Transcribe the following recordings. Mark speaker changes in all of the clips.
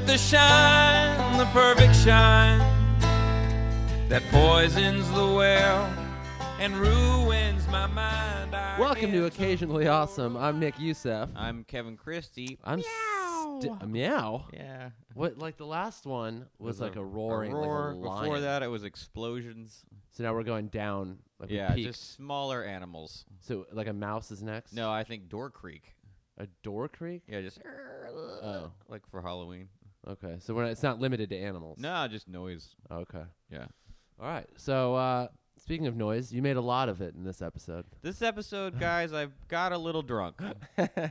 Speaker 1: the shine, the perfect shine that poisons the well and ruins my mind. I
Speaker 2: Welcome to
Speaker 1: can't-
Speaker 2: Occasionally Awesome. I'm Nick Youssef.
Speaker 3: I'm Kevin Christie.
Speaker 2: I'm
Speaker 3: Meow.
Speaker 2: sti- meow.
Speaker 3: Yeah.
Speaker 2: What like the last one was, like a, roaring like a
Speaker 3: roar.
Speaker 2: lion.
Speaker 3: Before that, it was explosions.
Speaker 2: So now we're going down like we
Speaker 3: yeah,
Speaker 2: peaked.
Speaker 3: just smaller animals.
Speaker 2: So like a mouse is next.
Speaker 3: No, I think Door Creek.
Speaker 2: a door creek.
Speaker 3: Yeah, just like for Halloween.
Speaker 2: Okay, so we're not, Oh. it's not limited to animals.
Speaker 3: No, just noise.
Speaker 2: Okay.
Speaker 3: Yeah.
Speaker 2: All right. So uh, speaking of noise, you made a lot of it in this episode.
Speaker 3: This episode, guys, I've got a little drunk.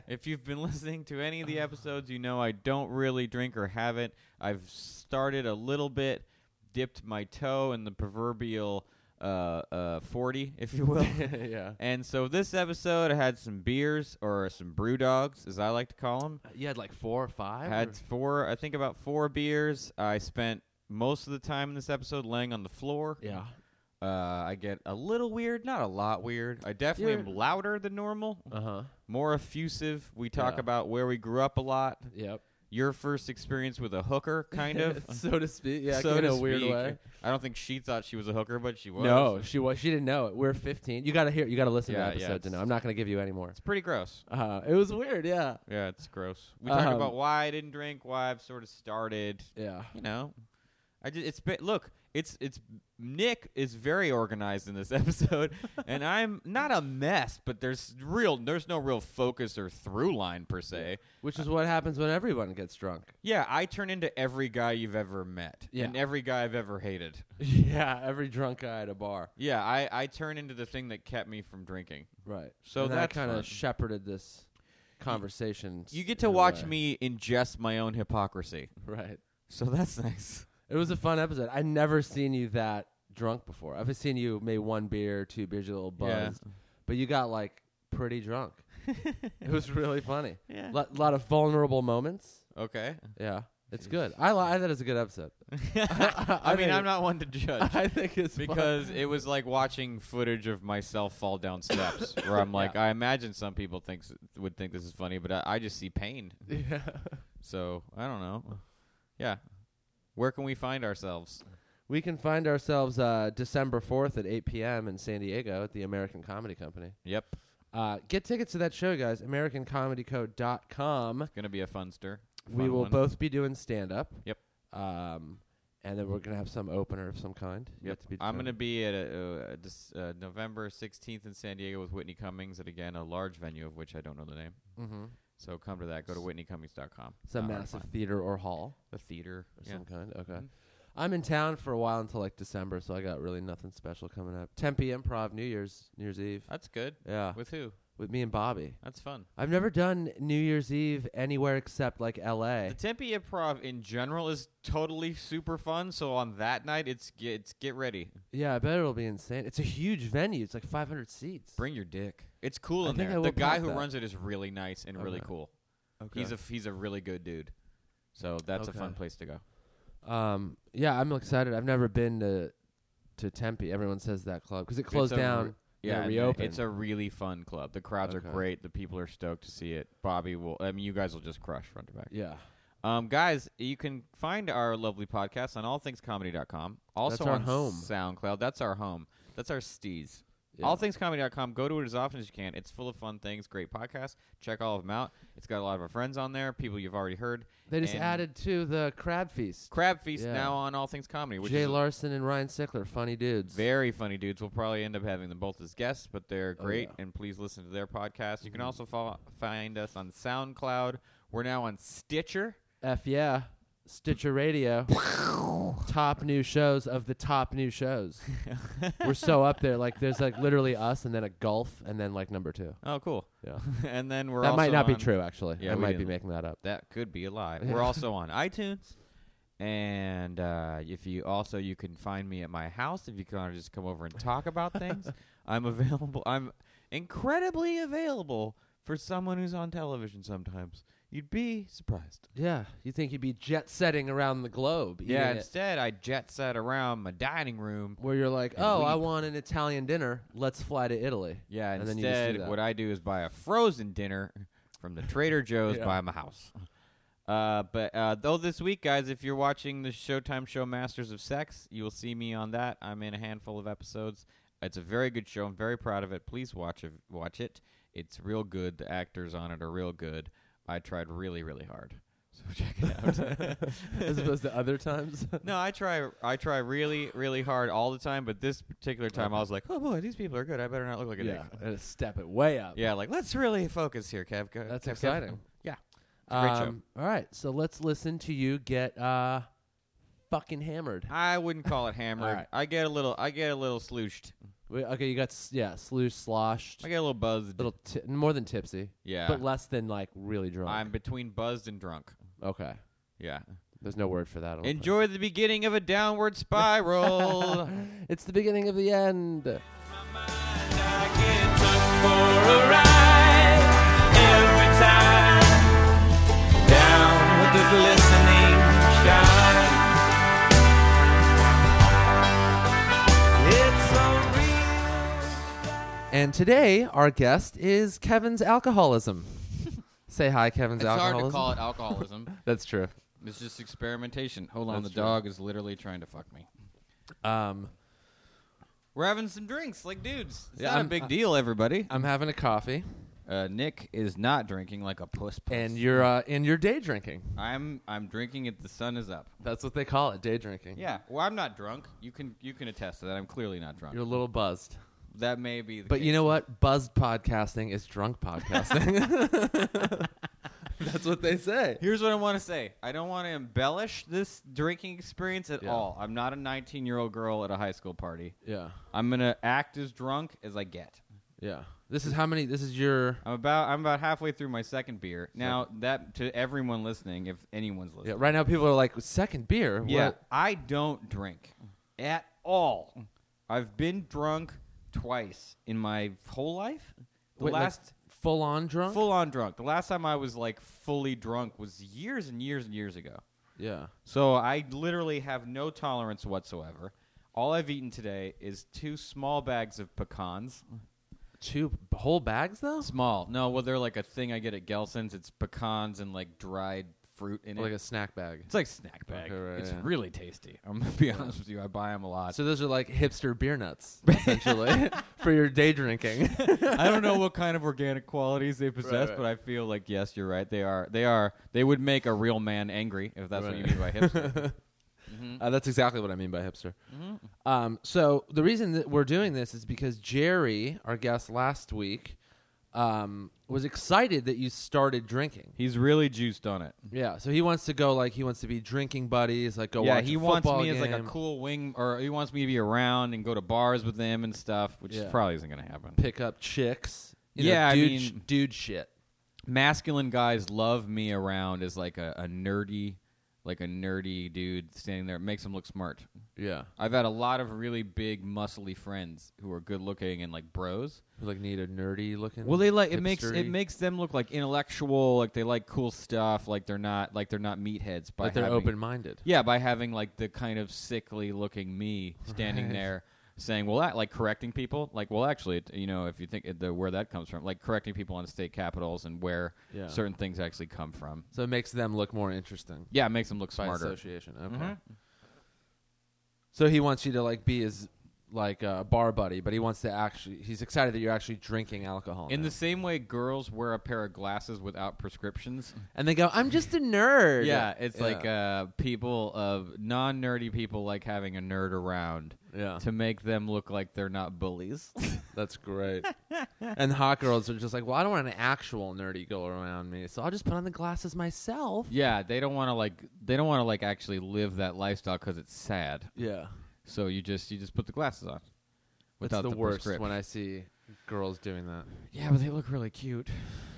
Speaker 3: if you've been listening to any of the episodes, you know I don't really drink or have it. I've started a little bit, dipped my toe in the proverbial uh, uh, 40, if you will.
Speaker 2: yeah.
Speaker 3: and so this episode, I had some beers or some brew dogs, as I like to call them.
Speaker 2: You had like four or five. or-
Speaker 3: had four, I think about four beers. I spent most of the time in this episode laying on the floor.
Speaker 2: yeah.
Speaker 3: Uh, I get a little weird, not a lot weird. I definitely am
Speaker 2: You're-
Speaker 3: louder than normal,
Speaker 2: Uh huh.
Speaker 3: more effusive. We talk
Speaker 2: Yeah.
Speaker 3: about where we grew up a lot.
Speaker 2: Yep.
Speaker 3: Your first experience with a hooker, kind of.
Speaker 2: so to speak. Yeah.
Speaker 3: so
Speaker 2: in
Speaker 3: to
Speaker 2: a weird
Speaker 3: speak.
Speaker 2: way.
Speaker 3: I don't think she thought she was a hooker, but she was.
Speaker 2: No, she was. She didn't know it. We're 15. You gotta hear. You gotta listen
Speaker 3: Yeah,
Speaker 2: to the
Speaker 3: yeah,
Speaker 2: episode to
Speaker 3: it's-
Speaker 2: know. I'm not gonna give you any more.
Speaker 3: It's pretty gross.
Speaker 2: Uh, it was weird. Yeah.
Speaker 3: Yeah, it's gross. We talk
Speaker 2: Um,
Speaker 3: about why I didn't drink, why I've sort of started.
Speaker 2: Yeah.
Speaker 3: You know, I just it's been, look, it's it's Nick is very organized in this episode, and I'm not a mess, but there's real there's no real focus or through line per se.
Speaker 2: Which is what happens when everyone gets drunk.
Speaker 3: Yeah, I turn into every guy you've ever met,
Speaker 2: Yeah.
Speaker 3: and every guy I've ever hated.
Speaker 2: yeah. Every drunk guy at a bar.
Speaker 3: Yeah, I I turn into the thing that kept me from drinking.
Speaker 2: Right.
Speaker 3: So
Speaker 2: and that
Speaker 3: that's
Speaker 2: kind
Speaker 3: fun.
Speaker 2: of shepherded this conversation.
Speaker 3: You
Speaker 2: in
Speaker 3: get to
Speaker 2: a
Speaker 3: watch
Speaker 2: way.
Speaker 3: me ingest my own hypocrisy,
Speaker 2: Right.
Speaker 3: so that's nice.
Speaker 2: It was a fun episode. I'd never seen you that drunk before. I've seen you maybe one beer, two beers, you're a little
Speaker 3: Yeah.
Speaker 2: buzzed, but you got like pretty drunk. it was really funny.
Speaker 3: Yeah.
Speaker 2: A lot of vulnerable moments.
Speaker 3: Okay.
Speaker 2: Yeah, it's good. I li- I thought it was a good episode.
Speaker 3: I,
Speaker 2: I
Speaker 3: mean,
Speaker 2: think-
Speaker 3: I'm not one to judge.
Speaker 2: I think it's fun.
Speaker 3: because it was like watching footage of myself fall down steps where i'm like i imagine some people thinks would think this is funny but I, I just see pain
Speaker 2: yeah.
Speaker 3: so i don't know yeah where can we find ourselves
Speaker 2: We can find ourselves uh, December fourth at eight p.m. in San Diego at the American Comedy Company.
Speaker 3: yep
Speaker 2: Uh, get tickets to that show, guys. AmericanComedyCo.com.
Speaker 3: gonna be a fun stir
Speaker 2: we
Speaker 3: Fun
Speaker 2: will
Speaker 3: one.
Speaker 2: both be doing stand up.
Speaker 3: Yep.
Speaker 2: Um, and then we're gonna have some opener of some kind. You
Speaker 3: Yep.
Speaker 2: have to be
Speaker 3: I'm going to
Speaker 2: determined.
Speaker 3: be at a, uh, this, uh, November 16th in San Diego with Whitney Cummings at, again, a large venue of which I don't know the name.
Speaker 2: Mhm.
Speaker 3: So come to that. Go to whitneycummings.com.
Speaker 2: some
Speaker 3: Uh, or
Speaker 2: massive
Speaker 3: find
Speaker 2: theater or hall
Speaker 3: The theater.
Speaker 2: of
Speaker 3: Yeah.
Speaker 2: some kind. Okay.
Speaker 3: Mhm.
Speaker 2: I'm in town for a while until like December, so I got really nothing special coming up. Tempe Improv, New Year's, New Year's Eve.
Speaker 3: That's good.
Speaker 2: yeah, with,
Speaker 3: With who?
Speaker 2: me and Bobby.
Speaker 3: That's fun.
Speaker 2: I've never done New Year's Eve anywhere except like L.A.
Speaker 3: The Tempe Improv in general is totally super fun. So on that night, it's get, it's get ready.
Speaker 2: yeah, I bet it'll be insane. It's a huge venue. It's like 500 seats.
Speaker 3: Bring your dick. It's cool
Speaker 2: I
Speaker 3: in
Speaker 2: think I
Speaker 3: there.
Speaker 2: will
Speaker 3: The guy
Speaker 2: pack
Speaker 3: who
Speaker 2: that.
Speaker 3: runs it is really nice and really
Speaker 2: Okay.
Speaker 3: cool.
Speaker 2: okay.
Speaker 3: He's a he's a really good dude. So that's a fun
Speaker 2: Okay.
Speaker 3: place to go.
Speaker 2: Um, yeah, I'm excited. I've never been to to Tempe. Everyone says that club because it closed
Speaker 3: a
Speaker 2: down.
Speaker 3: re-
Speaker 2: yeah,
Speaker 3: and
Speaker 2: reopened.
Speaker 3: It's a really fun club. The crowds
Speaker 2: Okay.
Speaker 3: are great. The people are stoked to see it. Bobby will. I mean, you guys will just crush front to back.
Speaker 2: yeah,
Speaker 3: Um, guys, you can find our lovely podcast on allthingscomedy.com. Also
Speaker 2: our
Speaker 3: on
Speaker 2: home.
Speaker 3: SoundCloud. That's our home. That's our steez.
Speaker 2: Yeah.
Speaker 3: Allthingscomedy.com. Go to it as often as you can. It's full of fun things. Great podcast. Check all of them out. It's got a lot of our friends on there, people you've already heard.
Speaker 2: they just
Speaker 3: And
Speaker 2: added to the Crab Feast.
Speaker 3: Crab Feast
Speaker 2: Yeah.
Speaker 3: now on All Things Comedy, which
Speaker 2: Jay
Speaker 3: is
Speaker 2: Larson and Ryan Sickler, funny dudes.
Speaker 3: very funny dudes. We'll probably end up having them both as guests, but they're
Speaker 2: Oh,
Speaker 3: great.
Speaker 2: yeah. Mm-hmm.
Speaker 3: And please listen to their podcast. You can also follow, find us on SoundCloud. We're now on Stitcher.
Speaker 2: F yeah, Stitcher Radio. top new shows of the top new shows. We're so up there. Like there's like literally us, and then a golf, and then like number two.
Speaker 3: Oh, cool.
Speaker 2: Yeah,
Speaker 3: and then we're
Speaker 2: that might
Speaker 3: also
Speaker 2: not be
Speaker 3: on-
Speaker 2: true. Actually,
Speaker 3: Yeah,
Speaker 2: I
Speaker 3: we
Speaker 2: might be
Speaker 3: didn't-
Speaker 2: making that up.
Speaker 3: That could be a lie. We're also on iTunes, and uh, if you also you can find me at my house if you want to just come over and talk about things. I'm available. I'm incredibly available for someone who's on television. Sometimes you'd be surprised.
Speaker 2: Yeah, you think you'd be jet setting around the globe?
Speaker 3: Yeah.
Speaker 2: eating it.
Speaker 3: Instead, I jet set around my dining room.
Speaker 2: where you're like,
Speaker 3: And
Speaker 2: oh, I
Speaker 3: weep.
Speaker 2: want an Italian dinner. Let's fly to Italy.
Speaker 3: Yeah.
Speaker 2: And then you just do
Speaker 3: instead,
Speaker 2: that.
Speaker 3: what I do is buy a frozen dinner from the Trader Joe's
Speaker 2: Yeah.
Speaker 3: by my house. Uh, but uh, though this week, guys, if you're watching the Showtime show Masters of Sex, you will see me on that. I'm in a handful of episodes. It's a very good show. I'm very proud of it. Please watch it. Watch it. It's real good. The actors on it are real good. I tried really, really hard. So check it
Speaker 2: as
Speaker 3: out.
Speaker 2: opposed to other times.
Speaker 3: no, I try. I try really, really hard all the time. But this particular time, I was like, "Oh boy, these people are good. I better not look like a
Speaker 2: yeah,
Speaker 3: dick."
Speaker 2: and step it way up.
Speaker 3: Yeah, like let's really focus here, Kev. Go-
Speaker 2: That's
Speaker 3: Kev, Kev.
Speaker 2: exciting.
Speaker 3: Yeah.
Speaker 2: Um,
Speaker 3: Great show.
Speaker 2: All right, so let's listen to you get uh, fucking hammered.
Speaker 3: I wouldn't call it hammered.
Speaker 2: right.
Speaker 3: I get a little. I get a little slooshed.
Speaker 2: We, okay, you got s- yeah, sluice, sloshed,
Speaker 3: I get a little buzzed.
Speaker 2: little ti more than tipsy,
Speaker 3: yeah.
Speaker 2: but less than like really drunk.
Speaker 3: I'm between buzzed and drunk.
Speaker 2: okay,
Speaker 3: Yeah.
Speaker 2: there's no word for that. I don't think.
Speaker 3: Enjoy the beginning of a downward spiral.
Speaker 2: It's the beginning of the end.
Speaker 1: I get took for a ride every time down with the glistening shine. It's so real.
Speaker 2: And today, our guest is Kevin's alcoholism. Say hi, Kevin's
Speaker 3: it's hard
Speaker 2: alcoholism.
Speaker 3: to call it alcoholism.
Speaker 2: That's true.
Speaker 3: it's just experimentation. Hold on,
Speaker 2: That's
Speaker 3: the
Speaker 2: true.
Speaker 3: dog is literally trying to fuck me.
Speaker 2: Um,
Speaker 3: We're having some drinks, like dudes. It's
Speaker 2: Yeah,
Speaker 3: not
Speaker 2: I'm-
Speaker 3: a big deal, everybody.
Speaker 2: I'm having a coffee,
Speaker 3: Uh, Nick is not drinking like a puss. puss.
Speaker 2: and you're uh, in your day drinking.
Speaker 3: I'm I'm drinking it. The sun is up.
Speaker 2: That's what they call it, day drinking.
Speaker 3: Yeah. Well, I'm not drunk. You can you can attest to that. I'm clearly not drunk.
Speaker 2: You're a little buzzed.
Speaker 3: that may be. The
Speaker 2: But you
Speaker 3: case.
Speaker 2: know what? Buzzed podcasting is drunk podcasting. That's what they say.
Speaker 3: Here's what I want to say. I don't want to embellish this drinking experience at
Speaker 2: Yeah.
Speaker 3: all. I'm not a 19 year old girl at a high school party.
Speaker 2: Yeah.
Speaker 3: I'm gonna act as drunk as I get.
Speaker 2: Yeah. This is how many this is your
Speaker 3: I'm about I'm about halfway through my second beer now. That to everyone listening, if anyone's
Speaker 2: yeah,
Speaker 3: listening,
Speaker 2: right now people are like second beer.
Speaker 3: yeah,
Speaker 2: What?
Speaker 3: I don't drink at all. I've been drunk twice in my whole life. The
Speaker 2: Wait, like,
Speaker 3: last
Speaker 2: full on drunk?
Speaker 3: full on drunk. The last time I was like fully drunk was years and years and years ago.
Speaker 2: yeah.
Speaker 3: So I literally have no tolerance whatsoever. All I've eaten today is two small bags of pecans.
Speaker 2: Two whole bags though?
Speaker 3: Small. No, well they're like a thing I get at Gelson's. It's pecans and like dried fruit in
Speaker 2: Like
Speaker 3: it.
Speaker 2: a snack bag.
Speaker 3: it's like snack bag.
Speaker 2: Okay, right,
Speaker 3: it's
Speaker 2: yeah.
Speaker 3: really tasty. I'm gonna be honest with you. I buy them a lot.
Speaker 2: So those are like hipster beer nuts essentially for your day drinking.
Speaker 3: I don't know what kind of organic qualities they possess,
Speaker 2: right.
Speaker 3: but I feel like yes, you're right. They are. They are. They would make a real man angry if that's what you
Speaker 2: Right.
Speaker 3: mean by hipster.
Speaker 2: Uh, that's exactly what I mean by hipster.
Speaker 3: Mm-hmm.
Speaker 2: Um, so the reason that we're doing this is because Jerry, our guest last week, um, was excited that you started drinking.
Speaker 3: He's really juiced on it.
Speaker 2: Yeah, so he wants to go like he wants to be drinking buddies, like go
Speaker 3: Mm-hmm. yeah,
Speaker 2: watch a
Speaker 3: he wants
Speaker 2: football
Speaker 3: me as like a
Speaker 2: game,
Speaker 3: cool wing, or he wants me to be around and go to bars with him and stuff, which
Speaker 2: Yeah.
Speaker 3: probably isn't going to happen.
Speaker 2: pick up chicks. You
Speaker 3: Yeah, I
Speaker 2: know, dude,
Speaker 3: mean-
Speaker 2: sh- dude, shit.
Speaker 3: Masculine guys love me around as like a, a nerdy, like a nerdy dude standing there. It makes them look smart.
Speaker 2: Yeah,
Speaker 3: I've had a lot of really big, muscly friends who are good looking and like bros.
Speaker 2: like need a nerdy looking.
Speaker 3: Well, they like it makes it
Speaker 2: hipstery-
Speaker 3: makes them look like intellectual, like they like cool stuff, like they're not like they're not meatheads. By
Speaker 2: like they're
Speaker 3: having-
Speaker 2: open minded.
Speaker 3: Yeah, by having like the kind of sickly looking me standing
Speaker 2: Right.
Speaker 3: there saying, "Well, that," like correcting people, like, "Well, actually, it- you know, if you think it- the where that comes from, like correcting people on state capitals and where
Speaker 2: Yeah.
Speaker 3: certain things actually come from."
Speaker 2: So it makes them look more interesting
Speaker 3: Yeah, it makes them look
Speaker 2: by
Speaker 3: smarter. Mm-hmm.
Speaker 2: association. Okay. Mm-hmm. So he wants you to like be his like a bar buddy, but he wants to actually. He's excited that you're actually drinking alcohol.
Speaker 3: In
Speaker 2: now.
Speaker 3: the same way girls wear a pair of glasses without prescriptions.
Speaker 2: and they go, "I'm just a nerd."
Speaker 3: Yeah, it's
Speaker 2: Yeah.
Speaker 3: like uh, people of non-nerdy people like having a nerd around
Speaker 2: yeah,
Speaker 3: to make them look like they're not bullies.
Speaker 2: that's great. and hot girls are just like, "Well, I don't want an actual nerdy girl around me, so I'll just put on the glasses myself."
Speaker 3: yeah, they don't want to like they don't want to like actually live that lifestyle cuz it's sad.
Speaker 2: Yeah,
Speaker 3: So you just you just put the glasses on.
Speaker 2: it's
Speaker 3: Without
Speaker 2: the, worst
Speaker 3: prescription.
Speaker 2: when I see girls doing that.
Speaker 3: Yeah, but they look really cute.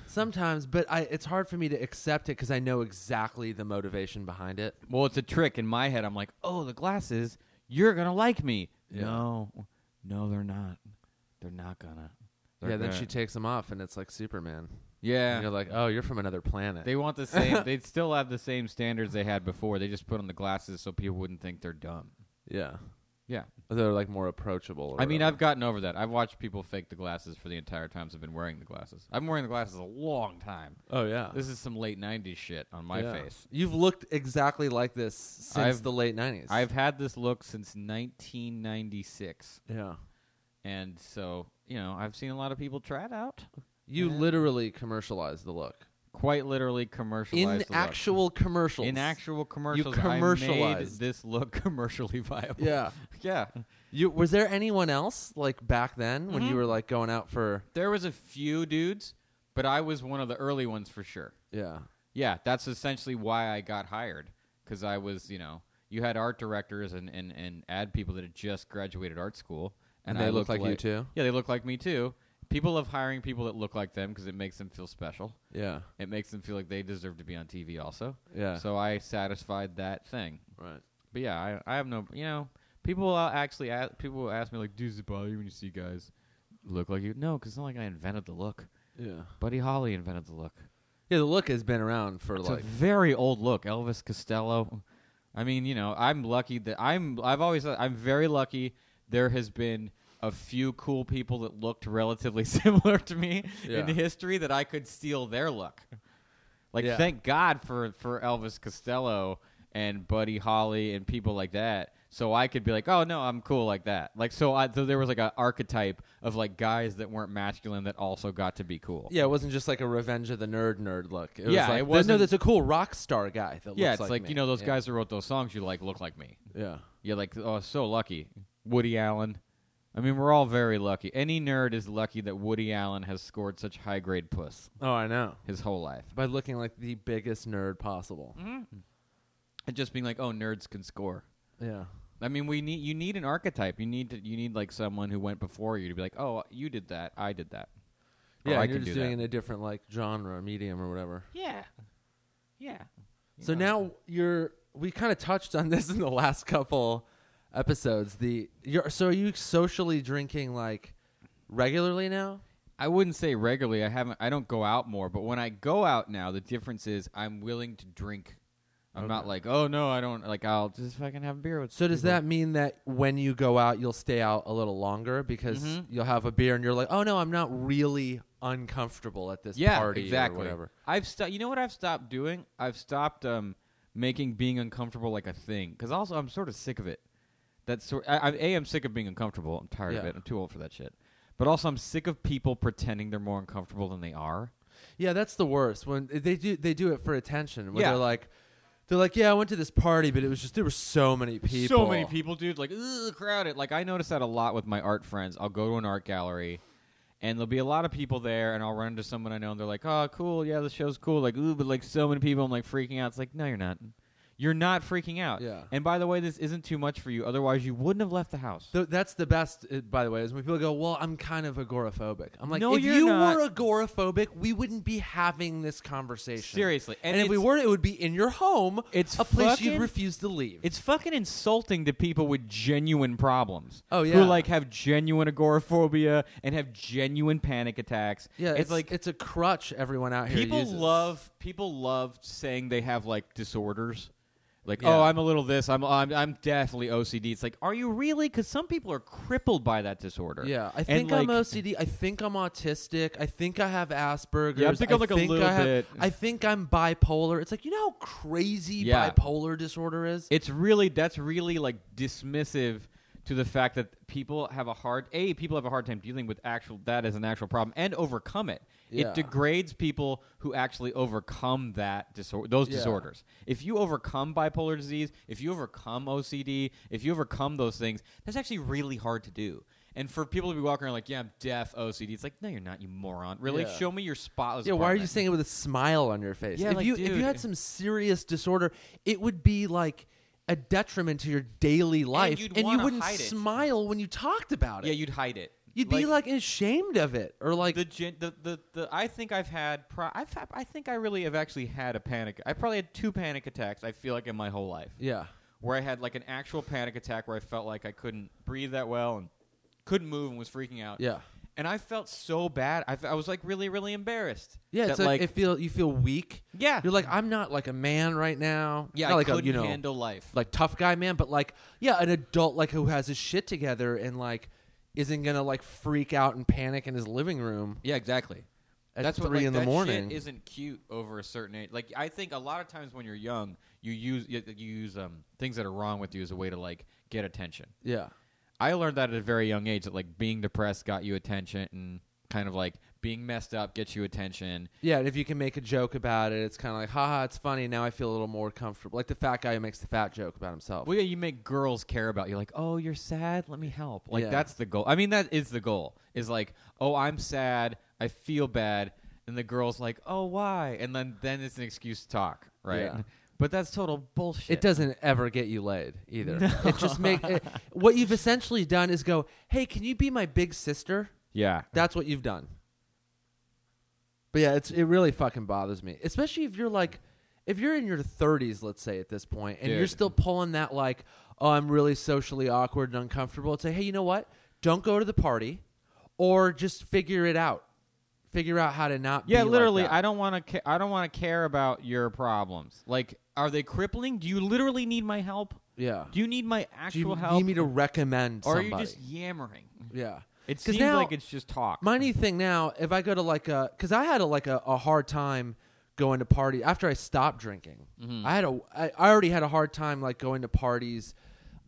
Speaker 2: Sometimes, but I it's hard for me to accept it because I know exactly the motivation behind it.
Speaker 3: Well, it's a trick in my head. I'm like, "Oh, the glasses, you're going to like me."
Speaker 2: Yeah.
Speaker 3: No. No, they're not. They're not gonna. They're
Speaker 2: yeah, then
Speaker 3: gonna-
Speaker 2: she takes them off, and it's like Superman.
Speaker 3: Yeah.
Speaker 2: And you're like, "Oh, you're from another planet."
Speaker 3: They want the same. they still have the same standards they had before. They just put on the glasses so people wouldn't think they're dumb.
Speaker 2: yeah.
Speaker 3: Yeah.
Speaker 2: They're like more approachable. or
Speaker 3: I mean,
Speaker 2: whatever.
Speaker 3: I've gotten over that. I've watched people fake the glasses for the entire times I've been wearing the glasses. I've been wearing the glasses a long time.
Speaker 2: Oh yeah.
Speaker 3: This is some late '90s shit on my
Speaker 2: Yeah.
Speaker 3: face.
Speaker 2: You've looked exactly like this since
Speaker 3: I've-
Speaker 2: the late nineties.
Speaker 3: I've had this look since 1996,
Speaker 2: yeah.
Speaker 3: and so you know I've seen a lot of people try it out.
Speaker 2: You literally commercialized the look
Speaker 3: Quite literally commercialized
Speaker 2: in
Speaker 3: the look.
Speaker 2: actual commercials.
Speaker 3: in actual commercials. I made
Speaker 2: commercialized.
Speaker 3: this look commercially viable.
Speaker 2: Yeah.
Speaker 3: yeah.
Speaker 2: You was there anyone else like back then when you were like going out for
Speaker 3: There was a few dudes, but I was one of the early ones for sure.
Speaker 2: yeah
Speaker 3: Yeah, that's essentially why I got hired because I was, you know, you had art directors and, and, and ad people that had just graduated art school,
Speaker 2: And they
Speaker 3: I
Speaker 2: looked
Speaker 3: looked
Speaker 2: like you too?
Speaker 3: Yeah, they look like me too. People love hiring people that look like them because it makes them feel special.
Speaker 2: yeah
Speaker 3: It makes them feel like they deserve to be on TV also.
Speaker 2: Yeah.
Speaker 3: So I satisfied that thing.
Speaker 2: right
Speaker 3: But yeah, I, I have no, you know, people uh, actually ask, people will ask me like, "Does it bother you when you see guys look like you?" No, because it's not like I invented the look.
Speaker 2: yeah
Speaker 3: Buddy Holly invented the look.
Speaker 2: yeah the look has been around for
Speaker 3: It's
Speaker 2: like
Speaker 3: a very old look, Elvis Costello. I mean, you know, I'm lucky that I'm. I've always said I'm very lucky. There has been a few cool people that looked relatively similar to me
Speaker 2: Yeah.
Speaker 3: in history that I could steal their look. Like,
Speaker 2: Yeah.
Speaker 3: thank God for for Elvis Costello and Buddy Holly and people like that. So I could be like, oh no, I'm cool like that. Like, so I so there was like an archetype of like guys that weren't masculine that also got to be cool.
Speaker 2: yeah it wasn't just like a Revenge of the Nerd nerd look it
Speaker 3: Yeah,
Speaker 2: was
Speaker 3: it
Speaker 2: like, no
Speaker 3: wasn't-
Speaker 2: that's a cool rock star guy that
Speaker 3: Yeah,
Speaker 2: looks
Speaker 3: it's like,
Speaker 2: me.
Speaker 3: you know those
Speaker 2: Yeah.
Speaker 3: guys that wrote those songs. You like look like me.
Speaker 2: yeah
Speaker 3: You're like oh so lucky. Woody Allen. I mean, we're all very lucky. Any nerd is lucky that Woody Allen has scored such high grade puss
Speaker 2: oh I know
Speaker 3: his whole life.
Speaker 2: by looking like the biggest nerd possible
Speaker 3: And just being like, oh, nerds can score.
Speaker 2: yeah
Speaker 3: I mean, we need you need an archetype. You need to, you need like someone who went before you to be like, oh, you did that, I did that. Or
Speaker 2: yeah
Speaker 3: I
Speaker 2: and you're
Speaker 3: can
Speaker 2: just
Speaker 3: do
Speaker 2: doing it
Speaker 3: that.
Speaker 2: in a different like genre medium or whatever
Speaker 3: yeah, yeah.
Speaker 2: So now you're we kind of touched on this in the last couple episodes. The you're so are you socially drinking like regularly now?
Speaker 3: I wouldn't say regularly. I haven't. I don't go out more, but when I go out now, the difference is I'm willing to drink. I'm not like, oh no, I don't like. I'll just fucking have a beer with.
Speaker 2: So does that mean that when you go out you'll stay out a little longer because
Speaker 3: Mm-hmm.
Speaker 2: you'll have a beer and you're like, "Oh no, I'm not really uncomfortable at this
Speaker 3: yeah,
Speaker 2: party
Speaker 3: exactly.
Speaker 2: or whatever."
Speaker 3: I've stopped. You know what I've stopped doing? I've stopped um making being uncomfortable like a thing. Because also I'm sort of sick of it. That's sort. I, I a I'm sick of being uncomfortable. I'm tired of
Speaker 2: Yeah.
Speaker 3: it. I'm too old for that shit. But also I'm sick of people pretending they're more uncomfortable than they are.
Speaker 2: Yeah, that's the worst when they do they do it for attention. When
Speaker 3: Yeah.
Speaker 2: they're like they're like, "Yeah, I went to this party, but it was just there were so many people."
Speaker 3: So many people, dude. Like, ugh, crowded. Like, I notice that a lot with my art friends. I'll go to an art gallery, and there'll be a lot of people there, and I'll run into someone I know, and they're like, "Oh, cool, yeah, the show's cool." Like, ooh, but like so many people, I'm like freaking out. It's like, no, you're not. You're not freaking out.
Speaker 2: Yeah.
Speaker 3: And by the way, this isn't too much for you. Otherwise, you wouldn't have left the house.
Speaker 2: Th- that's the best, uh, by the way, is when people go, "Well, I'm kind of agoraphobic." I'm like,
Speaker 3: No,
Speaker 2: if
Speaker 3: you're
Speaker 2: you
Speaker 3: not."
Speaker 2: were agoraphobic, we wouldn't be having this conversation.
Speaker 3: Seriously,
Speaker 2: and,
Speaker 3: and
Speaker 2: if we
Speaker 3: it's-
Speaker 2: were, it would be in your home.
Speaker 3: It's
Speaker 2: a place you'd
Speaker 3: fucking-
Speaker 2: refuse to leave.
Speaker 3: It's fucking insulting to people with genuine problems.
Speaker 2: Oh, yeah.
Speaker 3: Who like have genuine agoraphobia and have genuine panic attacks.
Speaker 2: yeah,
Speaker 3: It's, like
Speaker 2: it's a crutch everyone out here.
Speaker 3: people
Speaker 2: uses.
Speaker 3: love people love saying they have like disorders like
Speaker 2: Yeah.
Speaker 3: oh i'm a little this I'm, I'm i'm definitely ocd it's like are you really because some people are crippled by that disorder
Speaker 2: Yeah, I
Speaker 3: And,
Speaker 2: think I'm
Speaker 3: like,
Speaker 2: OCD. I think I'm autistic. I think I have Asperger's.
Speaker 3: Yeah, I think I'm like a little
Speaker 2: I have-
Speaker 3: bit-
Speaker 2: I think I'm bipolar. It's like you know how crazy
Speaker 3: Yeah.
Speaker 2: bipolar disorder is.
Speaker 3: it's really that's really like dismissive to the fact that people have a hard a people have a hard time dealing with actual that as an actual problem and overcome it
Speaker 2: Yeah.
Speaker 3: it degrades people who actually overcome that disorder those
Speaker 2: Yeah.
Speaker 3: disorders if you overcome bipolar disease if you overcome ocd if you overcome those things that's actually really hard to do and for people to be walking around like yeah i'm deaf ocd it's like no you're not you moron really
Speaker 2: Yeah.
Speaker 3: show me your spotless
Speaker 2: Yeah, why are you
Speaker 3: apartment.
Speaker 2: saying it with a smile on your face?
Speaker 3: Yeah,
Speaker 2: if
Speaker 3: like,
Speaker 2: you if you
Speaker 3: dude.
Speaker 2: had some serious disorder, it would be like a detriment to your daily life,
Speaker 3: you'd
Speaker 2: you
Speaker 3: wanna
Speaker 2: wouldn't
Speaker 3: hide it.
Speaker 2: smile when you talked about it.
Speaker 3: yeah you'd hide it
Speaker 2: You'd be like ashamed of it, or like
Speaker 3: the, gen- the the the I think I've had pro- I've had, I think I really have actually had a panic. I probably had two panic attacks. I feel like in my whole life,
Speaker 2: yeah,
Speaker 3: where I had like an actual panic attack where I felt like I couldn't breathe that well and couldn't move and was freaking out.
Speaker 2: Yeah.
Speaker 3: and I felt so bad. I, f- I was like really, really embarrassed.
Speaker 2: Yeah,
Speaker 3: that,
Speaker 2: it's like,
Speaker 3: like
Speaker 2: it feel you feel weak.
Speaker 3: yeah,
Speaker 2: You're like I'm not like a man right now.
Speaker 3: yeah,
Speaker 2: not
Speaker 3: I
Speaker 2: like
Speaker 3: couldn't
Speaker 2: a you know
Speaker 3: handle life.
Speaker 2: like tough guy man, but like yeah, an adult like who has his shit together and like isn't gonna like freak out and panic in his living room
Speaker 3: yeah, exactly.
Speaker 2: at
Speaker 3: That's
Speaker 2: three
Speaker 3: what, like,
Speaker 2: in the
Speaker 3: that shit
Speaker 2: morning.
Speaker 3: isn't cute over a certain age. Like I think a lot of times when you're young, you use you, you use um things that are wrong with you as a way to like get attention.
Speaker 2: yeah,
Speaker 3: I learned that at a very young age that like being depressed got you attention and kind of like being messed up gets you attention.
Speaker 2: yeah. And if you can make a joke about it, it's kind of like haha, it's funny. Now I feel a little more comfortable. Like the fat guy who makes the fat joke about himself.
Speaker 3: Well, yeah, you make girls care about you. Like, oh, you're sad. Let me help. Like
Speaker 2: Yeah.
Speaker 3: that's the goal. I mean, that is the goal. Is like, oh, I'm sad. I feel bad. And the girl's like, oh, why? And then then it's an excuse to talk, right?
Speaker 2: Yeah.
Speaker 3: But that's total bullshit.
Speaker 2: It doesn't ever get you laid either. It just make it, what you've essentially done is go, "Hey, can you be my big sister?"
Speaker 3: Yeah.
Speaker 2: That's what you've done. But yeah, it's it really fucking bothers me, especially if you're like, if you're in your 30s, let's say at this point, and you're
Speaker 3: Dude.
Speaker 2: still pulling that like, "Oh, I'm really socially awkward and uncomfortable." It's like, hey, you know what? Don't go to the party, or just figure it out. Figure out how to not.
Speaker 3: Yeah,
Speaker 2: be
Speaker 3: literally.
Speaker 2: Like that.
Speaker 3: I don't want to. Ca- I don't want to care about your problems. Like, are they crippling? Do you literally need my help?
Speaker 2: Yeah.
Speaker 3: Do you need my
Speaker 2: Do you
Speaker 3: actual help?
Speaker 2: need me to recommend
Speaker 3: or are
Speaker 2: somebody?
Speaker 3: you just yammering?
Speaker 2: yeah.
Speaker 3: It
Speaker 2: 'Cause
Speaker 3: seems
Speaker 2: now-
Speaker 3: like it's just talk.
Speaker 2: My new thing now, if I go to like a, because I had a, like a, a hard time going to party after I stopped drinking. I had a, I, I already had a hard time like going to parties,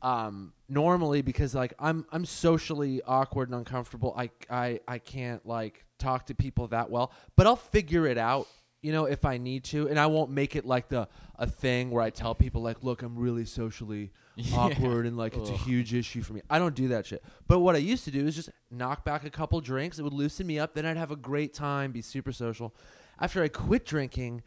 Speaker 2: um, normally because like I'm I'm socially awkward and uncomfortable. I I I can't like talk to people that well, but I'll figure it out. You know, if I need to, and I won't make it like the a thing where I tell people like, "Look, I'm really socially awkward, and like it's a
Speaker 3: Ugh.
Speaker 2: huge issue for me. I don't do that shit. But what I used to do is just knock back a couple drinks. It would loosen me up. Then I'd have a great time, be super social. After I quit drinking,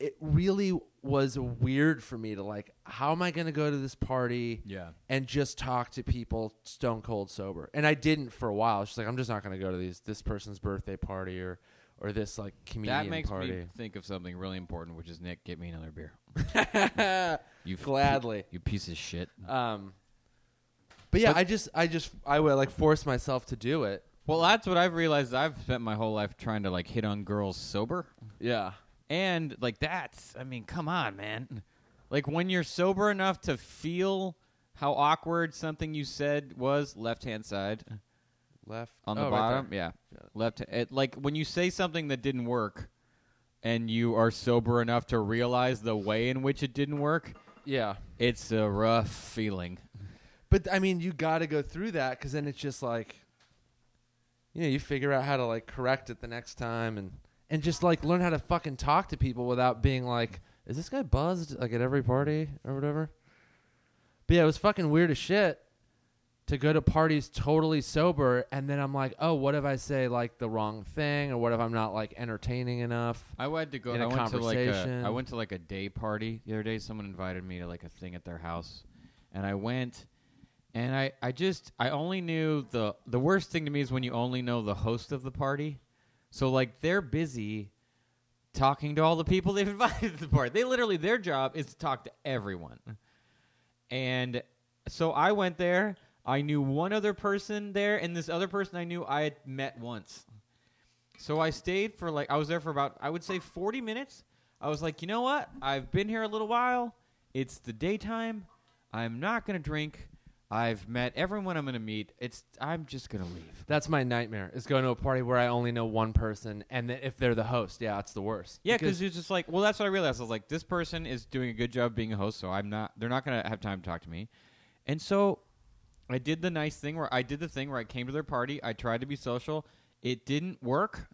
Speaker 2: it really was weird for me to like, how am I going to go to this party
Speaker 3: Yeah.
Speaker 2: and just talk to people stone cold sober? And I didn't for a while. She's like, I'm just not going to go to these this person's birthday party or or this like comedian
Speaker 3: That makes
Speaker 2: party.
Speaker 3: me think of something really important, which is Nick, get me another beer. You f-
Speaker 2: Gladly.
Speaker 3: you piece of shit.
Speaker 2: Um, but yeah, I just I just I would like force myself to do it.
Speaker 3: Well, that's what I've realized. I've spent my whole life trying to like hit on girls sober,
Speaker 2: Yeah.
Speaker 3: and like that's. I mean, come on, man. Like when you're sober enough to feel how awkward something you said was, left hand side
Speaker 2: Left
Speaker 3: on the
Speaker 2: oh, right
Speaker 3: bottom.
Speaker 2: there.
Speaker 3: yeah,
Speaker 2: Got it.
Speaker 3: left. It, like when you say something that didn't work, and you are sober enough to realize the way in which it didn't work.
Speaker 2: yeah.
Speaker 3: It's a rough feeling.
Speaker 2: But I mean, you got to go through that because then it's just like, you know, you figure out how to like correct it the next time and and just like learn how to fucking talk to people without being like, is this guy buzzed like at every party or whatever? But yeah, it was fucking weird as shit to go to parties totally sober and then I'm like, oh, what if I say like the wrong thing or what if I'm not like entertaining enough?
Speaker 3: I had to go.
Speaker 2: In
Speaker 3: I
Speaker 2: a
Speaker 3: went to like a.
Speaker 2: conversation.
Speaker 3: I went to like a day party the other day. Someone invited me to like a thing at their house, and I went. And I, I just, I only knew the the worst thing to me is when you only know the host of the party. So like they're busy talking to all the people they've invited to the party. They literally their job is to talk to everyone. And so I went there. I knew one other person there, and this other person I knew I had met once. So I stayed for like I was there for about I would say 40 minutes. I was like, "You know what? I've been here a little while. It's the daytime. I'm not going to drink. I've met everyone I'm going to meet. It's I'm just going to leave."
Speaker 2: That's my nightmare is going to a party where I only know one person, and that if they're the host, yeah, it's the worst.
Speaker 3: Yeah, because it's just like, well, that's what I realized. I was like, this person is doing a good job being a host, so I'm not. They're not gonna have time to talk to me, and so I did the nice thing where I did the thing where I came to their party. I tried to be social. It didn't work.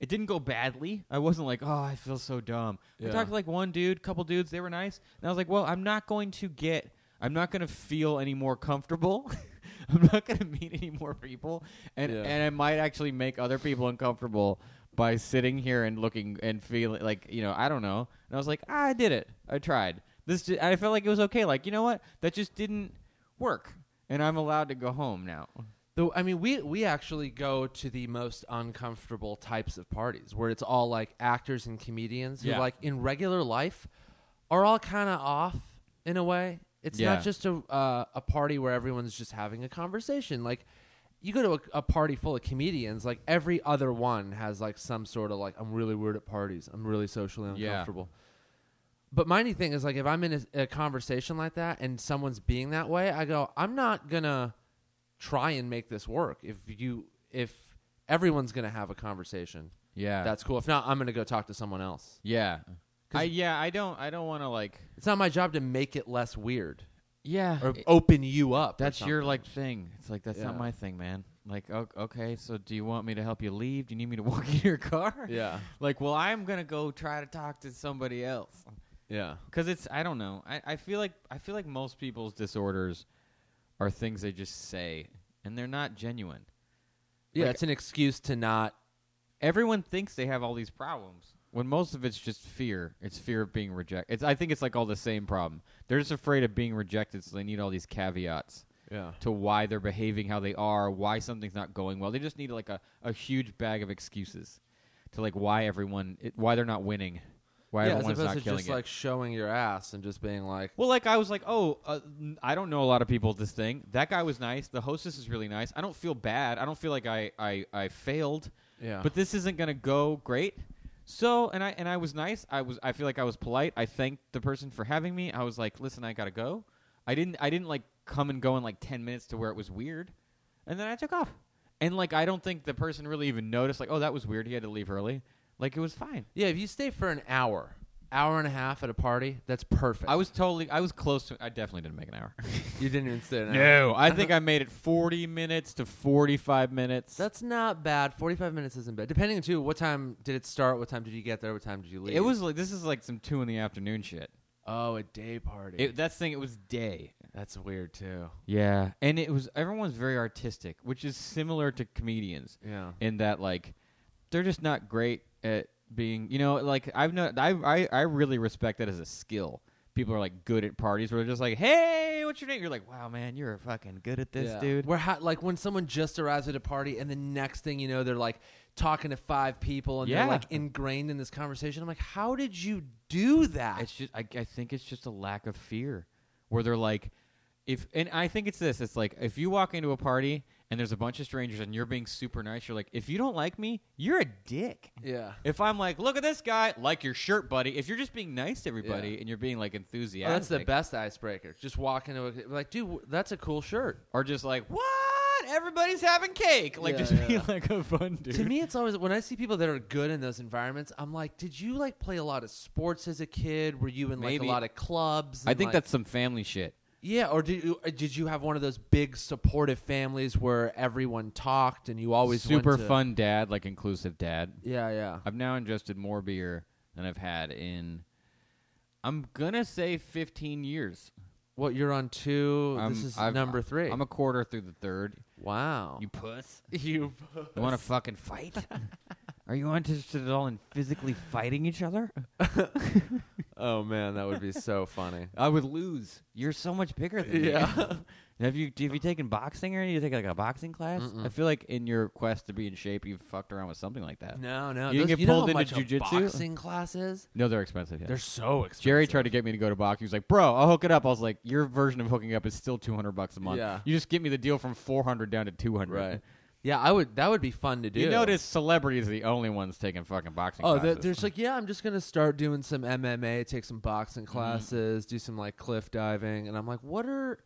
Speaker 3: It didn't go badly. I wasn't like, oh, I feel so dumb.
Speaker 2: Yeah.
Speaker 3: I talked to like one dude, couple dudes. They were nice, and I was like, well, I'm not going to get. I'm not going to feel any more comfortable. I'm not going to meet any more people, and
Speaker 2: Yeah.
Speaker 3: and I might actually make other people uncomfortable by sitting here and looking and feeling like you know I don't know. And I was like, ah, I did it. I tried. This ju- I felt like it was okay. Like you know what? That just didn't work, and I'm allowed to go home now.
Speaker 2: Though I mean, we we actually go to the most uncomfortable types of parties where it's all like actors and comedians who
Speaker 3: Yeah.
Speaker 2: like in regular life are all kind of off in a way. It's
Speaker 3: Yeah.
Speaker 2: not just a uh, a party where everyone's just having a conversation. Like you go to a, a party full of comedians, like every other one has like some sort of like I'm really weird at parties. I'm really socially
Speaker 3: Yeah.
Speaker 2: uncomfortable. But my only thing is like if I'm in a, a conversation like that and someone's being that way, I go, I'm not gonna try and make this work. If you if everyone's gonna have a conversation,
Speaker 3: Yeah.
Speaker 2: that's cool. If not, I'm gonna go talk to someone else.
Speaker 3: yeah.
Speaker 2: 'Cause-
Speaker 3: I yeah, I don't I don't want to like
Speaker 2: It's not my job to make it less weird
Speaker 3: yeah.
Speaker 2: or open you up. or
Speaker 3: that's your
Speaker 2: something.
Speaker 3: like thing. It's like that's not
Speaker 2: Yeah.
Speaker 3: my thing, man. Like o- okay, so do you want me to help you leave? Do you need me to walk in your car?
Speaker 2: yeah,
Speaker 3: Like, well, I'm gonna go try to talk to somebody else.
Speaker 2: yeah.
Speaker 3: Because it's I don't know. I, I feel like I feel like most people's disorders are things they just say and they're not genuine.
Speaker 2: Yeah,
Speaker 3: Like-
Speaker 2: it's an excuse to not.
Speaker 3: Everyone thinks they have all these problems when most of it's just fear. It's fear of being rejected. It's I think it's like all the same problem. They're just afraid of being rejected, so they need all these caveats
Speaker 2: Yeah.
Speaker 3: to why they're behaving how they are, why something's not going well. They just need like a, a huge bag of excuses to like why everyone it, why they're not winning, why
Speaker 2: yeah, as
Speaker 3: everyone's
Speaker 2: opposed
Speaker 3: not
Speaker 2: to
Speaker 3: killing
Speaker 2: just
Speaker 3: it.
Speaker 2: like showing your ass and just being like,
Speaker 3: Well, like I was like, oh, uh, n- I don't know a lot of people at this thing. That guy was nice. The hostess is really nice. I don't feel bad. I don't feel like I I, I failed.
Speaker 2: Yeah.
Speaker 3: But this isn't gonna go great. So and I and I was nice. I was I feel like I was polite. I thanked the person for having me. I was like, listen, I gotta go. I didn't I didn't like come and go in like ten minutes to where it was weird, and then I took off. And like I don't think the person really even noticed. Like, oh, that was weird. He had to leave early. Like it was fine.
Speaker 2: yeah, if you stay for an hour, hour and a half at a party, that's perfect.
Speaker 3: I was totally I was close to. I definitely didn't make an hour.
Speaker 2: you didn't even stay an hour.
Speaker 3: No, I think I made it 40 minutes to 45 minutes.
Speaker 2: That's not bad. Forty-five minutes isn't bad. Depending too, what time did it start? What time did you get there? What time did you leave?
Speaker 3: it was like this is like some two in the afternoon shit.
Speaker 2: oh, a day party.
Speaker 3: It, that's the thing. It was day.
Speaker 2: that's weird too.
Speaker 3: Yeah, and it was everyone's very artistic, which is similar to comedians
Speaker 2: Yeah,
Speaker 3: in that like they're just not great at being. You know, like I've no, I I I really respect that as a skill. People are like good at parties where they're just like, "Hey, what's your name?" You're like, "Wow, man, you're fucking good at this,
Speaker 2: Yeah.
Speaker 3: dude."
Speaker 2: We're ha- like when someone just arrives at a party, and the next thing you know, they're like talking to five people, and
Speaker 3: Yeah.
Speaker 2: they're like ingrained in this conversation. I'm like, how did you do that?
Speaker 3: It's just I, I think it's just a lack of fear where they're like if and I think it's this it's like if you walk into a party and there's a bunch of strangers and you're being super nice you're like if you don't like me you're a dick.
Speaker 2: yeah.
Speaker 3: If I'm like look at this guy like your shirt buddy if you're just being nice to everybody
Speaker 2: Yeah.
Speaker 3: and you're being like
Speaker 2: Oh,
Speaker 3: enthusiastic
Speaker 2: that's the best icebreaker. Just walk into a, like, dude, w- that's a cool shirt.
Speaker 3: or just like what everybody's having cake like
Speaker 2: Yeah,
Speaker 3: just being
Speaker 2: yeah.
Speaker 3: like a fun dude.
Speaker 2: To me, it's always when I see people that are good in those environments. I'm like, did you like play a lot of sports as a kid? Were you in like
Speaker 3: Maybe.
Speaker 2: a lot of clubs?
Speaker 3: I
Speaker 2: and,
Speaker 3: think
Speaker 2: like-
Speaker 3: that's some family shit.
Speaker 2: yeah. Or did you or did you have one of those big supportive families where everyone talked and you always went
Speaker 3: super
Speaker 2: to-
Speaker 3: fun dad like inclusive dad.
Speaker 2: Yeah, yeah.
Speaker 3: I've now ingested more beer than I've had in I'm gonna say 15 years.
Speaker 2: What you're on 2
Speaker 3: I'm-
Speaker 2: this is
Speaker 3: I've-
Speaker 2: number three.
Speaker 3: I'm a quarter through the third.
Speaker 2: wow.
Speaker 3: You puss.
Speaker 2: You,
Speaker 3: You want to fucking fight? Are you interested at all in physically fighting each other?
Speaker 2: oh man, that would be so funny.
Speaker 3: I would lose. You're so much bigger than me.
Speaker 2: Yeah.
Speaker 3: have you have you taken boxing or you take like a boxing class? I feel like in your quest to be in shape, you've fucked around with something like that.
Speaker 2: No, no.
Speaker 3: You can
Speaker 2: those-
Speaker 3: get
Speaker 2: know
Speaker 3: pulled
Speaker 2: how
Speaker 3: into
Speaker 2: much a
Speaker 3: jujitsu?
Speaker 2: Boxing classes.
Speaker 3: No, they're expensive. Yeah.
Speaker 2: They're so expensive.
Speaker 3: Jerry tried to get me to go to box. He was like, "Bro, I'll hook it up." I was like, "Your version of hooking up is still two hundred bucks a month.
Speaker 2: Yeah.
Speaker 3: You just get me the deal from four hundred down to two hundred.
Speaker 2: Right. Yeah, I would. That would be fun to do.
Speaker 3: You notice celebrities are the only ones taking fucking boxing.
Speaker 2: Oh,
Speaker 3: classes.
Speaker 2: they're, they're just like, yeah, I'm just gonna start doing some MMA, take some boxing
Speaker 3: Mm-hmm.
Speaker 2: classes, do some like cliff diving, and I'm like, what are?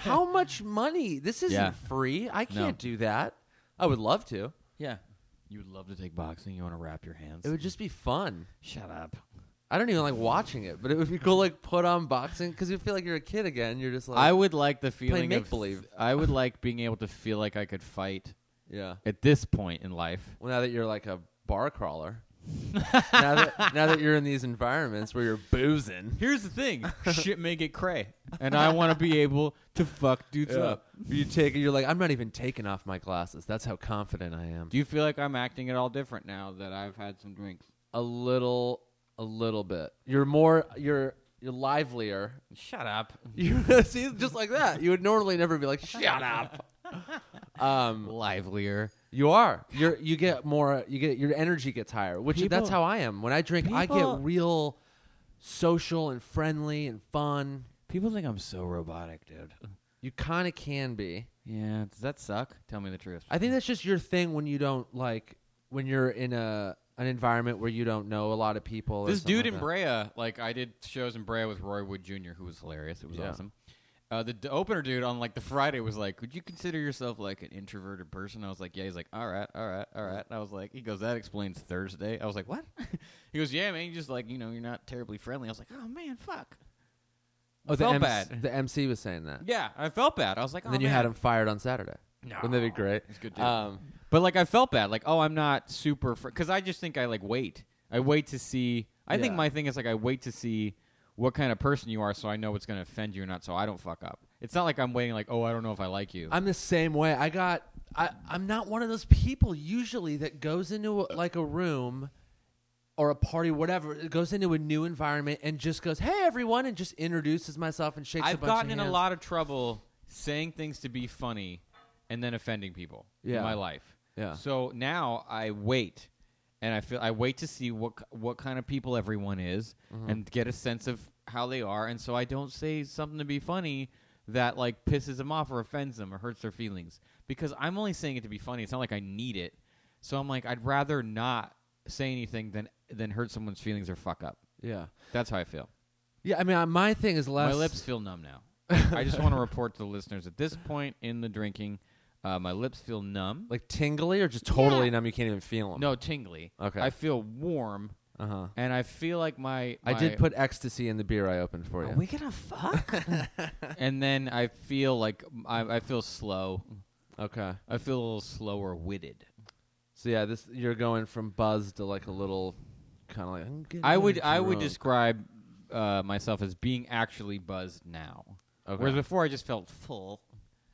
Speaker 2: how much money? This isn't
Speaker 3: Yeah.
Speaker 2: free. I can't do that. I would love to.
Speaker 3: yeah. You would love to take boxing. You want to wrap your hands.
Speaker 2: It would just be fun.
Speaker 3: Shut up.
Speaker 2: I don't even like watching it, but it would be cool. Like put on boxing because you feel like you're a kid again. You're just like,
Speaker 3: I would like the feeling of
Speaker 2: make-believe.
Speaker 3: I would like being able to feel like I could fight
Speaker 2: yeah.
Speaker 3: at this point in life.
Speaker 2: Well, now that you're like a bar crawler, now that now that you're in these environments where you're boozing,
Speaker 3: Here's the thing: shit may get cray, and I want to be able to fuck dudes
Speaker 2: Yeah.
Speaker 3: up.
Speaker 2: You take you're like, I'm not even taking off my glasses. That's how confident I am.
Speaker 3: Do you feel like I'm acting at all different now that I've had some drinks?
Speaker 2: A little a little bit. You're more you're you're livelier.
Speaker 3: Shut up.
Speaker 2: You see just like that. You would normally never be like, Shut up. Um
Speaker 3: Livelier.
Speaker 2: you are. You're you get more you get your energy gets higher, which
Speaker 3: People-
Speaker 2: that's how I am. When I drink I
Speaker 3: people-
Speaker 2: get real social and friendly and fun.
Speaker 3: People think I'm so robotic, dude.
Speaker 2: You kind of can be.
Speaker 3: Yeah, does that suck? Tell me the truth.
Speaker 2: I think that's just your thing when you don't like when you're in a an environment where you don't know a lot of people. or
Speaker 3: this
Speaker 2: something
Speaker 3: dude
Speaker 2: like
Speaker 3: in
Speaker 2: that.
Speaker 3: Brea, like I did shows in Brea with Roy Wood Jr., who was hilarious. It was
Speaker 2: Yeah.
Speaker 3: awesome. Uh, the d- opener dude on like the Friday was like, "Would you consider yourself like an introverted person?" I was like, "Yeah." He's like, "All right, all right, all right." And I was like, "He goes, that explains Thursday." I was like, "What?" he goes, "Yeah, man. You just like you know, you're not terribly friendly." I was like, "Oh man, fuck."
Speaker 2: Oh, the
Speaker 3: felt
Speaker 2: MC,
Speaker 3: bad.
Speaker 2: The MC was saying that.
Speaker 3: Yeah, I felt bad. I was like, "Oh,
Speaker 2: And then you had him fired on Saturday. Wouldn't that be great?
Speaker 3: It's good. Dude.
Speaker 2: Um,
Speaker 3: But like I felt bad, like oh I'm not super because I just think I like wait. I wait to see. I think
Speaker 2: Yeah.
Speaker 3: my thing is like I wait to see what kind of person you are, so I know what's going to offend you or not, so I don't fuck up. It's not like I'm waiting like oh I don't know if I like you.
Speaker 2: I'm the same way. I got. I, I'm not one of those people usually that goes into a, like a room or a party, whatever. It goes into a new environment and just goes, "Hey, everyone," and just introduces myself and shakes. a
Speaker 3: I've
Speaker 2: bunch
Speaker 3: gotten
Speaker 2: of
Speaker 3: in a
Speaker 2: hands.
Speaker 3: lot of trouble saying things to be funny and then offending people
Speaker 2: Yeah.
Speaker 3: in my life.
Speaker 2: Yeah.
Speaker 3: So now I wait and I feel I wait to see what k- what kind of people everyone is
Speaker 2: Mm-hmm.
Speaker 3: and get a sense of how they are and so I don't say something to be funny that like pisses them off or offends them or hurts their feelings because I'm only saying it to be funny. It's not like I need it. So I'm like I'd rather not say anything than than hurt someone's feelings or fuck up.
Speaker 2: Yeah.
Speaker 3: That's how I feel.
Speaker 2: Yeah. I mean, I- my thing is less.
Speaker 3: My lips feel numb now. I just want to report to the listeners at this point in the drinking, uh, my lips feel numb.
Speaker 2: like tingly or just totally
Speaker 3: Yeah.
Speaker 2: numb. You can't even feel them.
Speaker 3: No, tingly.
Speaker 2: Okay.
Speaker 3: I feel warm,
Speaker 2: Uh huh.
Speaker 3: and I feel like my.
Speaker 2: I
Speaker 3: my-
Speaker 2: did put ecstasy in the beer I opened for you.
Speaker 3: gonna fuck? and then I feel like I, I feel slow.
Speaker 2: okay.
Speaker 3: I feel a little slower witted.
Speaker 2: So yeah, this you're going from buzz to like a little kind of like. I'm getting
Speaker 3: I would I
Speaker 2: drunk.
Speaker 3: would describe uh, myself as being actually buzzed now,
Speaker 2: Okay.
Speaker 3: whereas before I just felt full.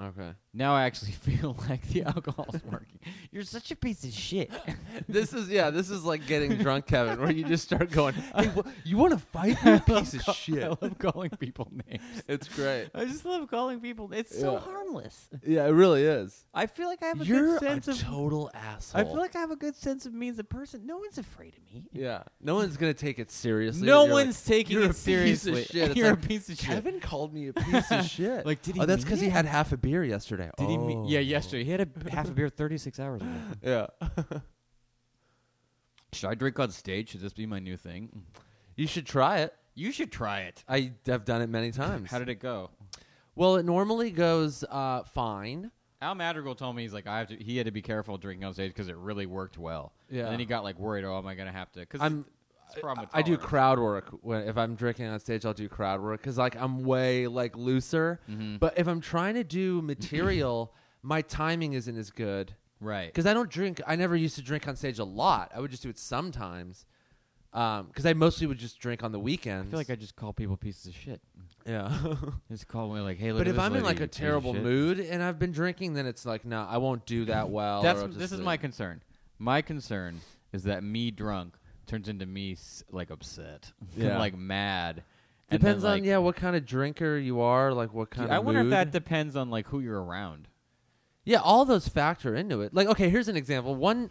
Speaker 2: okay.
Speaker 3: Now I actually feel like the alcohol's working. You're such a piece of shit.
Speaker 2: this is yeah. This is like getting drunk, Kevin, where you just start going. Hey, wha- you want to fight me, piece of
Speaker 3: I
Speaker 2: shit?
Speaker 3: love calling people names.
Speaker 2: It's great.
Speaker 3: I just love calling people. It's
Speaker 2: Yeah.
Speaker 3: so harmless.
Speaker 2: Yeah, it really is.
Speaker 3: I feel like I have a
Speaker 2: You're
Speaker 3: good sense
Speaker 2: a
Speaker 3: of.
Speaker 2: total asshole.
Speaker 3: I feel like I have a good sense of me as a person. No one's afraid of me.
Speaker 2: yeah. No one's gonna take it seriously.
Speaker 3: no
Speaker 2: You're like,
Speaker 3: one's taking
Speaker 2: "You're a
Speaker 3: it
Speaker 2: piece of
Speaker 3: seriously.
Speaker 2: shit." It's
Speaker 3: You're
Speaker 2: like,
Speaker 3: a piece of shit.
Speaker 2: Kevin called me a piece of shit.
Speaker 3: Like, did he
Speaker 2: Oh, that's
Speaker 3: mean
Speaker 2: because he
Speaker 3: it?
Speaker 2: had half a beer yesterday.
Speaker 3: Did he? mean-
Speaker 2: Oh.
Speaker 3: yeah, yesterday he had a half a beer, thirty six hours ago.
Speaker 2: Yeah.
Speaker 3: Should I drink on stage? Should this be my new thing?
Speaker 2: you should try it.
Speaker 3: You should try it.
Speaker 2: I have done it many times.
Speaker 3: How did it go?
Speaker 2: well, it normally goes uh, fine.
Speaker 3: Al Madrigal told me he's like I have to. He had to be careful drinking on stage because it really worked well.
Speaker 2: Yeah.
Speaker 3: And then he got like worried. Oh, am I gonna have to? Because
Speaker 2: I'm. I do crowd work when if I'm drinking on stage. I'll do crowd work because like I'm way like looser. But if I'm trying to do material, my timing isn't as good
Speaker 3: right.
Speaker 2: because I don't drink. I never used to drink on stage a lot. I would just do it sometimes because I mostly would just drink on the weekends.
Speaker 3: I feel like I just call people pieces of shit.
Speaker 2: yeah.
Speaker 3: Just call me like, hey, look
Speaker 2: but
Speaker 3: at
Speaker 2: if
Speaker 3: this
Speaker 2: I'm in
Speaker 3: lady,
Speaker 2: like
Speaker 3: you
Speaker 2: a
Speaker 3: piece of
Speaker 2: terrible
Speaker 3: shit.
Speaker 2: mood and I've been drinking, then it's like no, I won't do that well. or
Speaker 3: that's
Speaker 2: I'll just
Speaker 3: this is
Speaker 2: leave.
Speaker 3: my concern. My concern is that me drunk turns into me s- like upset,
Speaker 2: Yeah.
Speaker 3: like mad. And then,
Speaker 2: Depends on
Speaker 3: like-
Speaker 2: yeah what kind of drinker you are, like what kind
Speaker 3: I
Speaker 2: of.
Speaker 3: wonder if
Speaker 2: mood.
Speaker 3: that depends on like who you're around.
Speaker 2: Yeah, all those factor into it. Like, okay, here's an example. One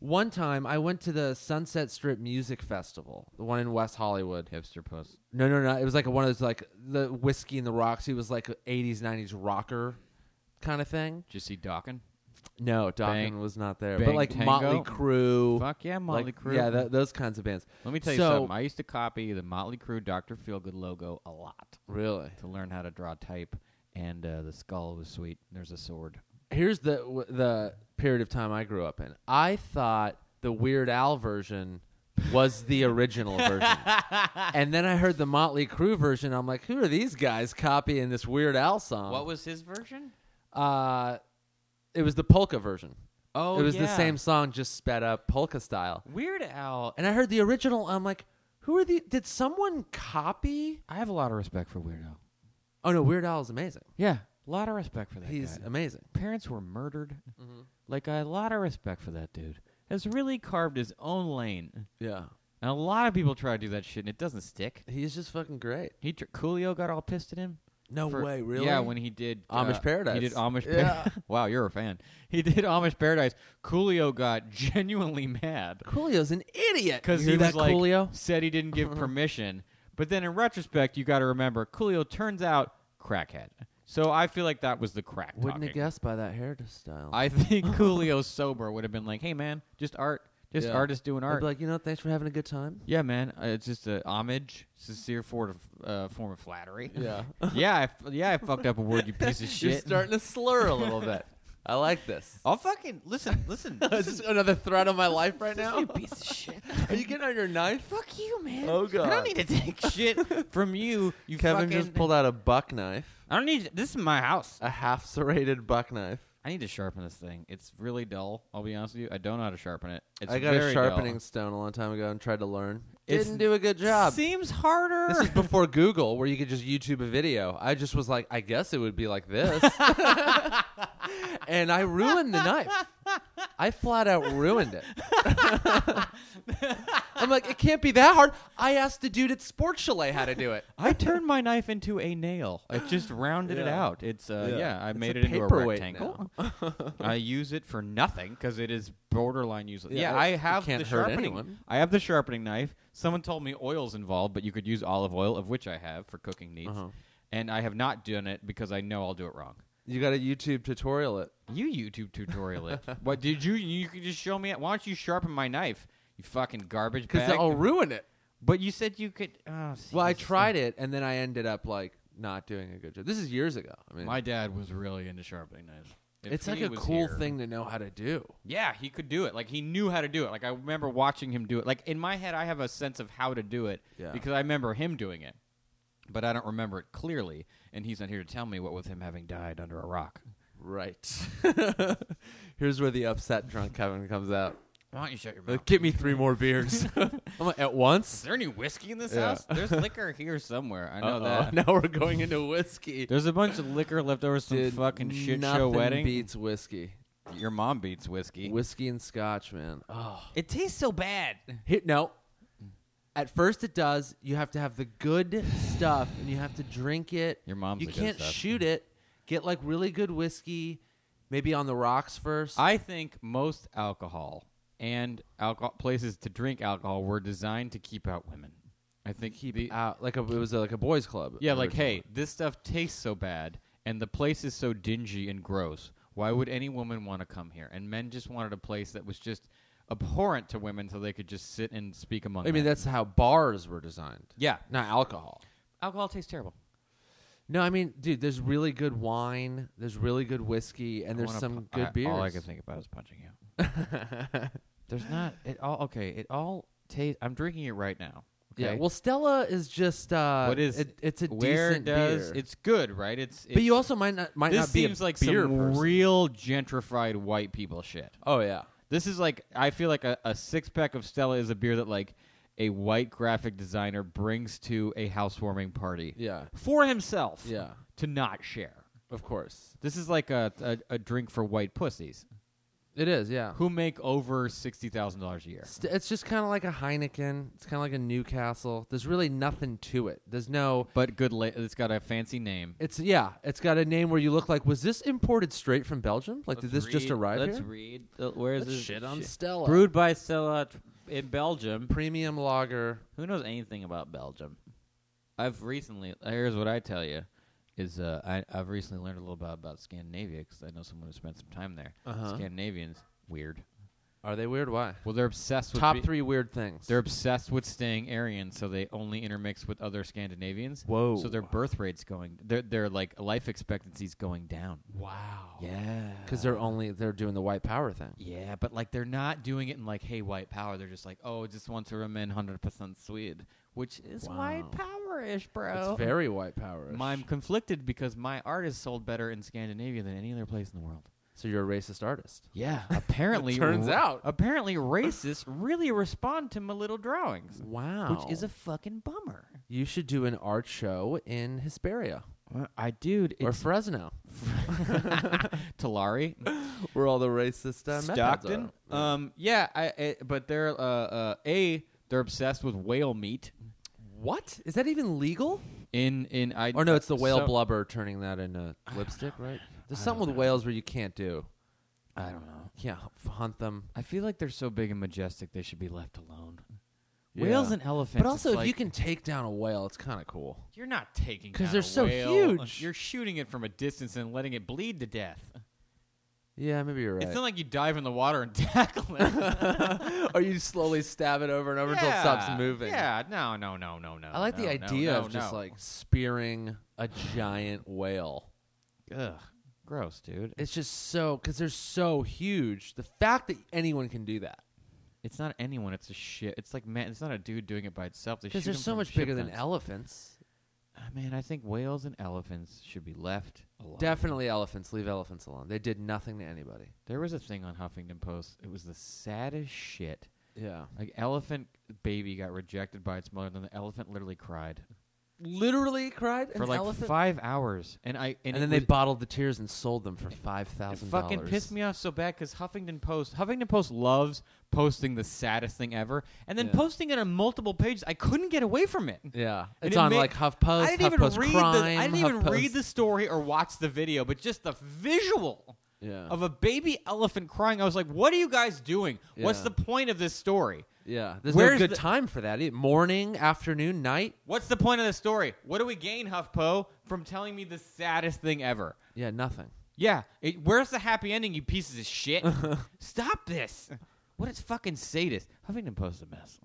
Speaker 2: one time I went to the Sunset Strip Music Festival, the one in West Hollywood.
Speaker 3: Hipster post.
Speaker 2: No, no, no. It was like one of those like the whiskey and the rocks. He was like eighties, nineties rocker kind of thing.
Speaker 3: Did you see Dawkins?
Speaker 2: No, Dawkins
Speaker 3: Bang-
Speaker 2: was not there. but
Speaker 3: Bang
Speaker 2: like
Speaker 3: Tango?
Speaker 2: Motley Crue.
Speaker 3: Fuck yeah, Motley
Speaker 2: like,
Speaker 3: Crue.
Speaker 2: Yeah, tha- those kinds of bands.
Speaker 3: Let me tell you
Speaker 2: So-
Speaker 3: something. I used to copy the Motley Crue Dr. Feelgood logo a lot
Speaker 2: Really?
Speaker 3: to learn how to draw type, and uh, the skull was sweet. There's a sword.
Speaker 2: here's the w- the period of time I grew up in. I thought the Weird Al version was the original version, and then I heard the Motley Crue version. I'm like, who are these guys copying this Weird Al song?
Speaker 3: what was his version?
Speaker 2: Uh, it was the polka version.
Speaker 3: Oh,
Speaker 2: it was the
Speaker 3: yeah.
Speaker 2: same song just sped up polka style.
Speaker 3: Weird Al.
Speaker 2: And I heard the original. I'm like, who are the? Did someone copy?
Speaker 3: I have a lot of respect for Weird Al.
Speaker 2: Oh no, Weird Al is amazing.
Speaker 3: Yeah, a lot of respect for that.
Speaker 2: He's Mm-hmm.
Speaker 3: guy.
Speaker 2: amazing.
Speaker 3: parents were murdered. Like a lot of respect for that dude. Has really carved his own lane,
Speaker 2: Yeah,
Speaker 3: and a lot of people try to do that shit, and it doesn't stick.
Speaker 2: he's just fucking great.
Speaker 3: He tr- Coolio got all pissed at him.
Speaker 2: No
Speaker 3: for-
Speaker 2: way, really.
Speaker 3: Yeah, when he did
Speaker 2: Amish
Speaker 3: uh,
Speaker 2: Paradise.
Speaker 3: He did Amish.
Speaker 2: Yeah.
Speaker 3: Paradise. wow, you're a fan. He did Amish Paradise. Coolio got genuinely mad
Speaker 2: Coolio's an idiot.
Speaker 3: because
Speaker 2: You
Speaker 3: he
Speaker 2: hear
Speaker 3: was
Speaker 2: that
Speaker 3: like
Speaker 2: Coolio.
Speaker 3: said he didn't give permission. But then in retrospect, you got to remember Coolio turns out crackhead. So I feel like that was the crack.
Speaker 2: Wouldn't have
Speaker 3: talking.
Speaker 2: guessed by that hairstyle.
Speaker 3: I think Coolio sober would have been like, "Hey man, just art, just
Speaker 2: Yeah.
Speaker 3: artists doing
Speaker 2: I'd
Speaker 3: art."
Speaker 2: be like, you know, thanks for having a good time.
Speaker 3: yeah, man, uh, it's just a homage, sincere for, uh, form of flattery.
Speaker 2: Yeah.
Speaker 3: yeah, I f- yeah, I fucked up a word, you piece of shit.
Speaker 2: You're starting to slur a little bit. I like this.
Speaker 3: I'll fucking listen, listen.
Speaker 2: Is this another threat on my life right now?
Speaker 3: You piece of shit.
Speaker 2: Are you getting on your knife?
Speaker 3: Fuck you, man.
Speaker 2: Oh,
Speaker 3: I
Speaker 2: God.
Speaker 3: don't need to take shit from you. You
Speaker 2: Kevin
Speaker 3: fucking,
Speaker 2: just pulled out a buck knife,
Speaker 3: I don't need. This is my house.
Speaker 2: a half serrated buck knife.
Speaker 3: I need to sharpen this thing. It's really dull. I'll be honest with you. I don't know how to sharpen it. It's
Speaker 2: I got a
Speaker 3: very
Speaker 2: sharpening
Speaker 3: dull.
Speaker 2: stone a long time ago and tried to learn.
Speaker 3: It's-
Speaker 2: Didn't do a good job.
Speaker 3: Seems harder.
Speaker 2: this is before Google, where you could just YouTube a video. I just was like, I guess it would be like this, and I ruined the knife. I flat out ruined it. I'm like, it can't be that hard. I asked the dude at Sports Chalet how to do it.
Speaker 3: I turned my knife into a nail. I just rounded it
Speaker 2: Yeah.
Speaker 3: out. It's uh, yeah.
Speaker 2: Yeah.
Speaker 3: I
Speaker 2: It's
Speaker 3: made
Speaker 2: a
Speaker 3: it into a
Speaker 2: paperweight
Speaker 3: rectangle. I use it for nothing because it is borderline useless. Yeah,
Speaker 2: Yeah,
Speaker 3: I
Speaker 2: it- it
Speaker 3: have
Speaker 2: can't
Speaker 3: the
Speaker 2: hurt
Speaker 3: sharpening.
Speaker 2: anyone.
Speaker 3: I have the sharpening knife. Someone told me oil's involved, but you could use olive oil, of which I have for cooking needs.
Speaker 2: Uh-huh.
Speaker 3: And I have not done it because I know I'll do it wrong.
Speaker 2: You got a YouTube tutorial it.
Speaker 3: You YouTube tutorial it. what did you? You could just show me. Why don't you sharpen my knife? You fucking garbage
Speaker 2: Because
Speaker 3: bag.
Speaker 2: I'll ruin it.
Speaker 3: but you said you could. Oh,
Speaker 2: Well, I
Speaker 3: Jesus.
Speaker 2: tried it, and then I ended up like not doing a good job. This is years ago. I mean,
Speaker 3: My dad was really into sharpening knives. If
Speaker 2: it's like
Speaker 3: he
Speaker 2: a
Speaker 3: was
Speaker 2: cool
Speaker 3: here-
Speaker 2: thing to know how to do.
Speaker 3: Yeah, he could do it. Like he knew how to do it. Like I remember watching him do it. Like in my head, I have a sense of how to do it
Speaker 2: Yeah.
Speaker 3: because I remember him doing it, but I don't remember it clearly. And he's not here to tell me what with him having died under a rock.
Speaker 2: Right. Here's where the upset drunk Kevin comes out.
Speaker 3: Why don't you shut your mouth?
Speaker 2: Like, Uh, Get me three more beers. I'm like, at once?
Speaker 3: Is there any whiskey in this
Speaker 2: Yeah.
Speaker 3: house? There's liquor here somewhere. I know
Speaker 2: Uh-oh.
Speaker 3: that.
Speaker 2: Now we're going into whiskey.
Speaker 3: There's a bunch of liquor left over some fucking shit show
Speaker 2: nothing
Speaker 3: wedding.
Speaker 2: beats whiskey.
Speaker 3: Your mom beats whiskey.
Speaker 2: Whiskey and scotch, man. Oh.
Speaker 3: it tastes so bad.
Speaker 2: Here, no. At first it does. You have to have the good stuff and you have to drink it.
Speaker 3: Your mom's
Speaker 2: You
Speaker 3: the good
Speaker 2: can't
Speaker 3: stuff.
Speaker 2: shoot it. Get like really good whiskey, maybe on the rocks first.
Speaker 3: I think most alcohol and alcohol places to drink alcohol were designed to keep out women. I think keep the,
Speaker 2: Uh, like a, it was uh, like a boys club.
Speaker 3: yeah, like
Speaker 2: originally.
Speaker 3: hey, this stuff tastes so bad, and the place is so dingy and gross. Why would any woman want to come here? And men just wanted a place that was just abhorrent to women, so they could just sit and speak among.
Speaker 2: I mean
Speaker 3: men.
Speaker 2: that's how bars were designed.
Speaker 3: yeah,
Speaker 2: Not alcohol.
Speaker 3: alcohol tastes terrible.
Speaker 2: No, I mean, dude, there's really good wine, there's really good whiskey, and
Speaker 3: I
Speaker 2: there's
Speaker 3: wanna
Speaker 2: some
Speaker 3: pu-
Speaker 2: good
Speaker 3: I-
Speaker 2: beers.
Speaker 3: All I can think about is punching you. There's not it all. Okay, it all tastes. I'm drinking it right now. Okay?
Speaker 2: Yeah, well, Stella is just uh,
Speaker 3: What is
Speaker 2: it, it's a
Speaker 3: where
Speaker 2: decent
Speaker 3: does
Speaker 2: beer.
Speaker 3: it's good, right? It's,
Speaker 2: but you
Speaker 3: it's-
Speaker 2: also might not might
Speaker 3: this
Speaker 2: not be
Speaker 3: seems
Speaker 2: a
Speaker 3: like
Speaker 2: beer
Speaker 3: some
Speaker 2: person.
Speaker 3: real gentrified white people shit.
Speaker 2: Oh yeah,
Speaker 3: This is like I feel like a, a six pack of Stella is a beer that like a white graphic designer brings to a housewarming party
Speaker 2: yeah,
Speaker 3: for himself,
Speaker 2: yeah.
Speaker 3: to not share.
Speaker 2: Of course,
Speaker 3: This is like a, a, a drink for white pussies
Speaker 2: it is. Yeah,
Speaker 3: who make over sixty thousand dollars a year.
Speaker 2: St- it's just kind of like a Heineken. It's kind of like a Newcastle. There's really nothing to it. There's no.
Speaker 3: But good, la- it's got a fancy name.
Speaker 2: It's yeah. It's got a name where you look like. Was this imported straight from Belgium? Like, did this just arrive
Speaker 3: Let's
Speaker 2: here?
Speaker 3: read. Uh, where is
Speaker 2: Let's
Speaker 3: this
Speaker 2: shit on Stella.
Speaker 3: Brewed by Stella tr- in Belgium.
Speaker 2: Premium lager.
Speaker 3: Who knows anything about Belgium? I've recently. Here's what I tell you: is uh, I, I've recently learned a little about about Scandinavia because I know someone who spent some time there.
Speaker 2: Uh-huh.
Speaker 3: Scandinavians weird.
Speaker 2: Are they weird? Why?
Speaker 3: Well, they're obsessed with
Speaker 2: Top
Speaker 3: be-
Speaker 2: three weird things.
Speaker 3: They're obsessed with staying Aryan, so they only intermix with other Scandinavians.
Speaker 2: Whoa.
Speaker 3: So their birth rates going, their their like life expectancy's going down.
Speaker 2: wow.
Speaker 3: Yeah.
Speaker 2: Because they're only they're doing the white power thing.
Speaker 3: Yeah, but like they're not doing it in like, hey, white power. They're just like, oh, just want to remain hundred percent Swede, which is white
Speaker 2: Wow.
Speaker 3: power ish, bro.
Speaker 2: It's very white power.
Speaker 3: I'm conflicted because my art is sold better in Scandinavia than any other place in the world.
Speaker 2: So you're a racist artist.
Speaker 3: Yeah, apparently.
Speaker 2: turns out.
Speaker 3: apparently racists really respond to my little drawings,
Speaker 2: Wow.
Speaker 3: which is a fucking bummer.
Speaker 2: you should do an art show in Hesperia
Speaker 3: I dude,
Speaker 2: or
Speaker 3: it's
Speaker 2: Fresno,
Speaker 3: Tulare,
Speaker 2: where all the racist uh,
Speaker 3: Stockton. Um, yeah, I, I but they're uh, uh, a they're obsessed with whale meat.
Speaker 2: What is that even legal?
Speaker 3: In in I uh,
Speaker 2: Or no, it's the whale
Speaker 3: so-
Speaker 2: blubber turning that into lipstick, right? There's something with whales where you can't do.
Speaker 3: I don't know.
Speaker 2: You can't h- hunt them.
Speaker 3: I feel like they're so big and majestic they should be left alone. Whales
Speaker 2: Yeah.
Speaker 3: and elephants.
Speaker 2: But also,
Speaker 3: it's
Speaker 2: if
Speaker 3: like,
Speaker 2: you can take down a whale, it's kind of cool.
Speaker 3: you're not taking
Speaker 2: 'Cause
Speaker 3: down
Speaker 2: they're
Speaker 3: a
Speaker 2: so
Speaker 3: whale.
Speaker 2: huge.
Speaker 3: You're shooting it from a distance and letting it bleed to death.
Speaker 2: Yeah, maybe you're right.
Speaker 3: It's not like you dive in the water and tackle it.
Speaker 2: or you slowly stab it over and over until it
Speaker 3: Yeah,
Speaker 2: stops moving.
Speaker 3: Yeah, no, no, no, no, no.
Speaker 2: I like the
Speaker 3: no, no,
Speaker 2: idea
Speaker 3: no,
Speaker 2: of just
Speaker 3: no.
Speaker 2: like spearing a giant whale.
Speaker 3: ugh, gross, dude.
Speaker 2: It's just so because they're so huge. The fact that anyone can do that
Speaker 3: It's not anyone. It's a shit. It's like man. It's not a dude doing it by itself. They
Speaker 2: because
Speaker 3: shoot
Speaker 2: they're
Speaker 3: 'em
Speaker 2: so
Speaker 3: from
Speaker 2: much
Speaker 3: ship
Speaker 2: bigger than
Speaker 3: guns.
Speaker 2: elephants.
Speaker 3: I mean, I think whales and elephants should be left alone.
Speaker 2: Definitely elephants. Leave elephants alone. They did nothing to anybody.
Speaker 3: There was a thing on Huffington Post. It was the saddest shit.
Speaker 2: Yeah,
Speaker 3: Like elephant baby got rejected by its mother, and then the elephant literally cried
Speaker 2: literally cried
Speaker 3: for
Speaker 2: an
Speaker 3: like
Speaker 2: elephant?
Speaker 3: five hours. And I
Speaker 2: and,
Speaker 3: and, it
Speaker 2: then they
Speaker 3: was-
Speaker 2: bottled the tears and sold them for five
Speaker 3: It
Speaker 2: thousand.
Speaker 3: fucking pissed me off so bad because Huffington Post, Huffington Post loves posting the saddest thing ever, and then
Speaker 2: Yeah.
Speaker 3: posting it on multiple pages. I couldn't get away from it.
Speaker 2: Yeah,
Speaker 3: And
Speaker 2: it's
Speaker 3: it
Speaker 2: on
Speaker 3: ma-
Speaker 2: like HuffPost.
Speaker 3: I didn't even
Speaker 2: HuffPost
Speaker 3: read
Speaker 2: crime,
Speaker 3: the I didn't even
Speaker 2: HuffPost-
Speaker 3: read the story or watch the video, but just the visual
Speaker 2: Yeah,
Speaker 3: of a baby elephant crying. I was like, "What are you guys doing? What's
Speaker 2: Yeah.
Speaker 3: the point of this story?
Speaker 2: yeah. There's no
Speaker 3: Where's
Speaker 2: good
Speaker 3: the-
Speaker 2: time for that. e- Morning, afternoon, night.
Speaker 3: What's the point of this story? What do we gain, HuffPo, from telling me the saddest thing ever?"
Speaker 2: Yeah, nothing.
Speaker 3: Yeah, it, where's the happy ending, you pieces of shit? Stop this! What is fucking sadist? Huffington Post is a mess.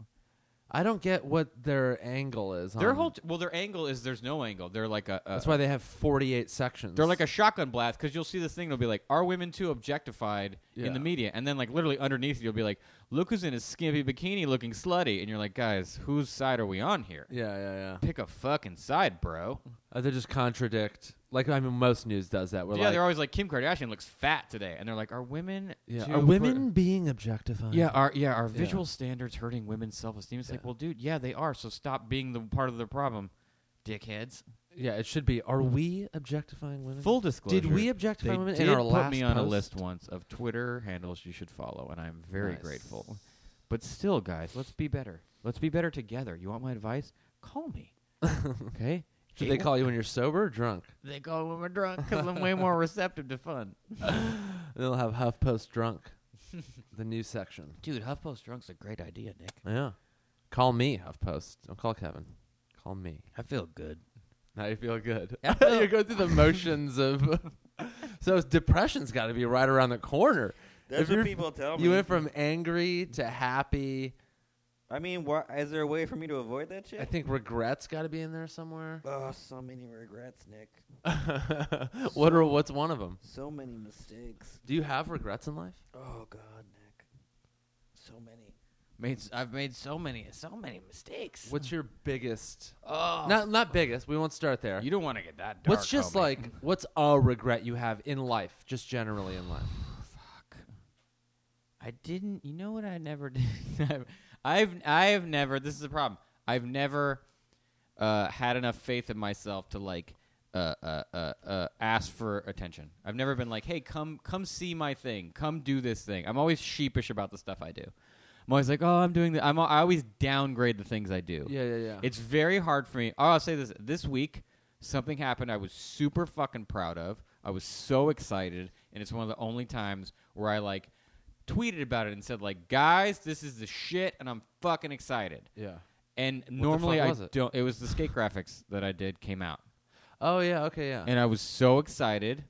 Speaker 2: I don't get what their angle is.
Speaker 3: Their
Speaker 2: on-
Speaker 3: whole well, their angle is there's no angle. They're like a, a
Speaker 2: That's why they have 48 sections.
Speaker 3: they're like a shotgun blast because you'll see this thing. It'll be like, "Are women too objectified
Speaker 2: Yeah.
Speaker 3: in the media?" And then like literally underneath it, you'll be like, "Look who's in his skimpy bikini, looking slutty," and you're like, "Guys, whose side are we on here?
Speaker 2: yeah, yeah, yeah.
Speaker 3: Pick a fucking side, bro."
Speaker 2: Uh, they just contradict. Like I mean, most news does that. We're
Speaker 3: yeah,
Speaker 2: like,
Speaker 3: they're always like, "Kim Kardashian looks fat today," and they're like, "Are women?
Speaker 2: yeah,
Speaker 3: too
Speaker 2: are women being objectified?
Speaker 3: Yeah, our yeah,
Speaker 2: Yeah.
Speaker 3: our visual standards hurting women's self esteem. It's like,
Speaker 2: Yeah.
Speaker 3: well, dude, yeah, they are. So stop being the part of the problem, dickheads.
Speaker 2: yeah. It should be. Are we objectifying women?
Speaker 3: Full disclosure.
Speaker 2: did we objectify
Speaker 3: they
Speaker 2: women
Speaker 3: did
Speaker 2: in our
Speaker 3: put
Speaker 2: last
Speaker 3: me on a
Speaker 2: post?
Speaker 3: list once of Twitter handles you should follow, and I'm very
Speaker 2: Nice.
Speaker 3: grateful. But still, guys, let's be better. Let's be better together. You want my advice? Call me. okay.
Speaker 2: Should they
Speaker 3: Hey,
Speaker 2: call you when you're sober or drunk?
Speaker 3: They call when we're drunk because I'm way more receptive to fun.
Speaker 2: And they'll have HuffPost drunk. the news section.
Speaker 3: Dude, HuffPost drunk's a great idea, Nick.
Speaker 2: Yeah. Call me HuffPost. Don't call Kevin. Call me.
Speaker 3: I feel good.
Speaker 2: Now you feel good.
Speaker 3: I feel-
Speaker 2: You're going through the motions of. so depression's got to be right around the corner.
Speaker 4: That's
Speaker 2: If
Speaker 4: what
Speaker 2: you're-
Speaker 4: people tell me.
Speaker 2: You went from angry to happy.
Speaker 4: I mean, wha- is there a way for me to avoid that shit?
Speaker 2: I think regret's got to be in there somewhere.
Speaker 4: Oh, so many regrets, Nick.
Speaker 2: what are what's one of them?
Speaker 4: So many mistakes.
Speaker 2: Do you have regrets in life?
Speaker 4: Oh God, Nick. So many.
Speaker 3: Made, s- I've made so many, so many mistakes.
Speaker 2: What's your biggest?
Speaker 3: Oh,
Speaker 2: Not not biggest. We won't start there.
Speaker 3: You don't want to get that dark.
Speaker 2: What's just
Speaker 3: homie.
Speaker 2: like what's a regret you have in life, just generally in life?
Speaker 3: fuck. I didn't. You know what? I never did. I've- I've I've never. This is the problem. I've never uh, had enough faith in myself to like uh, uh, uh, uh, ask for attention. I've never been like, hey, come come see my thing. Come do this thing. I'm always sheepish about the stuff I do. I'm always like, oh, I'm doing that. I'm al- I always downgrade the things I do.
Speaker 2: Yeah, yeah, yeah.
Speaker 3: It's very hard for me. Oh, I'll say this. This week, something happened I was super fucking proud of. I was so excited. And it's one of the only times where I like tweeted about it and said, like, guys, this is the shit and I'm fucking excited.
Speaker 2: yeah.
Speaker 3: And normally
Speaker 2: fuck
Speaker 3: I
Speaker 2: was it?
Speaker 3: don't it was the skate graphics that I did came out.
Speaker 2: Oh yeah, okay, yeah.
Speaker 3: And I was so excited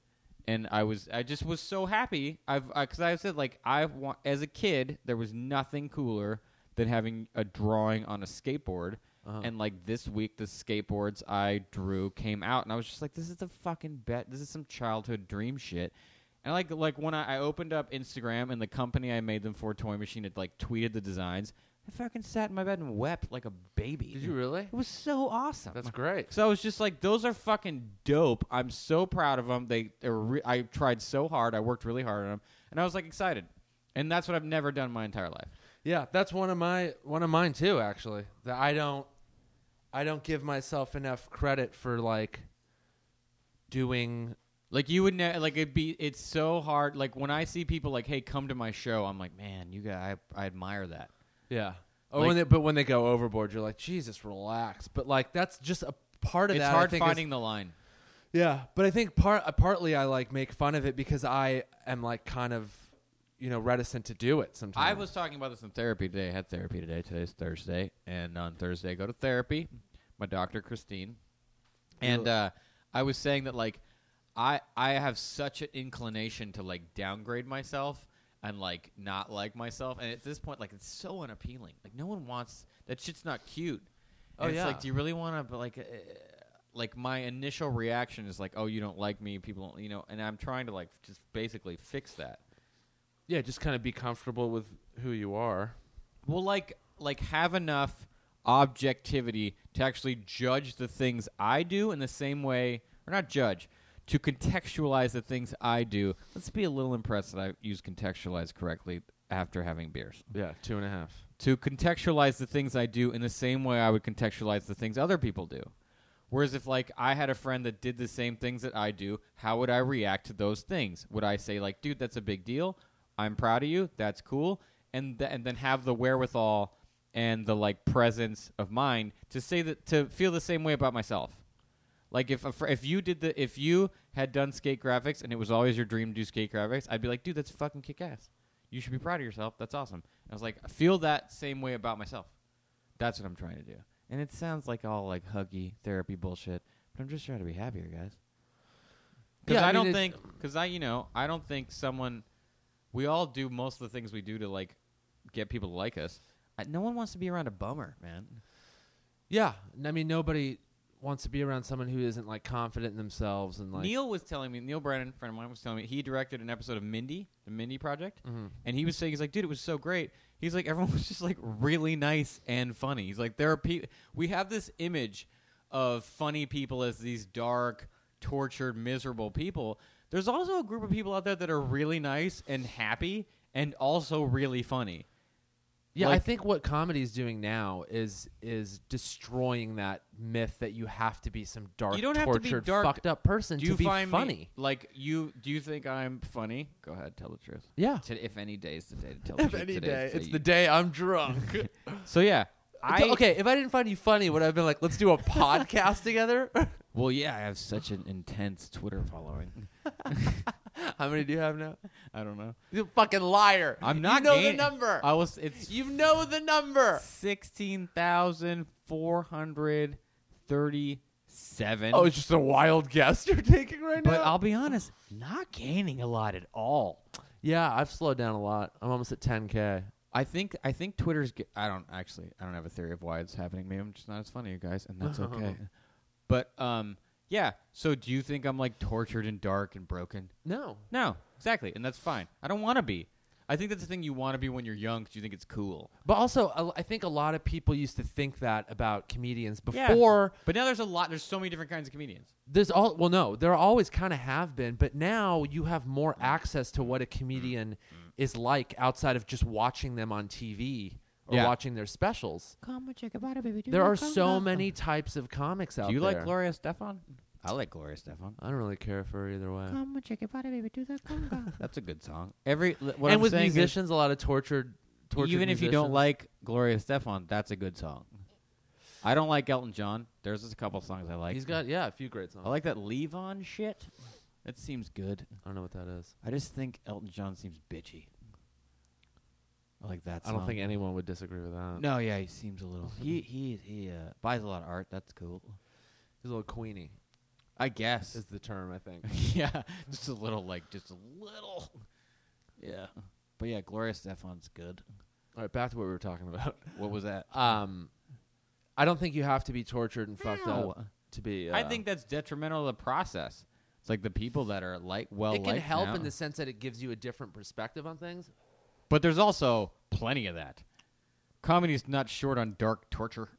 Speaker 3: and I was I just was so happy. I've I, cuz I said like I want as a kid there was nothing cooler than having a drawing on a skateboard
Speaker 2: Uh-huh.
Speaker 3: and like this week the skateboards I drew came out and I was just like this is the fucking bet this is some childhood dream shit. And like like when I, I opened up Instagram and the company I made them for Toy Machine had like tweeted the designs, I fucking sat in my bed and wept like a baby.
Speaker 2: Did you really?
Speaker 3: It was so awesome.
Speaker 2: That's great.
Speaker 3: So I was just like, those are fucking dope. I'm so proud of them. They, they were re- I tried so hard. I worked really hard on them, and I was like excited. And that's what I've never done in my entire life.
Speaker 2: Yeah, that's one of my one of mine too. Actually, that I don't, I don't give myself enough credit for like doing.
Speaker 3: Like you would ne- like it'd be it's so hard. Like when I see people like, hey, come to my show, I'm like, man, you guys, I, I admire that.
Speaker 2: Yeah. Or when
Speaker 3: Like-
Speaker 2: they, but when they go overboard, you're like, Jesus, relax. But like, that's just a part of
Speaker 3: It's
Speaker 2: that. I
Speaker 3: hard
Speaker 2: think, is-
Speaker 3: finding the line.
Speaker 2: Yeah, but I think part uh, partly I like make fun of it because I am like kind of you know reticent to do it sometimes.
Speaker 3: I was talking about this in therapy today. I had therapy today. Today's Thursday, and on Thursday I go to therapy. My doctor Christine, and uh, I was saying that like I I have such an inclination to like downgrade myself and like not like myself, and at this point like it's so unappealing. Like no one wants that shit's not cute.
Speaker 2: Oh,
Speaker 3: And It's
Speaker 2: yeah.
Speaker 3: like do you really want to like. Uh, like my initial reaction is like, oh, you don't like me, people, don't, you know, and I'm trying to like just basically fix that.
Speaker 2: yeah, just kind of be comfortable with who you are.
Speaker 3: Well, like like have enough objectivity to actually judge the things I do in the same way, or not judge, to contextualize the things I do. Let's be a little impressed that I use contextualize correctly after having beers.
Speaker 2: Yeah, two and a half.
Speaker 3: To contextualize the things I do in the same way I would contextualize the things other people do. Whereas if like I had a friend that did the same things that I do, how would I react to those things? Would I say like, "Dude, that's a big deal. I'm proud of you. That's cool," and th- and then have the wherewithal and the like presence of mind to say that to feel the same way about myself. Like if a fr- if you did the if you had done skate graphics and it was always your dream to do skate graphics, I'd be like, "Dude, that's fucking kick ass. You should be proud of yourself. That's awesome." I was like, I feel that same way about myself. That's what I'm trying to do. And it sounds like all like huggy therapy bullshit, but I'm just trying to be happier, guys. Because
Speaker 2: Yeah,
Speaker 3: I,
Speaker 2: I mean,
Speaker 3: don't
Speaker 2: it-
Speaker 3: think, because I, you know, I don't think someone. We all do most of the things we do to like get people to like us. I, no one wants to be around a bummer, man.
Speaker 2: Yeah, n- I mean nobody wants to be around someone who isn't like confident in themselves and like
Speaker 3: Neil was telling me, Neil Brennan, friend of mine, was telling me he directed an episode of Mindy, the Mindy Project,
Speaker 2: Mhm.
Speaker 3: and he was saying he's like, dude, it was so great. He's like, everyone was just like really nice and funny. He's like, there are people. We have this image of funny people as these dark, tortured, miserable people. There's also a group of people out there that are really nice and happy and also really funny.
Speaker 2: Yeah, I
Speaker 3: Like-
Speaker 2: think what comedy is doing now is is destroying that myth that you have to be some dark,
Speaker 3: don't have to
Speaker 2: tortured,
Speaker 3: be dark.
Speaker 2: fucked up person
Speaker 3: Do
Speaker 2: to
Speaker 3: you
Speaker 2: be
Speaker 3: find me-
Speaker 2: funny.
Speaker 3: like you? Do you think I'm funny? Go ahead, tell the truth.
Speaker 2: Yeah,
Speaker 3: Today, if any day is the day to tell the truth, today is
Speaker 2: day I'm drunk.
Speaker 3: So yeah, I
Speaker 2: okay, if I didn't find you funny, would I have been like, let's do a podcast together?
Speaker 3: Well, yeah, I have such an intense Twitter following.
Speaker 2: How many do you have now?
Speaker 3: I don't know.
Speaker 2: You fucking liar!
Speaker 3: I'm not.
Speaker 2: You know
Speaker 3: gain-
Speaker 2: the number.
Speaker 3: I was. It's
Speaker 2: you know the number.
Speaker 3: sixteen thousand four hundred thirty-seven.
Speaker 2: Oh, it's just a wild guess you're taking right
Speaker 3: but
Speaker 2: now.
Speaker 3: I'll be honest, not gaining a lot at all.
Speaker 2: yeah, I've slowed down a lot. I'm almost at 10k.
Speaker 3: I think. I think Twitter's. Ge- I don't actually. I don't have a theory of why it's happening. Maybe I'm just not as funny, you guys, and that's okay. but um, yeah. So do you think I'm like tortured and dark and broken?
Speaker 2: No,
Speaker 3: No, exactly, and that's fine. I don't want to be. I think that's the thing you want to be when you're young because you think it's cool.
Speaker 2: But also, a- I think a lot of people used to think that about comedians
Speaker 3: Yeah.
Speaker 2: before.
Speaker 3: But now there's a lot. There's so many different kinds of comedians.
Speaker 2: There's all well, no, there always kind of have been, but now you have more access to what a comedian is like outside of just watching them on TV or
Speaker 3: Yeah.
Speaker 2: watching their specials.
Speaker 5: Come check about it, baby.
Speaker 2: There are so many types of comics out there.
Speaker 3: Do you like Gloria Stefan? I like Gloria Stefan.
Speaker 2: I don't really care for her either way.
Speaker 5: Come check about it, baby. Do that conga.
Speaker 3: That's a good song. Every l- what
Speaker 2: and
Speaker 3: I'm
Speaker 2: with
Speaker 3: saying is,
Speaker 2: musicians, a lot of tortured, tortured.
Speaker 3: even if you don't
Speaker 2: musicians.
Speaker 3: like Gloria Stefan, that's a good song. I don't like Elton John. There's just a couple songs I like.
Speaker 2: he's got yeah, a few great songs.
Speaker 3: I like that Levon shit. That seems good.
Speaker 2: I don't know what that is.
Speaker 3: I just think Elton John seems bitchy. I like that.
Speaker 2: I
Speaker 3: song.
Speaker 2: don't think anyone would disagree with that.
Speaker 3: No, yeah, he seems a little. He he he uh, buys a lot of art. That's cool.
Speaker 2: he's a little queenie
Speaker 3: I guess.
Speaker 2: is the term I think.
Speaker 3: yeah, just a little, like just a little. Yeah, but yeah, Gloria Stefan's good.
Speaker 2: All right, back to what we were talking about.
Speaker 3: What was that?
Speaker 2: Um, I don't think you have to be tortured and fucked
Speaker 3: Ow.
Speaker 2: up to be. Uh,
Speaker 3: I think that's detrimental to the process. It's like the people that are like well,
Speaker 2: it can
Speaker 3: liked
Speaker 2: help
Speaker 3: now.
Speaker 2: in the sense that it gives you a different perspective on things.
Speaker 3: but there's also plenty of that. Comedy's not short on dark torture.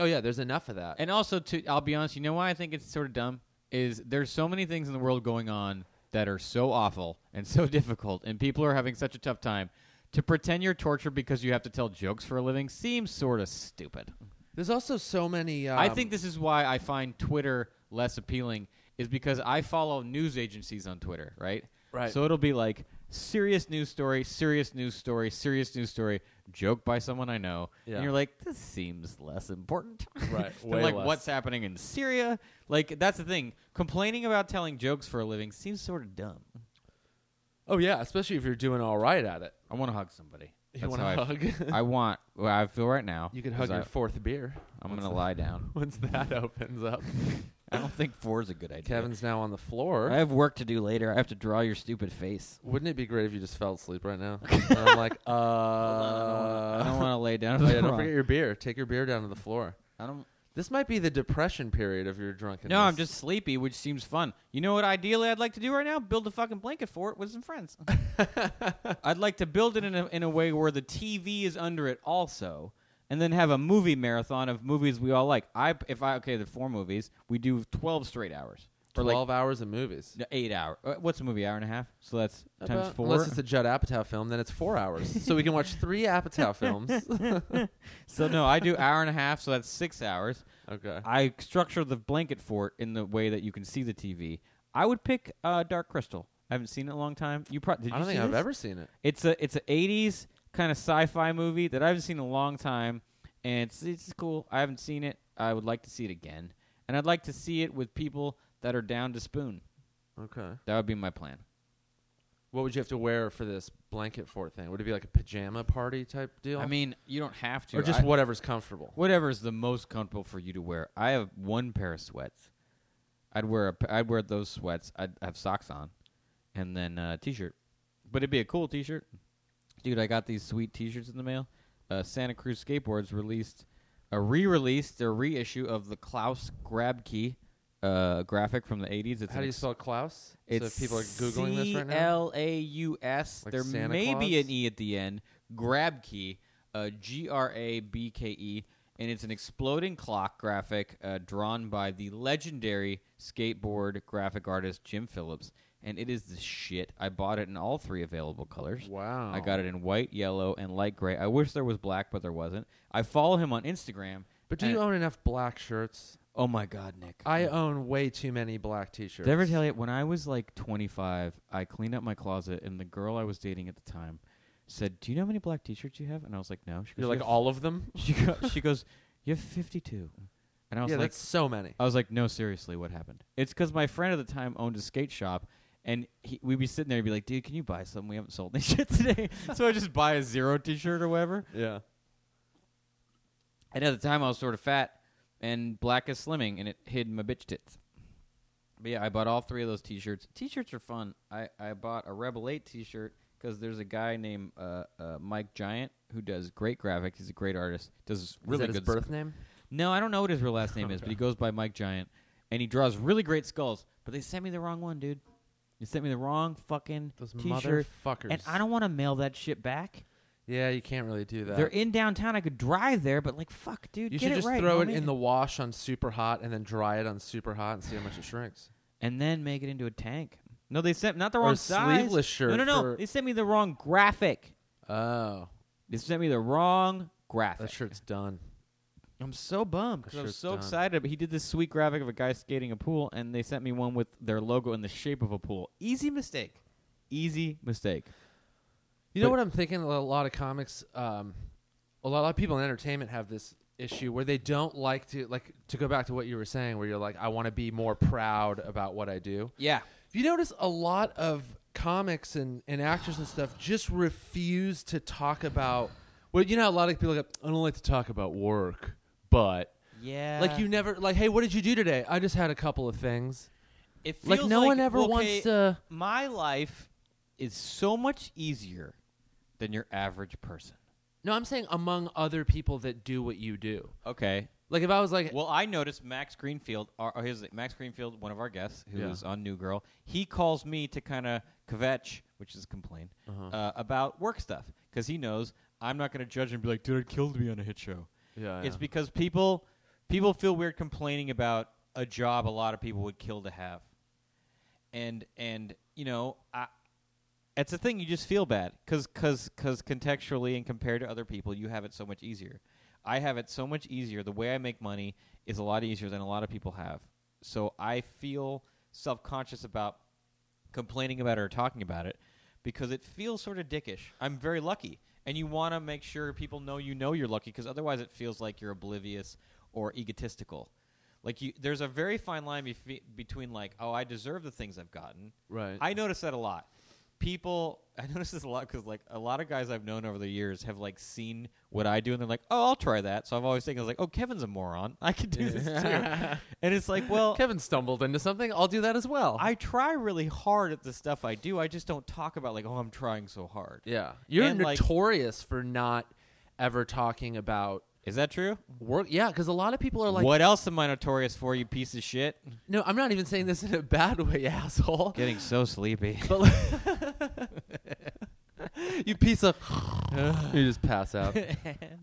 Speaker 2: Oh yeah, there's enough of that.
Speaker 3: And also, to I'll be honest, you know why I think it's sort of dumb is there's so many things in the world going on that are so awful and so difficult, and people are having such a tough time. To pretend you're tortured because you have to tell jokes for a living seems sort of stupid.
Speaker 2: there's also so many. Um,
Speaker 3: I think this is why I find Twitter less appealing is because I follow news agencies on Twitter, right?
Speaker 2: Right.
Speaker 3: So it'll be like serious news story, serious news story, serious news story, joke by someone I know,
Speaker 2: Yeah.
Speaker 3: and you're like, this seems less important.
Speaker 2: Right,
Speaker 3: Than,
Speaker 2: way
Speaker 3: like
Speaker 2: less.
Speaker 3: what's happening in Syria? Like that's the thing. Complaining about telling jokes for a living seems sort of dumb.
Speaker 2: Oh yeah, especially if you're doing all right at it.
Speaker 3: I want to hug somebody.
Speaker 2: You
Speaker 3: That's
Speaker 2: want
Speaker 3: how I
Speaker 2: to
Speaker 3: f-
Speaker 2: hug?
Speaker 3: I want. Well, I feel right now.
Speaker 2: you can
Speaker 3: is
Speaker 2: hug your
Speaker 3: I,
Speaker 2: fourth beer
Speaker 3: I'm gonna lie down.
Speaker 2: once that opens up.
Speaker 3: I don't think four is a good idea.
Speaker 2: Kevin's now on the floor.
Speaker 3: I have work to do later. I have to draw your stupid face.
Speaker 2: Wouldn't it be great if you just fell asleep right now? and I'm like, uh,
Speaker 3: I don't want to lay down.
Speaker 2: oh, yeah, don't forget your beer. Take your beer down to the floor.
Speaker 3: I don't.
Speaker 2: This might be the depression period of your drunkenness.
Speaker 3: No, I'm just sleepy, which seems fun. You know what? Ideally, I'd like to do right now: build a fucking blanket for it with some friends. I'd like to build it in a in a way where the TV is under it also, and then have a movie marathon of movies we all like. I if I okay, the four movies we do twelve straight hours or like
Speaker 2: twelve hours of movies.
Speaker 3: no, eight hour. uh, What's a movie? Hour and a half. So that's times
Speaker 2: About-
Speaker 3: four.
Speaker 2: Unless it's a Judd Apatow film, then it's four hours. so we can watch three Apatow films.
Speaker 3: so no, I do hour and a half. So that's six hours.
Speaker 2: okay.
Speaker 3: I structure the blanket fort in the way that you can see the TV. I would pick uh, Dark Crystal. I haven't seen it in a long time. You probably did.
Speaker 2: I
Speaker 3: you
Speaker 2: don't think
Speaker 3: see
Speaker 2: I've
Speaker 3: this?
Speaker 2: ever seen it.
Speaker 3: It's a it's a '80s kind of sci-fi movie that I haven't seen in a long time, and it's it's cool. I haven't seen it. I would like to see it again, and I'd like to see it with people that are down to spoon.
Speaker 2: Okay.
Speaker 3: That would be my plan.
Speaker 2: What would you have to wear for this blanket fort thing? Would it be like a pajama party type deal?
Speaker 3: I mean, you don't have to.
Speaker 2: or just
Speaker 3: I-
Speaker 2: whatever's comfortable.
Speaker 3: whatever is the most comfortable for you to wear. I have one pair of sweats. I'd wear a, p- I'd wear those sweats. I'd have socks on, and then uh, t-shirt. But it'd be a cool t-shirt, dude. I got these sweet t-shirts in the mail. Uh, Santa Cruz Skateboards released a re-release, their reissue of the Klaus Grabke uh, graphic from the '80s. It's
Speaker 2: How
Speaker 3: an
Speaker 2: do you
Speaker 3: ex-
Speaker 2: spell Klaus?
Speaker 3: It's
Speaker 2: so if people are googling this right now.
Speaker 3: C L A U S.
Speaker 2: Like
Speaker 3: There
Speaker 2: Santa
Speaker 3: may be
Speaker 2: Claus?
Speaker 3: an E at the end. Grab key. Uh, G R A B K E. And it's an exploding clock graphic uh, drawn by the legendary skateboard graphic artist Jim Phillips. And it is the shit. I bought it in all three available colors.
Speaker 2: Wow.
Speaker 3: I got it in white, yellow, and light gray. I wish there was black, but there wasn't. I follow him on Instagram.
Speaker 2: But do
Speaker 3: and-
Speaker 2: you own enough black shirts?
Speaker 3: Oh my God, Nick.
Speaker 2: I own way too many black t-shirts.
Speaker 3: Did I ever tell you when I was like 25, I cleaned up my closet, and the girl I was dating at the time said, "Do you know how many black T-shirts you have?" And I was like, "No." She goes,
Speaker 2: You're
Speaker 3: "You
Speaker 2: like
Speaker 3: have-
Speaker 2: all of them?
Speaker 3: She, go, she goes, "You have 52," and I was
Speaker 2: yeah,
Speaker 3: like,
Speaker 2: that's so many.
Speaker 3: "I was like, no, seriously, what happened?" It's because my friend at the time owned a skate shop. And he, we'd be sitting there and be like, dude, can you buy something? We haven't sold any shit today. so I just buy a zero t shirt or whatever.
Speaker 2: Yeah.
Speaker 3: And at the time, I was sort of fat and black as slimming, and it hid my bitch tits. But yeah, I bought all three of those T-shirts. T-shirts are fun. I, I bought a Rebel Eight T-shirt because there's a guy named uh, uh, Mike Giant who does great graphics. He's a great artist. Does really
Speaker 2: Is that
Speaker 3: good
Speaker 2: his birth
Speaker 3: sc-
Speaker 2: name?
Speaker 3: No, I don't know what his real last name is, but he goes by Mike Giant, and he draws really great skulls. But they sent me the wrong one, dude. They sent me the wrong fucking
Speaker 2: Those
Speaker 3: T-shirt,
Speaker 2: motherfuckers.
Speaker 3: and I don't want to mail that shit back.
Speaker 2: Yeah, you can't really do that.
Speaker 3: They're in downtown. I could drive there, but like, fuck, dude,
Speaker 2: you
Speaker 3: get
Speaker 2: should
Speaker 3: it
Speaker 2: just
Speaker 3: right,
Speaker 2: throw it
Speaker 3: homie.
Speaker 2: in the wash on super hot and then dry it on super hot and see how much it shrinks.
Speaker 3: and then make it into a tank. No, they sent not the
Speaker 2: Or
Speaker 3: wrong
Speaker 2: a
Speaker 3: size.
Speaker 2: sleeveless shirt
Speaker 3: No, no, no.
Speaker 2: for-
Speaker 3: They sent me the wrong graphic.
Speaker 2: Oh,
Speaker 3: They sent me the wrong graphic.
Speaker 2: that shirt's done.
Speaker 3: I'm so bummed because
Speaker 2: That
Speaker 3: I was
Speaker 2: shirt's
Speaker 3: so
Speaker 2: done.
Speaker 3: excited. But he did this sweet graphic of a guy skating a pool, and they sent me one with their logo in the shape of a pool. Easy mistake. Easy mistake.
Speaker 2: You know
Speaker 3: But-
Speaker 2: what I'm thinking? A lot of comics, um, a lot of people in entertainment have this issue where they don't like to like to go back to what you were saying, where you're like, I want to be more proud about what I do.
Speaker 3: Yeah.
Speaker 2: If you notice, a lot of comics and, and actors and stuff just refuse to talk about. Well, you know, how a lot of people are like, I don't like to talk about work, but
Speaker 3: Yeah.
Speaker 2: like you never like, hey, what did you do today? I just had a couple of things.
Speaker 3: It feels
Speaker 2: Like no one ever
Speaker 3: okay,
Speaker 2: wants to.
Speaker 3: My life is so much easier than your average person.
Speaker 2: No, I'm saying among other people that do what you do.
Speaker 3: Okay.
Speaker 2: Like if I was like,
Speaker 3: Well, I noticed Max Greenfield. Our, or his Max Greenfield, one of our guests who
Speaker 2: Yeah.
Speaker 3: was on New Girl. He calls me to kind of kvetch, which is complain,
Speaker 2: Uh-huh.
Speaker 3: uh, about work stuff because he knows I'm not going to judge and be like, "Dude, it killed me on a hit show."
Speaker 2: yeah,
Speaker 3: It's because people people feel weird complaining about a job a lot of people would kill to have, and and you know, I, it's a thing you just feel bad because because contextually and compared to other people, you have it so much easier. I have it so much easier. The way I make money is a lot easier than a lot of people have. So I feel self conscious about complaining about it or talking about it because it feels sort of dickish. I'm very lucky. And you want to make sure people know you know you're lucky because otherwise it feels like you're oblivious or egotistical. Like you, there's a very fine line bef- between like, oh, I deserve the things I've gotten.
Speaker 2: right.
Speaker 3: I notice that a lot. people I notice this a lot because like a lot of guys I've known over the years have like seen what I do and they're like, oh, I'll try that. So I've always thinking I was like, oh, Kevin's a moron. I could do this too. and it's like, well,
Speaker 2: Kevin stumbled into something. I'll do that as well.
Speaker 3: I try really hard at the stuff I do. I just don't talk about like, oh, I'm trying so hard.
Speaker 2: yeah, you're
Speaker 3: And, like-
Speaker 2: notorious for not ever talking about
Speaker 3: Is that true?
Speaker 2: work. Yeah, because a lot of people are like,
Speaker 3: what else am I notorious for, you piece of shit?
Speaker 2: "No, I'm not even saying this in a bad way, asshole."
Speaker 3: Getting so sleepy.
Speaker 2: But like, you piece of you just pass out.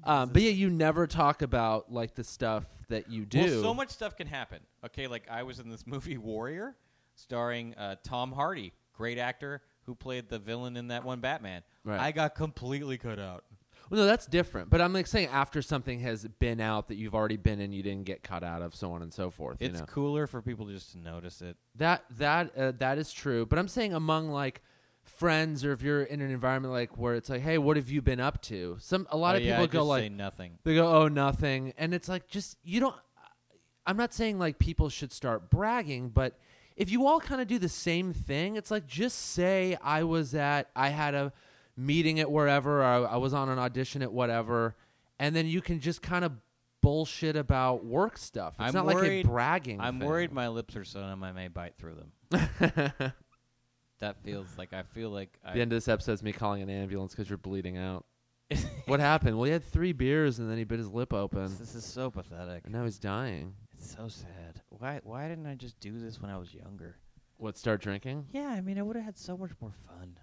Speaker 2: Um, but yeah, you never talk about like the stuff that you do.
Speaker 3: Well, so much stuff can happen. Okay, like I was in this movie Warrior, starring uh, Tom Hardy, great actor who played the villain in that one Batman.
Speaker 2: Right.
Speaker 3: I got completely cut out.
Speaker 2: Well, no, that's different. But I'm like saying after something has been out that you've already been in, you didn't get cut out of, so on and so forth.
Speaker 3: It's
Speaker 2: you know?
Speaker 3: cooler for people just to notice it.
Speaker 2: That that uh, that is true. But I'm saying among like friends or if you're in an environment like where it's like, hey, what have you been up to? Some a lot
Speaker 3: Oh,
Speaker 2: of
Speaker 3: yeah,
Speaker 2: people
Speaker 3: I
Speaker 2: go
Speaker 3: just
Speaker 2: like
Speaker 3: say nothing.
Speaker 2: they go, oh, nothing, and it's like just you don't. I'm not saying like people should start bragging, but if you all kind of do the same thing, it's like just say I was at I had a meeting at wherever, or I, I was on an audition at whatever, and then you can just kind of bullshit about work stuff. It's
Speaker 3: I'm
Speaker 2: not
Speaker 3: worried,
Speaker 2: like a bragging.
Speaker 3: I'm
Speaker 2: thing.
Speaker 3: worried my lips are sewn and I may bite through them. That feels like I feel like I,
Speaker 2: The end of this episode is me calling an ambulance because you're bleeding out. what happened? Well, he had three beers and then he bit his lip open,
Speaker 3: this is so pathetic.
Speaker 2: and now he's dying.
Speaker 3: It's so sad. Why why didn't I just do this when I was younger?
Speaker 2: What? Start drinking?
Speaker 3: Yeah, I mean I would have had so much more fun.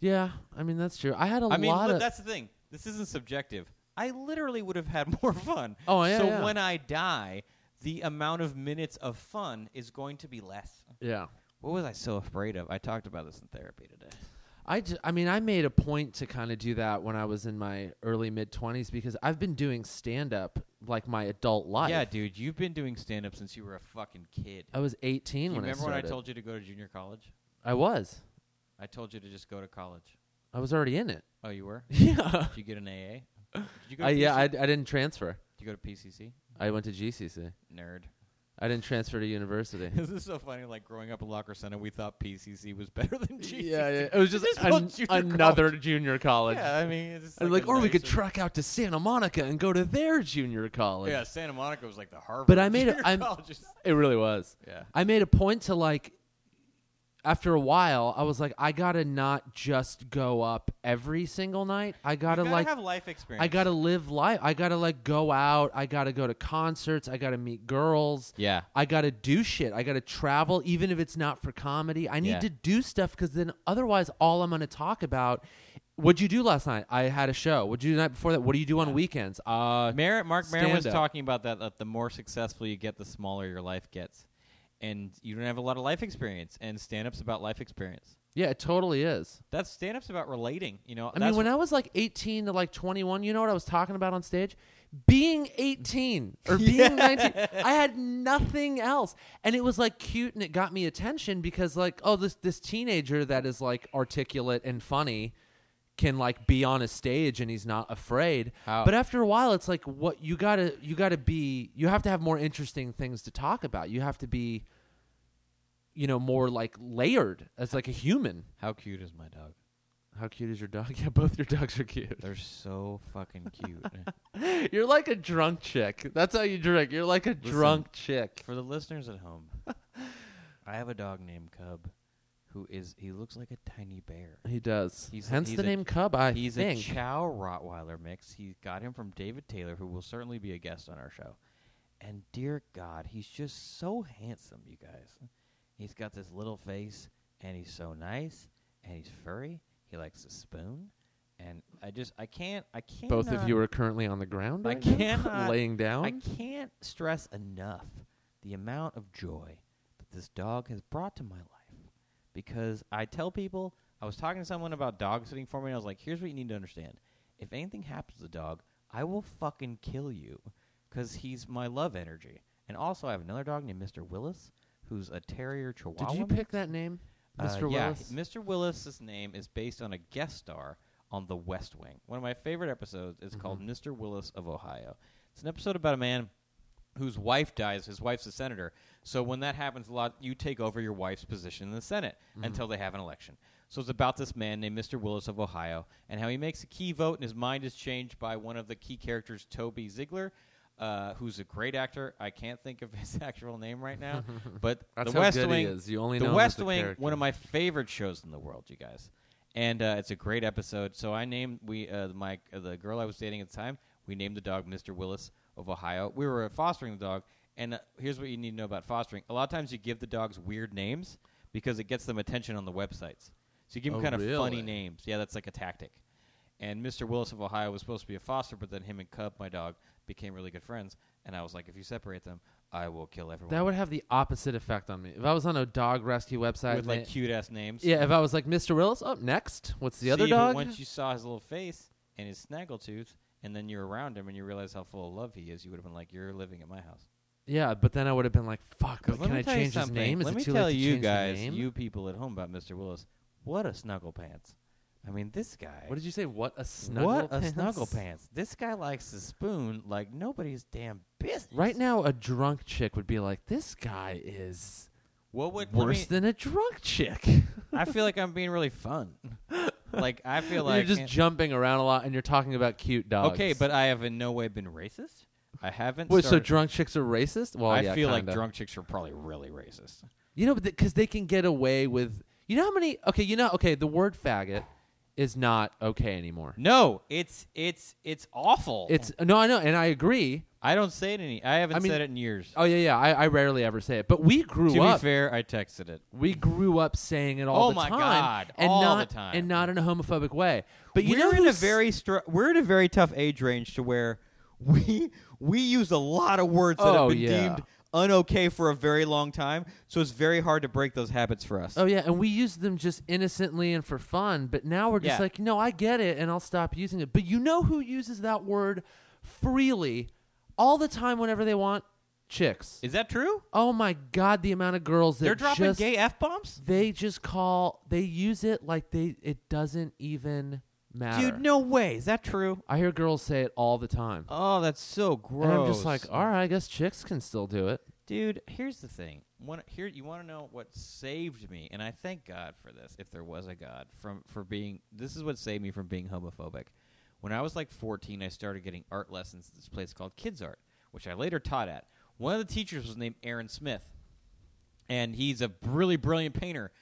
Speaker 2: Yeah, I mean that's true. I had a
Speaker 3: I mean,
Speaker 2: lot
Speaker 3: look,
Speaker 2: of
Speaker 3: that's the thing. This isn't subjective. I literally would have had more fun.
Speaker 2: Oh, yeah,
Speaker 3: So
Speaker 2: yeah.
Speaker 3: when I die, the amount of minutes of fun is going to be less.
Speaker 2: yeah.
Speaker 3: What was I so afraid of? I talked about this in therapy today.
Speaker 2: I, ju- I mean I made a point to kind of do that when I was in my early mid twenties because I've been doing stand up like my adult life.
Speaker 3: Yeah, dude, you've been doing stand up since you were a fucking kid.
Speaker 2: I was eighteen
Speaker 3: You
Speaker 2: when
Speaker 3: remember
Speaker 2: I
Speaker 3: when I
Speaker 2: started.
Speaker 3: told you to go to junior college?
Speaker 2: I was
Speaker 3: I told you to just go to college.
Speaker 2: I was already in it.
Speaker 3: Oh, you were?
Speaker 2: Yeah.
Speaker 3: Did you get an AA? Did you go
Speaker 2: I,
Speaker 3: to
Speaker 2: Uh, yeah.
Speaker 3: PC?
Speaker 2: I, I didn't transfer.
Speaker 3: Did you go to PCC?
Speaker 2: I went to GCC.
Speaker 3: Nerd.
Speaker 2: I didn't transfer to university.
Speaker 3: This is so funny. Like growing up in Locker Center, we thought PCC was better than GCC.
Speaker 2: It was just,
Speaker 3: Just
Speaker 2: an-
Speaker 3: called junior
Speaker 2: another
Speaker 3: college.
Speaker 2: junior college.
Speaker 3: Yeah, I mean, it's just
Speaker 2: And like,
Speaker 3: a
Speaker 2: or we could
Speaker 3: nicer-
Speaker 2: truck out to Santa Monica and go to their junior college.
Speaker 3: Yeah, Santa Monica was like the Harvard.
Speaker 2: But I made a-
Speaker 3: junior
Speaker 2: I'm-
Speaker 3: colleges.
Speaker 2: It really was.
Speaker 3: Yeah.
Speaker 2: I made a point to like after a while, I was like, I gotta not just go up every single night. I gotta,
Speaker 3: gotta
Speaker 2: like
Speaker 3: have life experience.
Speaker 2: I gotta live life. I gotta like go out. I gotta go to concerts. I gotta meet girls.
Speaker 3: Yeah.
Speaker 2: I gotta do shit. I gotta travel, even if it's not for comedy. I need
Speaker 3: Yeah.
Speaker 2: to do stuff because then otherwise, all I'm gonna talk about. What'd you do last night? I had a show. What'd you do the night before that? What do you do on weekends? Uh,
Speaker 3: Merritt, Mark Maron was
Speaker 2: Stand up.
Speaker 3: talking about that, that the more successful you get, the smaller your life gets. And you don't have a lot of life experience. And stand up's about life experience.
Speaker 2: yeah, it totally is.
Speaker 3: That's stand up's about relating. You know,
Speaker 2: I mean, when I was like 18 to like 21, you know what I was talking about on stage? Being 18 or being 19. I had nothing else. And it was like cute and it got me attention because like, oh, this this teenager that is like articulate and funny can like be on a stage and he's not afraid.
Speaker 3: How-
Speaker 2: But after a while it's like what you got to you got to be you have to have more interesting things to talk about. You have to be you know more like layered as like a human.
Speaker 3: how cute is my dog?
Speaker 2: How cute is your dog? Yeah, both your dogs are cute.
Speaker 3: They're so fucking cute.
Speaker 2: You're like a drunk chick. That's how you drink. You're like a drunk chick.
Speaker 3: For the listeners at home, I have a dog named Cub, who is he looks like a tiny bear.
Speaker 2: He does.
Speaker 3: He's a-
Speaker 2: Hence
Speaker 3: he's
Speaker 2: the
Speaker 3: a-
Speaker 2: name Cub. I
Speaker 3: He's
Speaker 2: think.
Speaker 3: a Chow Rottweiler mix. He got him from David Taylor, who will certainly be a guest on our show. And dear God, he's just so handsome, you guys. He's got this little face, and he's so nice, and he's furry. He likes to spoon, and I just I can't I can't.
Speaker 2: Both of you are currently on the ground.
Speaker 3: I
Speaker 2: right now?
Speaker 3: cannot-
Speaker 2: laying down.
Speaker 3: I can't stress enough the amount of joy that this dog has brought to my life. Because I tell people, I was talking to someone about dog sitting for me, and I was like, here's what you need to understand. If anything happens to the dog, I will fucking kill you because he's my love energy. And also, I have another dog named Mr. Willis, who's a terrier chihuahua.
Speaker 2: Did you
Speaker 3: mix.
Speaker 2: pick that name,
Speaker 3: Uh,
Speaker 2: Mr.
Speaker 3: yeah,
Speaker 2: Willis?
Speaker 3: Mr. Willis's name is based on a guest star on The West Wing. One of my favorite episodes is called
Speaker 2: Mm-hmm.
Speaker 3: Mr. Willis of Ohio. It's an episode about a man whose wife dies. His wife's a
Speaker 2: Mm-hmm.
Speaker 3: senator. So when that happens a lot, you take over your wife's position in the Senate until they have an election. So it's about this man named Mr. Willis of Ohio and how he makes a key vote and his mind is changed by one of the key characters, Toby Ziegler, uh, who's a great actor. I can't think of his actual name right now, but
Speaker 2: That's
Speaker 3: The
Speaker 2: how
Speaker 3: West
Speaker 2: good he
Speaker 3: Wing
Speaker 2: is. You only
Speaker 3: The
Speaker 2: know him as
Speaker 3: West
Speaker 2: the
Speaker 3: Wing,
Speaker 2: character.
Speaker 3: one of my favorite shows in the world, you guys, and uh, it's a great episode. So I named we uh, my uh, the girl I was dating at the time. We named the dog Mr. Willis of Ohio. We were fostering the dog, and uh, here's what you need to know about fostering. A lot of times you give the dogs weird names because it gets them attention on the websites. So you give them
Speaker 2: Oh,
Speaker 3: kind of funny
Speaker 2: really?
Speaker 3: names. Yeah, that's like a tactic. And Mr. Willis of Ohio was supposed to be a foster, but then him and Cub, my dog, became really good friends. And I was like, if you separate them, I will kill everyone.
Speaker 2: That would have the opposite effect on me. If I was on a dog rescue website,
Speaker 3: with
Speaker 2: and
Speaker 3: like
Speaker 2: they-
Speaker 3: cute ass names.
Speaker 2: yeah, if I was like Mr. Willis, up next, what's the other
Speaker 3: See, but
Speaker 2: dog?
Speaker 3: once you saw his little face and his snaggletooth, and then you're around him and you realize how full of love he is, you would have been like, "You're living at my house."
Speaker 2: yeah, but then I would have been like, fuck, but
Speaker 3: Because let
Speaker 2: can
Speaker 3: me
Speaker 2: I
Speaker 3: tell you
Speaker 2: change his
Speaker 3: something.
Speaker 2: name? Is
Speaker 3: let
Speaker 2: it
Speaker 3: me
Speaker 2: too
Speaker 3: tell
Speaker 2: late to
Speaker 3: you
Speaker 2: change the
Speaker 3: guys,
Speaker 2: name?
Speaker 3: you people at home, about Mr. Willis. What a snuggle pants! I mean, this guy.
Speaker 2: What did you say? What a snuggle
Speaker 3: What
Speaker 2: pants?
Speaker 3: a snuggle pants! This guy likes to spoon like nobody's damn business.
Speaker 2: Right now, a drunk chick would be like, this guy is
Speaker 3: what would let
Speaker 2: worse
Speaker 3: me-
Speaker 2: than a drunk chick.
Speaker 3: I feel like I'm being really fun. like I feel like
Speaker 2: you're just
Speaker 3: and-
Speaker 2: jumping around a lot and you're talking about cute dogs.
Speaker 3: okay, but I have in no way been racist. I haven't.
Speaker 2: Wait, so
Speaker 3: started-
Speaker 2: drunk chicks are racist? Well,
Speaker 3: I
Speaker 2: yeah,
Speaker 3: feel
Speaker 2: kinda.
Speaker 3: like drunk chicks are probably really racist.
Speaker 2: You know, because they can get away with. You know how many? Okay, you know. Okay, the word faggot is not okay anymore.
Speaker 3: No, it's it's it's awful.
Speaker 2: It's no, I know, and I agree.
Speaker 3: I don't say it any. I haven't
Speaker 2: I mean-
Speaker 3: said it in years.
Speaker 2: Oh yeah, yeah. I, I rarely ever say it, but we grew
Speaker 3: to
Speaker 2: up.
Speaker 3: be fair, I texted it.
Speaker 2: we grew up saying it all
Speaker 3: Oh
Speaker 2: the
Speaker 3: my
Speaker 2: time,
Speaker 3: God,
Speaker 2: and
Speaker 3: all the
Speaker 2: not
Speaker 3: time.
Speaker 2: and not in a homophobic way. But you
Speaker 3: we're
Speaker 2: know,
Speaker 3: in a
Speaker 2: who's-
Speaker 3: very str- we're in a very tough age range to where we we use a lot of words that
Speaker 2: Oh,
Speaker 3: have been
Speaker 2: yeah.
Speaker 3: deemed unokay for a very long time. So it's very hard to break those habits for us.
Speaker 2: Oh yeah, and we used them just innocently and for fun, but now we're just
Speaker 3: Yeah.
Speaker 2: like, no, I get it, and I'll stop using it. But you know who uses that word freely all the time whenever they want? Chicks.
Speaker 3: Is that true?
Speaker 2: Oh my god, the amount of girls that
Speaker 3: They're dropping
Speaker 2: just,
Speaker 3: gay f bombs.
Speaker 2: They just call. They use it like they. It doesn't even matter.
Speaker 3: Dude, no way. Is that true?
Speaker 2: I hear girls say it all the time,
Speaker 3: Oh, that's so gross.
Speaker 2: and I'm just like, all right, I guess chicks can still do it.
Speaker 3: Dude, here's the thing. One, here you want to know what saved me, and I thank God for this. If there was a God, from for being this is what saved me from being homophobic. When I was like 14, I started getting art lessons at this place called Kids Art, which I later taught at. One of the teachers was named Aaron Smith, and he's a really brilliant painter.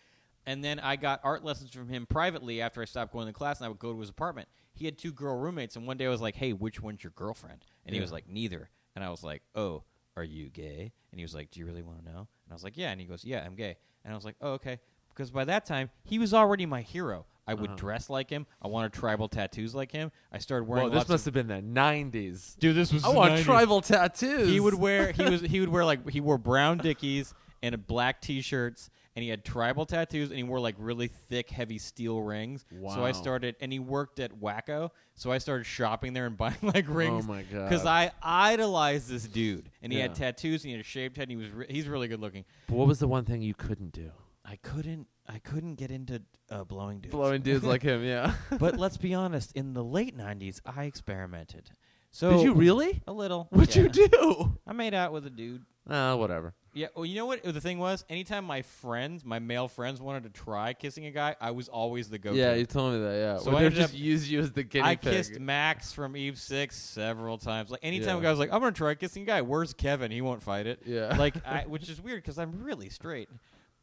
Speaker 3: And then I got art lessons from him privately after I stopped going to class, and I would go to his apartment. He had two girl roommates, and one day I was like, "Hey, which one's your girlfriend?" And he was like, "Neither." And I was like, "Oh, are you gay?" And he was like, "Do you really want to know?" And I was like, "Yeah." And he goes, "Yeah, I'm gay." And I was like, "Oh, okay." Because by that time, he was already my hero. I would
Speaker 2: Uh-huh.
Speaker 3: dress like him. I wanted tribal tattoos like him. I started wearing.
Speaker 2: Well, this
Speaker 3: lots
Speaker 2: must
Speaker 3: of,
Speaker 2: have been the '90s.
Speaker 3: dude. This was.
Speaker 2: I want tribal tattoos.
Speaker 3: He would wear he was he would wear like he wore brown dickies and a black t-shirts and he had tribal tattoos and he wore like really thick heavy steel rings. So
Speaker 2: Wow.
Speaker 3: I started and he worked at Wacko, so I started shopping there and buying like rings.
Speaker 2: Oh my God.
Speaker 3: Cuz I idolized this dude and he had
Speaker 2: Yeah.
Speaker 3: tattoos and he had a shaved head and he was re- he's really good looking.
Speaker 2: But what was the one thing you couldn't do?
Speaker 3: I couldn't I couldn't get into uh, blowing dudes.
Speaker 2: Blowing dudes like him, yeah.
Speaker 3: but let's be honest, in the late 90s I experimented. So
Speaker 2: Did you really?
Speaker 3: a little.
Speaker 2: What'd
Speaker 3: yeah.
Speaker 2: you do?
Speaker 3: I made out with a dude.
Speaker 2: Uh, whatever.
Speaker 3: Yeah, well, you know what the thing was? Anytime my friends, my male friends, wanted to try kissing a guy, I was always the go-to.
Speaker 2: Yeah, you told me that. Yeah,
Speaker 3: So
Speaker 2: Well,
Speaker 3: I
Speaker 2: they
Speaker 3: ended
Speaker 2: just
Speaker 3: up-
Speaker 2: use you as the guinea
Speaker 3: I
Speaker 2: pig.
Speaker 3: kissed Max from Eve Six several times. Like anytime
Speaker 2: Yeah.
Speaker 3: a guy was like, "I'm gonna try kissing a guy," where's Kevin? He won't fight it.
Speaker 2: Yeah.
Speaker 3: like I, which is weird because I'm really straight.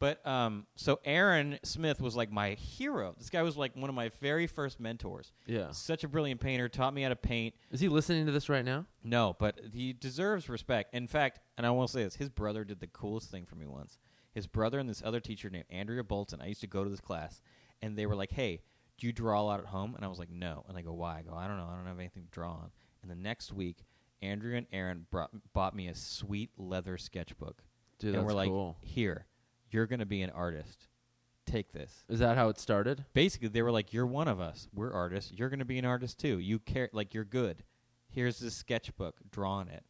Speaker 3: But um, so Aaron Smith was like my hero. This guy was like one of my very first mentors.
Speaker 2: Yeah.
Speaker 3: such a brilliant painter. Taught me how to paint.
Speaker 2: Is he listening to this right now?
Speaker 3: No, but he deserves respect. In fact, and I will say this, his brother did the coolest thing for me once. His brother and this other teacher named Andrea Bolton, I used to go to this class, and they were like, Hey, do you draw a lot at home? And I was like, No. And I go, Why? I go, I don't know. I don't have anything to draw on. And the next week, Andrea and Aaron brought, bought me a sweet leather sketchbook.
Speaker 2: Dude,
Speaker 3: and
Speaker 2: that's
Speaker 3: we're like,
Speaker 2: cool.
Speaker 3: Here, you're going to be an artist. Take this
Speaker 2: Is that how it started?
Speaker 3: basically they were like you're one of us we're artists you're going to be an artist too you care like you're good here's this sketchbook draw on it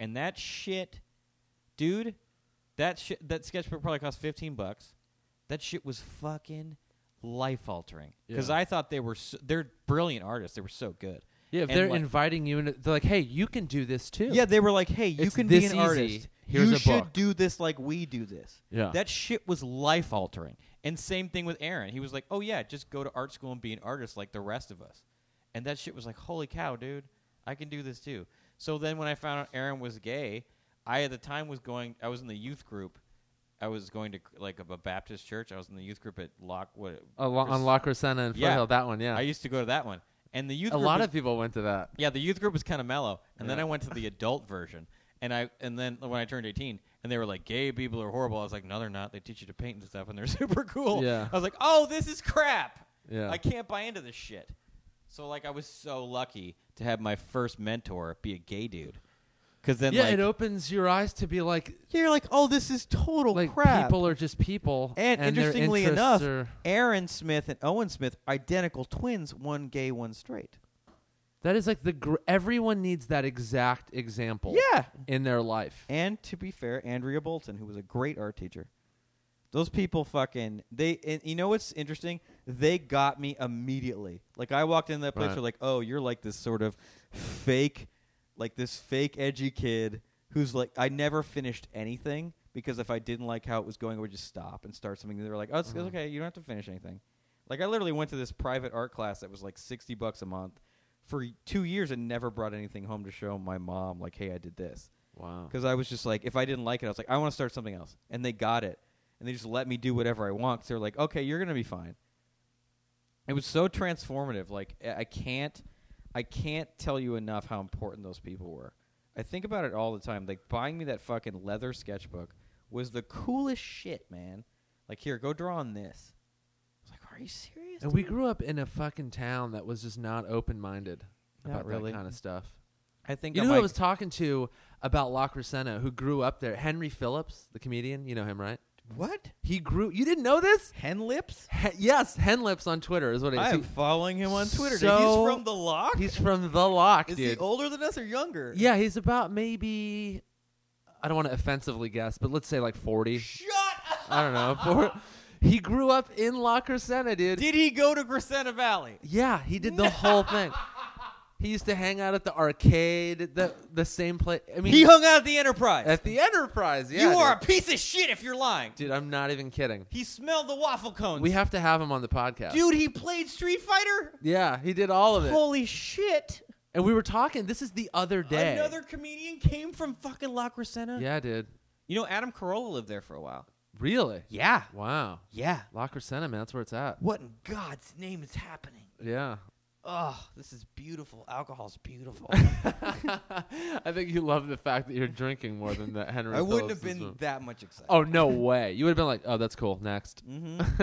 Speaker 3: and that shit dude that shit that sketchbook probably cost 15 bucks that shit was fucking life altering because
Speaker 2: Yeah.
Speaker 3: i thought they were so, they're brilliant artists they were so good
Speaker 2: Yeah, if
Speaker 3: And
Speaker 2: they're
Speaker 3: like-
Speaker 2: inviting you, and they're like, "Hey, you can do this too."
Speaker 3: yeah, they were like, "Hey, you
Speaker 2: It's
Speaker 3: can be
Speaker 2: this
Speaker 3: an
Speaker 2: easy.
Speaker 3: artist.
Speaker 2: Here's
Speaker 3: you
Speaker 2: a
Speaker 3: should
Speaker 2: book."
Speaker 3: do this like we do this."
Speaker 2: Yeah.
Speaker 3: that shit was life altering, And same thing with Aaron. He was like, "Oh yeah, just go to art school and be an artist like the rest of us." And that shit was like, "Holy cow, dude. I can do this too." So then when I found out Aaron was gay, I at the time was going I was in the youth group. I was going to like a Baptist church. I was in the youth group at Lock what
Speaker 2: A Oh, lo- on
Speaker 3: Chris-
Speaker 2: La Crescenta and
Speaker 3: Yeah.
Speaker 2: Foothill, that one, yeah.
Speaker 3: I used to go to that one. And the youth
Speaker 2: a
Speaker 3: group
Speaker 2: lot
Speaker 3: was-
Speaker 2: of people went to that.
Speaker 3: yeah, the youth group was kind of mellow, and then
Speaker 2: Yeah.
Speaker 3: I went to the adult version, and I and then when I turned eighteen, and they were like, "Gay people are horrible." I was like, "No, they're not. They teach you to paint and stuff, and they're super cool."
Speaker 2: Yeah.
Speaker 3: I was like, "Oh, this is crap.
Speaker 2: Yeah.
Speaker 3: I can't buy into this shit." So like, I was so lucky to have my first mentor be a gay dude, because then
Speaker 2: yeah,
Speaker 3: like,
Speaker 2: it opens your eyes to be like,
Speaker 3: you're like, "Oh, this is total
Speaker 2: like
Speaker 3: crap."
Speaker 2: people are just people.
Speaker 3: and,
Speaker 2: their
Speaker 3: interestingly
Speaker 2: interests
Speaker 3: enough,
Speaker 2: are-
Speaker 3: Aaron Smith and Owen Smith, identical twins, one gay, one straight.
Speaker 2: that is like the gr- everyone needs that exact example.
Speaker 3: Yeah.
Speaker 2: in their life.
Speaker 3: And to be fair, Andrea Bolton, who was a great art teacher. Those people fucking they and you know what's interesting? They got me immediately. Like I walked in that place,
Speaker 2: Right.
Speaker 3: they're like, "Oh, you're like this sort of fake, like this fake edgy kid who's like I never finished anything because if I didn't like how it was going, I would just stop and start something." They were like, "Oh, it's, it's
Speaker 2: Mm-hmm.
Speaker 3: okay, you don't have to finish anything." Like I literally went to this private art class that was like sixty bucks a month for two years and never brought anything home to show my mom. Like, "Hey, I did this."
Speaker 2: Wow.
Speaker 3: because I was just like, if I didn't like it, I was like, I want to start something else, and they got it, and they just let me do whatever I want. 'cause they were like, okay, you're gonna be fine. It was so transformative. Like I I can't, I can't tell you enough how important those people were. I think about it all the time. Like buying me that fucking leather sketchbook was the coolest shit, man. Like here, go draw on this. I was like, are you serious?
Speaker 2: And we grew up in a fucking town that was just not open minded
Speaker 3: Not
Speaker 2: about
Speaker 3: really.
Speaker 2: that kind of stuff.
Speaker 3: I think
Speaker 2: You
Speaker 3: I'm
Speaker 2: know who I
Speaker 3: like-
Speaker 2: was talking to about La Crescenta, who grew up there? Henry Phillips, the comedian. You know him, right?
Speaker 3: what?
Speaker 2: He grew. You didn't know this?
Speaker 3: Hen lips?
Speaker 2: He- yes, Henlips on Twitter is what it is.
Speaker 3: I am
Speaker 2: He-
Speaker 3: following him on Twitter. dude.
Speaker 2: So-
Speaker 3: he's from the lock.
Speaker 2: he's from The Lock,
Speaker 3: Is
Speaker 2: dude.
Speaker 3: he older than us or younger?
Speaker 2: Yeah, he's about maybe I don't want to offensively guess, but let's say like forty.
Speaker 3: Shut up.
Speaker 2: I don't know. Four. He grew up in La Crescenta, dude.
Speaker 3: Did he go to Crescenta Valley?
Speaker 2: yeah, he did the whole thing. He used to hang out at the arcade, the the same place. I mean,
Speaker 3: He hung out at the Enterprise.
Speaker 2: at the Enterprise. Uh, Yeah,
Speaker 3: you
Speaker 2: dude.
Speaker 3: are a piece of shit if you're lying.
Speaker 2: dude. I'm not even kidding.
Speaker 3: He smelled the waffle cones.
Speaker 2: We have to have him on the podcast,
Speaker 3: Dude, he played Street Fighter?
Speaker 2: Yeah, he did all of it.
Speaker 3: Holy shit.
Speaker 2: And we were talking. This is the other day.
Speaker 3: Another comedian came from fucking La Crescenta?
Speaker 2: yeah, dude.
Speaker 3: You know, Adam Carolla lived there for a while.
Speaker 2: Really?
Speaker 3: Yeah.
Speaker 2: Wow.
Speaker 3: Yeah.
Speaker 2: La Crescenta, man. That's where it's at.
Speaker 3: What in God's name is happening?
Speaker 2: Yeah.
Speaker 3: Oh, this is beautiful. Alcohol's beautiful.
Speaker 2: I think you love the fact that you're drinking more than that Henry.
Speaker 3: I wouldn't
Speaker 2: Phillips
Speaker 3: have
Speaker 2: is
Speaker 3: been
Speaker 2: doing.
Speaker 3: that much excited.
Speaker 2: Oh no way! You would have been like, "Oh, that's cool." Next,
Speaker 3: Mm-hmm.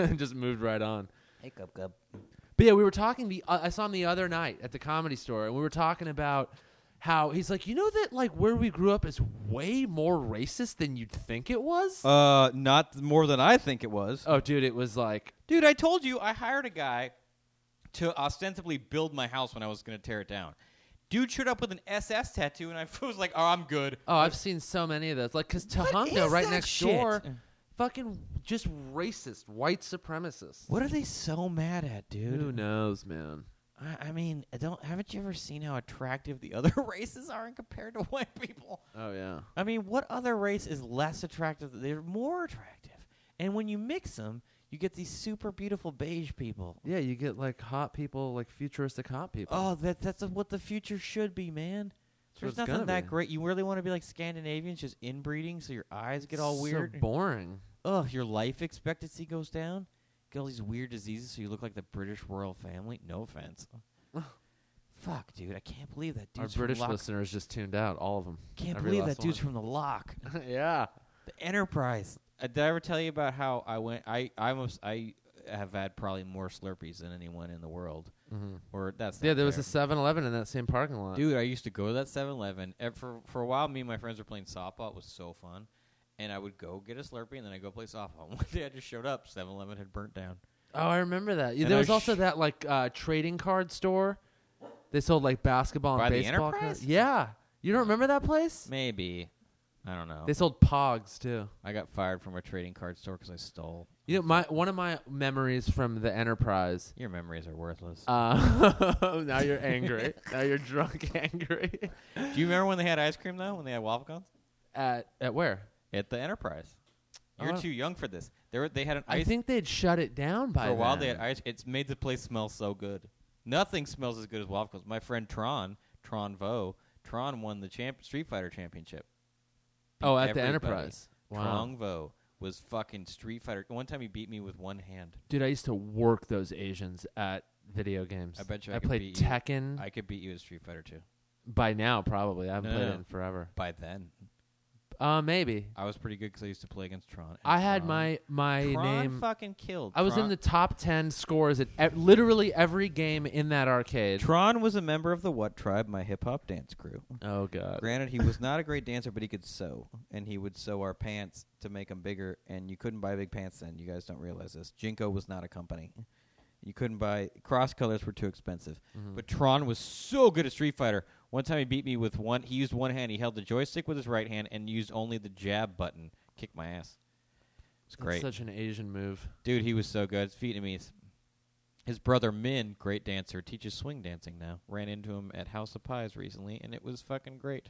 Speaker 2: and just moved right on.
Speaker 4: Hey, Cup Cup.
Speaker 2: But yeah, we were talking. The uh, I saw him the other night at the comedy store, and we were talking about how he's like, you know that like where we grew up is way more racist than you'd think it was.
Speaker 3: Uh, not more than I think it was.
Speaker 2: oh, dude, it was like
Speaker 3: Dude, I told you I hired a guy to ostensibly build my house when I was going to tear it down. Dude showed up with an SS tattoo, and I was like, "Oh, I'm good."
Speaker 2: Oh, I've seen so many of those. Like, because
Speaker 3: What
Speaker 2: Tahunga
Speaker 3: is
Speaker 2: right
Speaker 3: that
Speaker 2: next
Speaker 3: shit?
Speaker 2: door, fucking just racist, white supremacist.
Speaker 3: What are they so mad at,
Speaker 2: Who
Speaker 3: dude?
Speaker 2: knows, man?
Speaker 3: I, I mean, I don't haven't you ever seen how attractive the other races are compared to white people?
Speaker 2: Oh yeah,
Speaker 3: I mean, what other race is less attractive? They're more attractive, and when you mix them, you get these super beautiful beige people.
Speaker 2: yeah. You get like hot people, like futuristic hot people.
Speaker 3: Oh, that that's what the future should be,
Speaker 2: That's
Speaker 3: man.
Speaker 2: what
Speaker 3: There's
Speaker 2: it's gonna
Speaker 3: nothing that
Speaker 2: be.
Speaker 3: great. You really want to be like Scandinavians, just inbreeding, so your eyes get all
Speaker 2: So
Speaker 3: weird.
Speaker 2: boring.
Speaker 3: Ugh, your life expectancy goes down. Get all these weird diseases, so you look like the British royal family. No offense. Fuck, dude, I can't believe that
Speaker 2: Our
Speaker 3: dude's
Speaker 2: British
Speaker 3: from Lock.
Speaker 2: listeners just tuned out. All of them.
Speaker 3: Can't
Speaker 2: every
Speaker 3: believe
Speaker 2: last
Speaker 3: that dude's
Speaker 2: one.
Speaker 3: from the Lock,
Speaker 2: yeah.
Speaker 3: the Enterprise. Uh, did I ever tell you about how I went? I I almost I have had probably more Slurpees than anyone in the world.
Speaker 2: Mm-hmm.
Speaker 3: Or that's
Speaker 2: Yeah,
Speaker 3: not
Speaker 2: there was
Speaker 3: fair.
Speaker 2: a 7-Eleven in that same parking lot.
Speaker 3: Dude, I used to go to that 7-Eleven. and For, for a while, me and my friends were playing softball. It was so fun. And I would go get a Slurpee, and then I'd go play softball. One day I just showed up. 7-Eleven had burnt down.
Speaker 2: Oh, I remember that. Yeah,
Speaker 3: And
Speaker 2: there
Speaker 3: I
Speaker 2: was also
Speaker 3: sh-
Speaker 2: that like uh, trading card store. They sold like basketball
Speaker 3: By
Speaker 2: and
Speaker 3: the
Speaker 2: baseball.
Speaker 3: Enterprise?
Speaker 2: cards. Yeah, you don't remember that place?
Speaker 3: Maybe. I don't know.
Speaker 2: They sold Pogs too.
Speaker 3: I got fired from a trading card store because I stole.
Speaker 2: You know, my one of my memories from the Enterprise.
Speaker 3: Your memories are worthless.
Speaker 2: Uh, now you're angry. now you're drunk, angry.
Speaker 3: Do you remember when they had ice cream, though? When they had waffle cones?
Speaker 2: At at where?
Speaker 3: At the Enterprise. You're
Speaker 2: Oh.
Speaker 3: too young for this. There were, they had an
Speaker 2: I
Speaker 3: ice
Speaker 2: think they'd shut it down by
Speaker 3: for a while. They
Speaker 2: then.
Speaker 3: had ice. It's made the place smell so good. Nothing smells as good as Waffles. My friend Tron, Tron Vo, Tron won the champ- Street Fighter Championship.
Speaker 2: oh, at the
Speaker 3: everybody.
Speaker 2: Enterprise. Wow.
Speaker 3: Tron Vo was fucking Street Fighter. One time he beat me with one hand.
Speaker 2: Dude, I used to work those Asians at video games.
Speaker 3: I bet you I
Speaker 2: I
Speaker 3: could
Speaker 2: played
Speaker 3: beat you.
Speaker 2: Tekken
Speaker 3: I could beat you with Street Fighter 2.
Speaker 2: by now, probably. I haven't
Speaker 3: No,
Speaker 2: played
Speaker 3: no.
Speaker 2: it in forever.
Speaker 3: By then,
Speaker 2: Uh, maybe.
Speaker 3: I was pretty good because I used to play against Tron. and
Speaker 2: I had
Speaker 3: Tron-
Speaker 2: my my
Speaker 3: Tron
Speaker 2: name.
Speaker 3: fucking killed.
Speaker 2: I was
Speaker 3: Tron-
Speaker 2: in the top ten scores at e- literally every game in that arcade.
Speaker 3: Tron was a member of the What Tribe, my hip hop dance crew.
Speaker 2: oh god.
Speaker 3: Granted, he was not a great dancer, but he could sew, and he would sew our pants to make them bigger. And you couldn't buy big pants then. You guys don't realize this. Jinko was not a company. You couldn't buy cross colors were too expensive.
Speaker 2: Mm-hmm.
Speaker 3: But Tron was so good at Street Fighter. One time he beat me with one. He used one hand. He held the joystick with his right hand and used only the jab button. Kicked my ass.
Speaker 2: That's
Speaker 3: It's great,
Speaker 2: such an Asian move.
Speaker 3: dude. He was so good. It's Vietnamese. His brother Min, great dancer, teaches swing dancing now. Ran into him at House of Pies recently, and it was fucking great.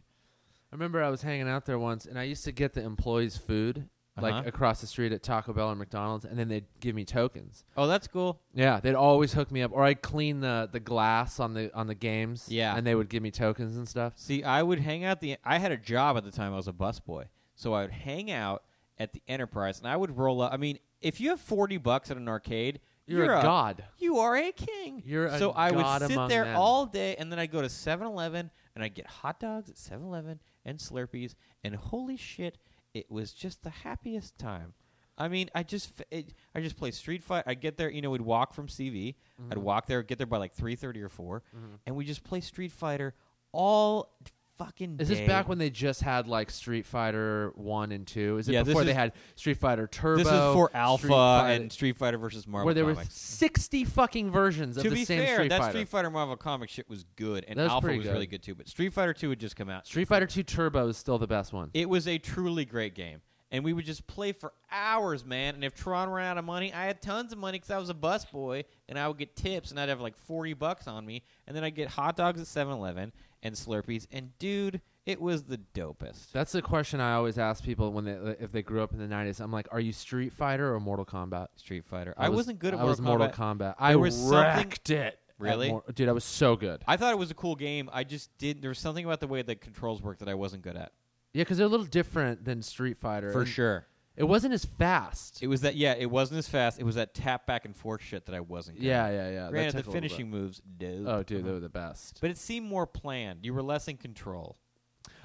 Speaker 2: I remember I was hanging out there once, and I used to get the employees' food like
Speaker 3: Uh-huh.
Speaker 2: across the street at Taco Bell or McDonald's, and then they'd give me tokens.
Speaker 3: Oh, that's cool.
Speaker 2: Yeah, they'd always hook me up, or I'd clean the, the glass on the on the games.
Speaker 3: Yeah.
Speaker 2: and they would give me tokens and stuff.
Speaker 3: See, I would hang out the. I had a job at the time. I was a busboy, so I would hang out at the Enterprise, and I would roll up. I mean, if you have forty bucks at an arcade,
Speaker 2: You're, a, god.
Speaker 3: You are a king.
Speaker 2: You're a
Speaker 3: so I
Speaker 2: god
Speaker 3: would sit
Speaker 2: among
Speaker 3: there
Speaker 2: men.
Speaker 3: all day, and then I'd go to 7-Eleven, and I'd get hot dogs at 7-Eleven and Slurpees, and holy shit, it was just the happiest time. I mean, I just f- it, I just play Street Fighter. I get there, you know, we'd walk from CV.
Speaker 2: Mm-hmm.
Speaker 3: I'd walk there, get there by like three thirty or 4 and we just play Street Fighter all fucking.
Speaker 2: Is
Speaker 3: day.
Speaker 2: this back when they just had like Street Fighter One and Two? Is it
Speaker 3: Yeah, this
Speaker 2: before they
Speaker 3: is-
Speaker 2: had Street Fighter Turbo?
Speaker 3: this is for
Speaker 2: Street
Speaker 3: Alpha
Speaker 2: Fighter-
Speaker 3: and Street Fighter versus Marvel?
Speaker 2: where there were
Speaker 3: comics.
Speaker 2: sixty fucking versions of
Speaker 3: to
Speaker 2: the
Speaker 3: be
Speaker 2: same
Speaker 3: fair,
Speaker 2: Street
Speaker 3: that
Speaker 2: Fighter.
Speaker 3: Street Fighter Marvel comic shit was good, and
Speaker 2: That was
Speaker 3: Alpha
Speaker 2: pretty
Speaker 3: was really
Speaker 2: good.
Speaker 3: good too. But Street Fighter Two had just come out.
Speaker 2: Street Fighter Two Turbo is still the best one.
Speaker 3: It was a truly great game, and we would just play for hours, man. And if Tron ran out of money, I had tons of money because I was a busboy, and I would get tips, and I'd have like forty bucks on me, and then I'd get hot dogs at 7-Eleven and Slurpees, and dude, it was the dopest.
Speaker 2: That's the question I always ask people when they if they grew up in the nineties. I'm like, are you Street Fighter or Mortal Kombat?
Speaker 3: Street Fighter. I, was, not good at
Speaker 2: I
Speaker 3: Mortal
Speaker 2: was Mortal
Speaker 3: Kombat.
Speaker 2: Kombat. I
Speaker 3: was something-
Speaker 2: wrecked it. at
Speaker 3: Really?
Speaker 2: Mor- dude, I was so good.
Speaker 3: I thought it was a cool game. I just did. There was something about the way the controls worked that I wasn't good at.
Speaker 2: Yeah, because they're a little different than Street Fighter.
Speaker 3: For
Speaker 2: And
Speaker 3: sure.
Speaker 2: It wasn't as fast.
Speaker 3: It was that. Yeah, it wasn't as fast. It was that tap back and forth shit that I wasn't. Good
Speaker 2: yeah,
Speaker 3: At.
Speaker 2: yeah, yeah. that took a
Speaker 3: Granted, the
Speaker 2: little bit.
Speaker 3: finishing moves, dope.
Speaker 2: Oh, dude, they were the best.
Speaker 3: But it seemed more planned. You were less in control.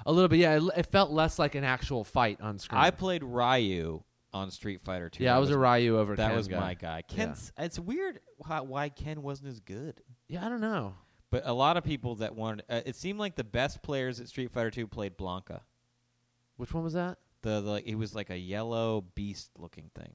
Speaker 2: A little bit, yeah. It, it felt less like an actual fight on screen.
Speaker 3: I played Ryu on Street Fighter 2.
Speaker 2: yeah,
Speaker 3: That
Speaker 2: I was, a Ryu over
Speaker 3: That
Speaker 2: Ken
Speaker 3: was
Speaker 2: guy.
Speaker 3: my guy. Ken's, It's weird how, why Ken wasn't as good.
Speaker 2: Yeah, I don't know.
Speaker 3: But a lot of people that wanted. Uh, it seemed like the best players at Street Fighter 2 played Blanca.
Speaker 2: Which one was that?
Speaker 3: The, the It was like a yellow beast looking thing.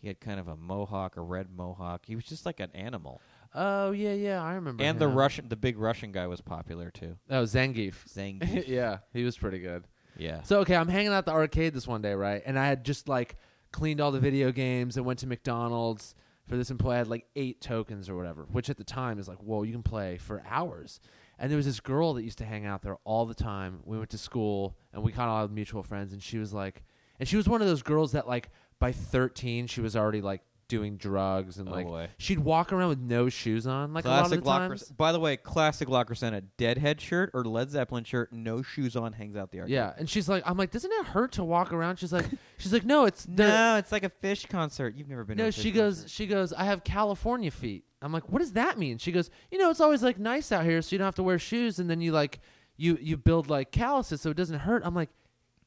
Speaker 3: He had kind of a mohawk, a red mohawk. He was just like an animal.
Speaker 2: Oh yeah, yeah, I remember.
Speaker 3: And the
Speaker 2: him.
Speaker 3: Russian, the big Russian guy was popular too.
Speaker 2: Oh, Zangief.
Speaker 3: Zangief.
Speaker 2: yeah, he was pretty good.
Speaker 3: yeah.
Speaker 2: So okay, I'm hanging out at the arcade this one day, right? And I had just like cleaned all the video games and went to McDonald's for this employee. I had like eight tokens or whatever, which at the time is like, whoa, you can play for hours. And there was this girl that used to hang out there all the time. We went to school and we kind of had mutual friends, and she was like, and she was one of those girls that like by 13 she was already like doing drugs and
Speaker 3: Oh,
Speaker 2: like
Speaker 3: boy.
Speaker 2: she'd walk around with no shoes on like a lot of the
Speaker 3: Locker-
Speaker 2: times.
Speaker 3: By the way, classic Locker Senna, Deadhead shirt or Led Zeppelin shirt, no shoes on, hangs out the arcade.
Speaker 2: Yeah, and she's like, I'm like, doesn't it hurt to walk around? She's like, she's like, no, it's they're-
Speaker 3: No, it's like a fish concert. You've never been. to
Speaker 2: No,
Speaker 3: a fish
Speaker 2: she goes.
Speaker 3: concert.
Speaker 2: She goes. I have California feet. I'm like, what does that mean? She goes. You know, it's always like nice out here, so you don't have to wear shoes, and then you like you you build like calluses, so it doesn't hurt. I'm like,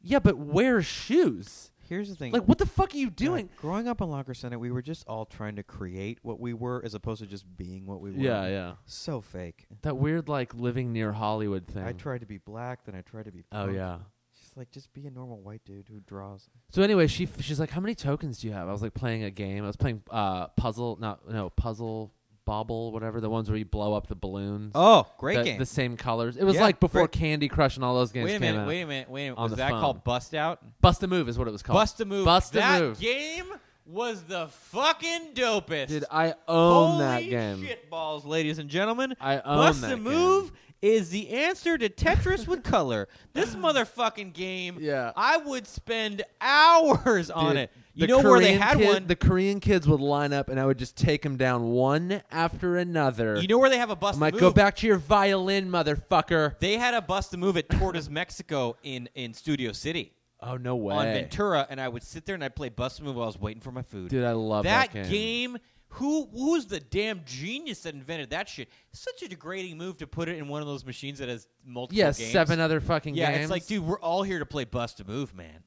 Speaker 2: yeah, but wear shoes.
Speaker 3: Here's the thing.
Speaker 2: Like, what the fuck are you
Speaker 3: God,
Speaker 2: doing?
Speaker 3: growing up in Locker Senna, we were just all trying to create what we were, as opposed to just being what we were.
Speaker 2: yeah.
Speaker 3: So fake.
Speaker 2: That weird like living near Hollywood thing.
Speaker 3: I tried to be black, then I tried to be.
Speaker 2: Oh
Speaker 3: punk.
Speaker 2: yeah.
Speaker 3: Just like just be a normal white dude who draws.
Speaker 2: So anyway, she f- she's like, how many tokens do you have? I was like playing a game. I was playing uh puzzle, not no puzzle bobble, whatever the ones where you blow up the balloons.
Speaker 3: Oh, great
Speaker 2: The-
Speaker 3: game.
Speaker 2: The same colors. It was
Speaker 3: Yeah,
Speaker 2: like before
Speaker 3: great-
Speaker 2: Candy Crush and all those games
Speaker 3: wait a
Speaker 2: came
Speaker 3: minute.
Speaker 2: out.
Speaker 3: Wait a minute. Wait a minute.
Speaker 2: on
Speaker 3: Was
Speaker 2: the
Speaker 3: that
Speaker 2: phone.
Speaker 3: called Bust Out?
Speaker 2: Bust a move is what it was called.
Speaker 3: Bust a move.
Speaker 2: Bust a
Speaker 3: that
Speaker 2: move.
Speaker 3: game was the fucking dopest.
Speaker 2: Dude, I own
Speaker 3: Holy
Speaker 2: that game.
Speaker 3: Shit balls, ladies and gentlemen.
Speaker 2: I own
Speaker 3: Bust
Speaker 2: that
Speaker 3: a
Speaker 2: game.
Speaker 3: move is the answer to Tetris with color. This motherfucking game.
Speaker 2: Yeah.
Speaker 3: I would spend hours on
Speaker 2: Dude,
Speaker 3: it.
Speaker 2: the
Speaker 3: You know where they
Speaker 2: Korean
Speaker 3: had
Speaker 2: kid-
Speaker 3: one.
Speaker 2: The Korean kids would line up, and I would just take them down one after another.
Speaker 3: you know where they have a bus.
Speaker 2: I'm
Speaker 3: to
Speaker 2: like,
Speaker 3: move.
Speaker 2: go back to your violin, motherfucker.
Speaker 3: They had a bus to move at Tortas, Mexico, in in Studio City
Speaker 2: Oh no way.
Speaker 3: on Ventura, and I would sit there and I'd play bus to move while I was waiting for my food.
Speaker 2: Dude, I love that,
Speaker 3: that, game. Who who's the damn genius that invented that shit? Such a degrading move to put it in one of those machines that has multiple.
Speaker 2: Yeah,
Speaker 3: games.
Speaker 2: seven other fucking
Speaker 3: Yeah,
Speaker 2: games.
Speaker 3: it's like, dude, we're all here to play bus to move, man.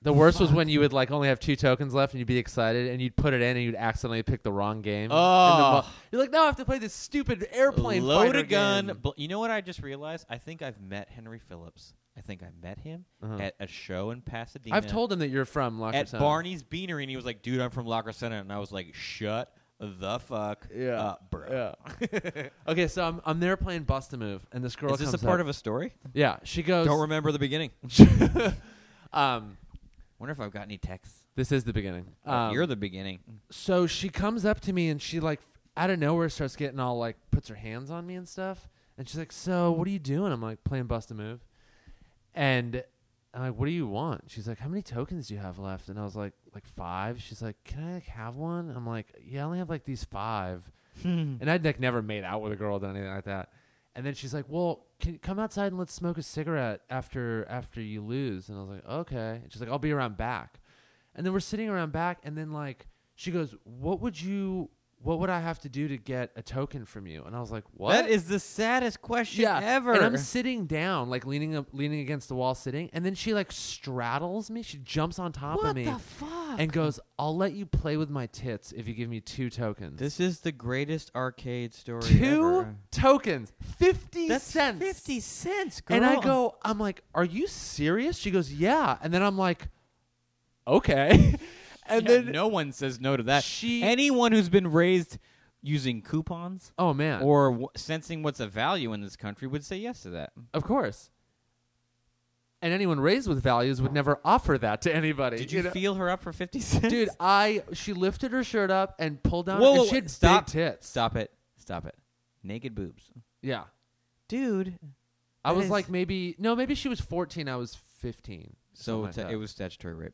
Speaker 2: the worst was when you would like only have two tokens left, and you'd be excited, and you'd put it in, and you'd accidentally pick the wrong game.
Speaker 3: Oh.
Speaker 2: And the mo- you're like, no, I have to play this stupid airplane.
Speaker 3: load
Speaker 2: fighter
Speaker 3: a gun.
Speaker 2: game.
Speaker 3: bl- you know what I just realized? I think I've met Henry Phillips. I think I met him
Speaker 2: Uh-huh.
Speaker 3: at a show in Pasadena.
Speaker 2: I've told him that you're from Locker
Speaker 3: at
Speaker 2: Sound.
Speaker 3: Barney's Beanery, and he was like, "Dude, I'm from Locker Center," and I was like, "Shut the fuck
Speaker 2: Yeah.
Speaker 3: up, bro."
Speaker 2: Okay, so I'm I'm there playing Bust a Move, and this girl
Speaker 3: Is this a
Speaker 2: comes
Speaker 3: part
Speaker 2: up.
Speaker 3: of a story?
Speaker 2: Yeah, she goes.
Speaker 3: Don't remember the beginning.
Speaker 2: um,
Speaker 3: Wonder if I've got any texts.
Speaker 2: this is the beginning. Um,
Speaker 3: Oh, You're the beginning.
Speaker 2: so she comes up to me and she like out of nowhere starts getting all like puts her hands on me and stuff and she's like so what are you doing i'm like playing bust a move and i'm like what do you want she's like how many tokens do you have left and i was like like five she's like can i like have one i'm like yeah i only have like these five and i'd like never made out with a girl or done anything like that and then she's like well can you come outside and let's smoke a cigarette after after you lose and i was like okay and she's like i'll be around back and then we're sitting around back, and then like she goes, "What would you? What would I have to do to get a token from you?" And I was like, "What?"
Speaker 3: That is the saddest question
Speaker 2: yeah.
Speaker 3: ever.
Speaker 2: And I'm sitting down, like leaning up, leaning against the wall, sitting, and then she like straddles me. She jumps on top of
Speaker 3: What
Speaker 2: me
Speaker 3: the fuck?
Speaker 2: and goes, "I'll let you play with my tits if you give me two tokens."
Speaker 3: this is the greatest arcade story.
Speaker 2: two
Speaker 3: ever.
Speaker 2: tokens, fifty
Speaker 3: That's
Speaker 2: cents.
Speaker 3: fifty cents, girl.
Speaker 2: And I go, I'm like, "Are you serious?" She goes, "Yeah," and then I'm like, "Okay." and
Speaker 3: Yeah,
Speaker 2: then
Speaker 3: no one says no to that.
Speaker 2: she-
Speaker 3: anyone who's been raised using coupons
Speaker 2: oh man,
Speaker 3: or w- sensing what's a value in this country would say yes to that.
Speaker 2: Of course. And anyone raised with values would never offer that to anybody.
Speaker 3: Did you,
Speaker 2: know?
Speaker 3: feel her up for fifty cents,
Speaker 2: Dude, I she lifted her shirt up and pulled down.
Speaker 3: Whoa,
Speaker 2: and
Speaker 3: whoa,
Speaker 2: she had
Speaker 3: whoa, stop!
Speaker 2: Big tits.
Speaker 3: Stop it! Stop it! Naked boobs,
Speaker 2: Yeah,
Speaker 3: dude.
Speaker 2: I
Speaker 3: That
Speaker 2: was
Speaker 3: is-
Speaker 2: like maybe no, maybe she was fourteen. I was fifteen.
Speaker 3: So
Speaker 2: Something like
Speaker 3: ta-
Speaker 2: that.
Speaker 3: it was statutory rape.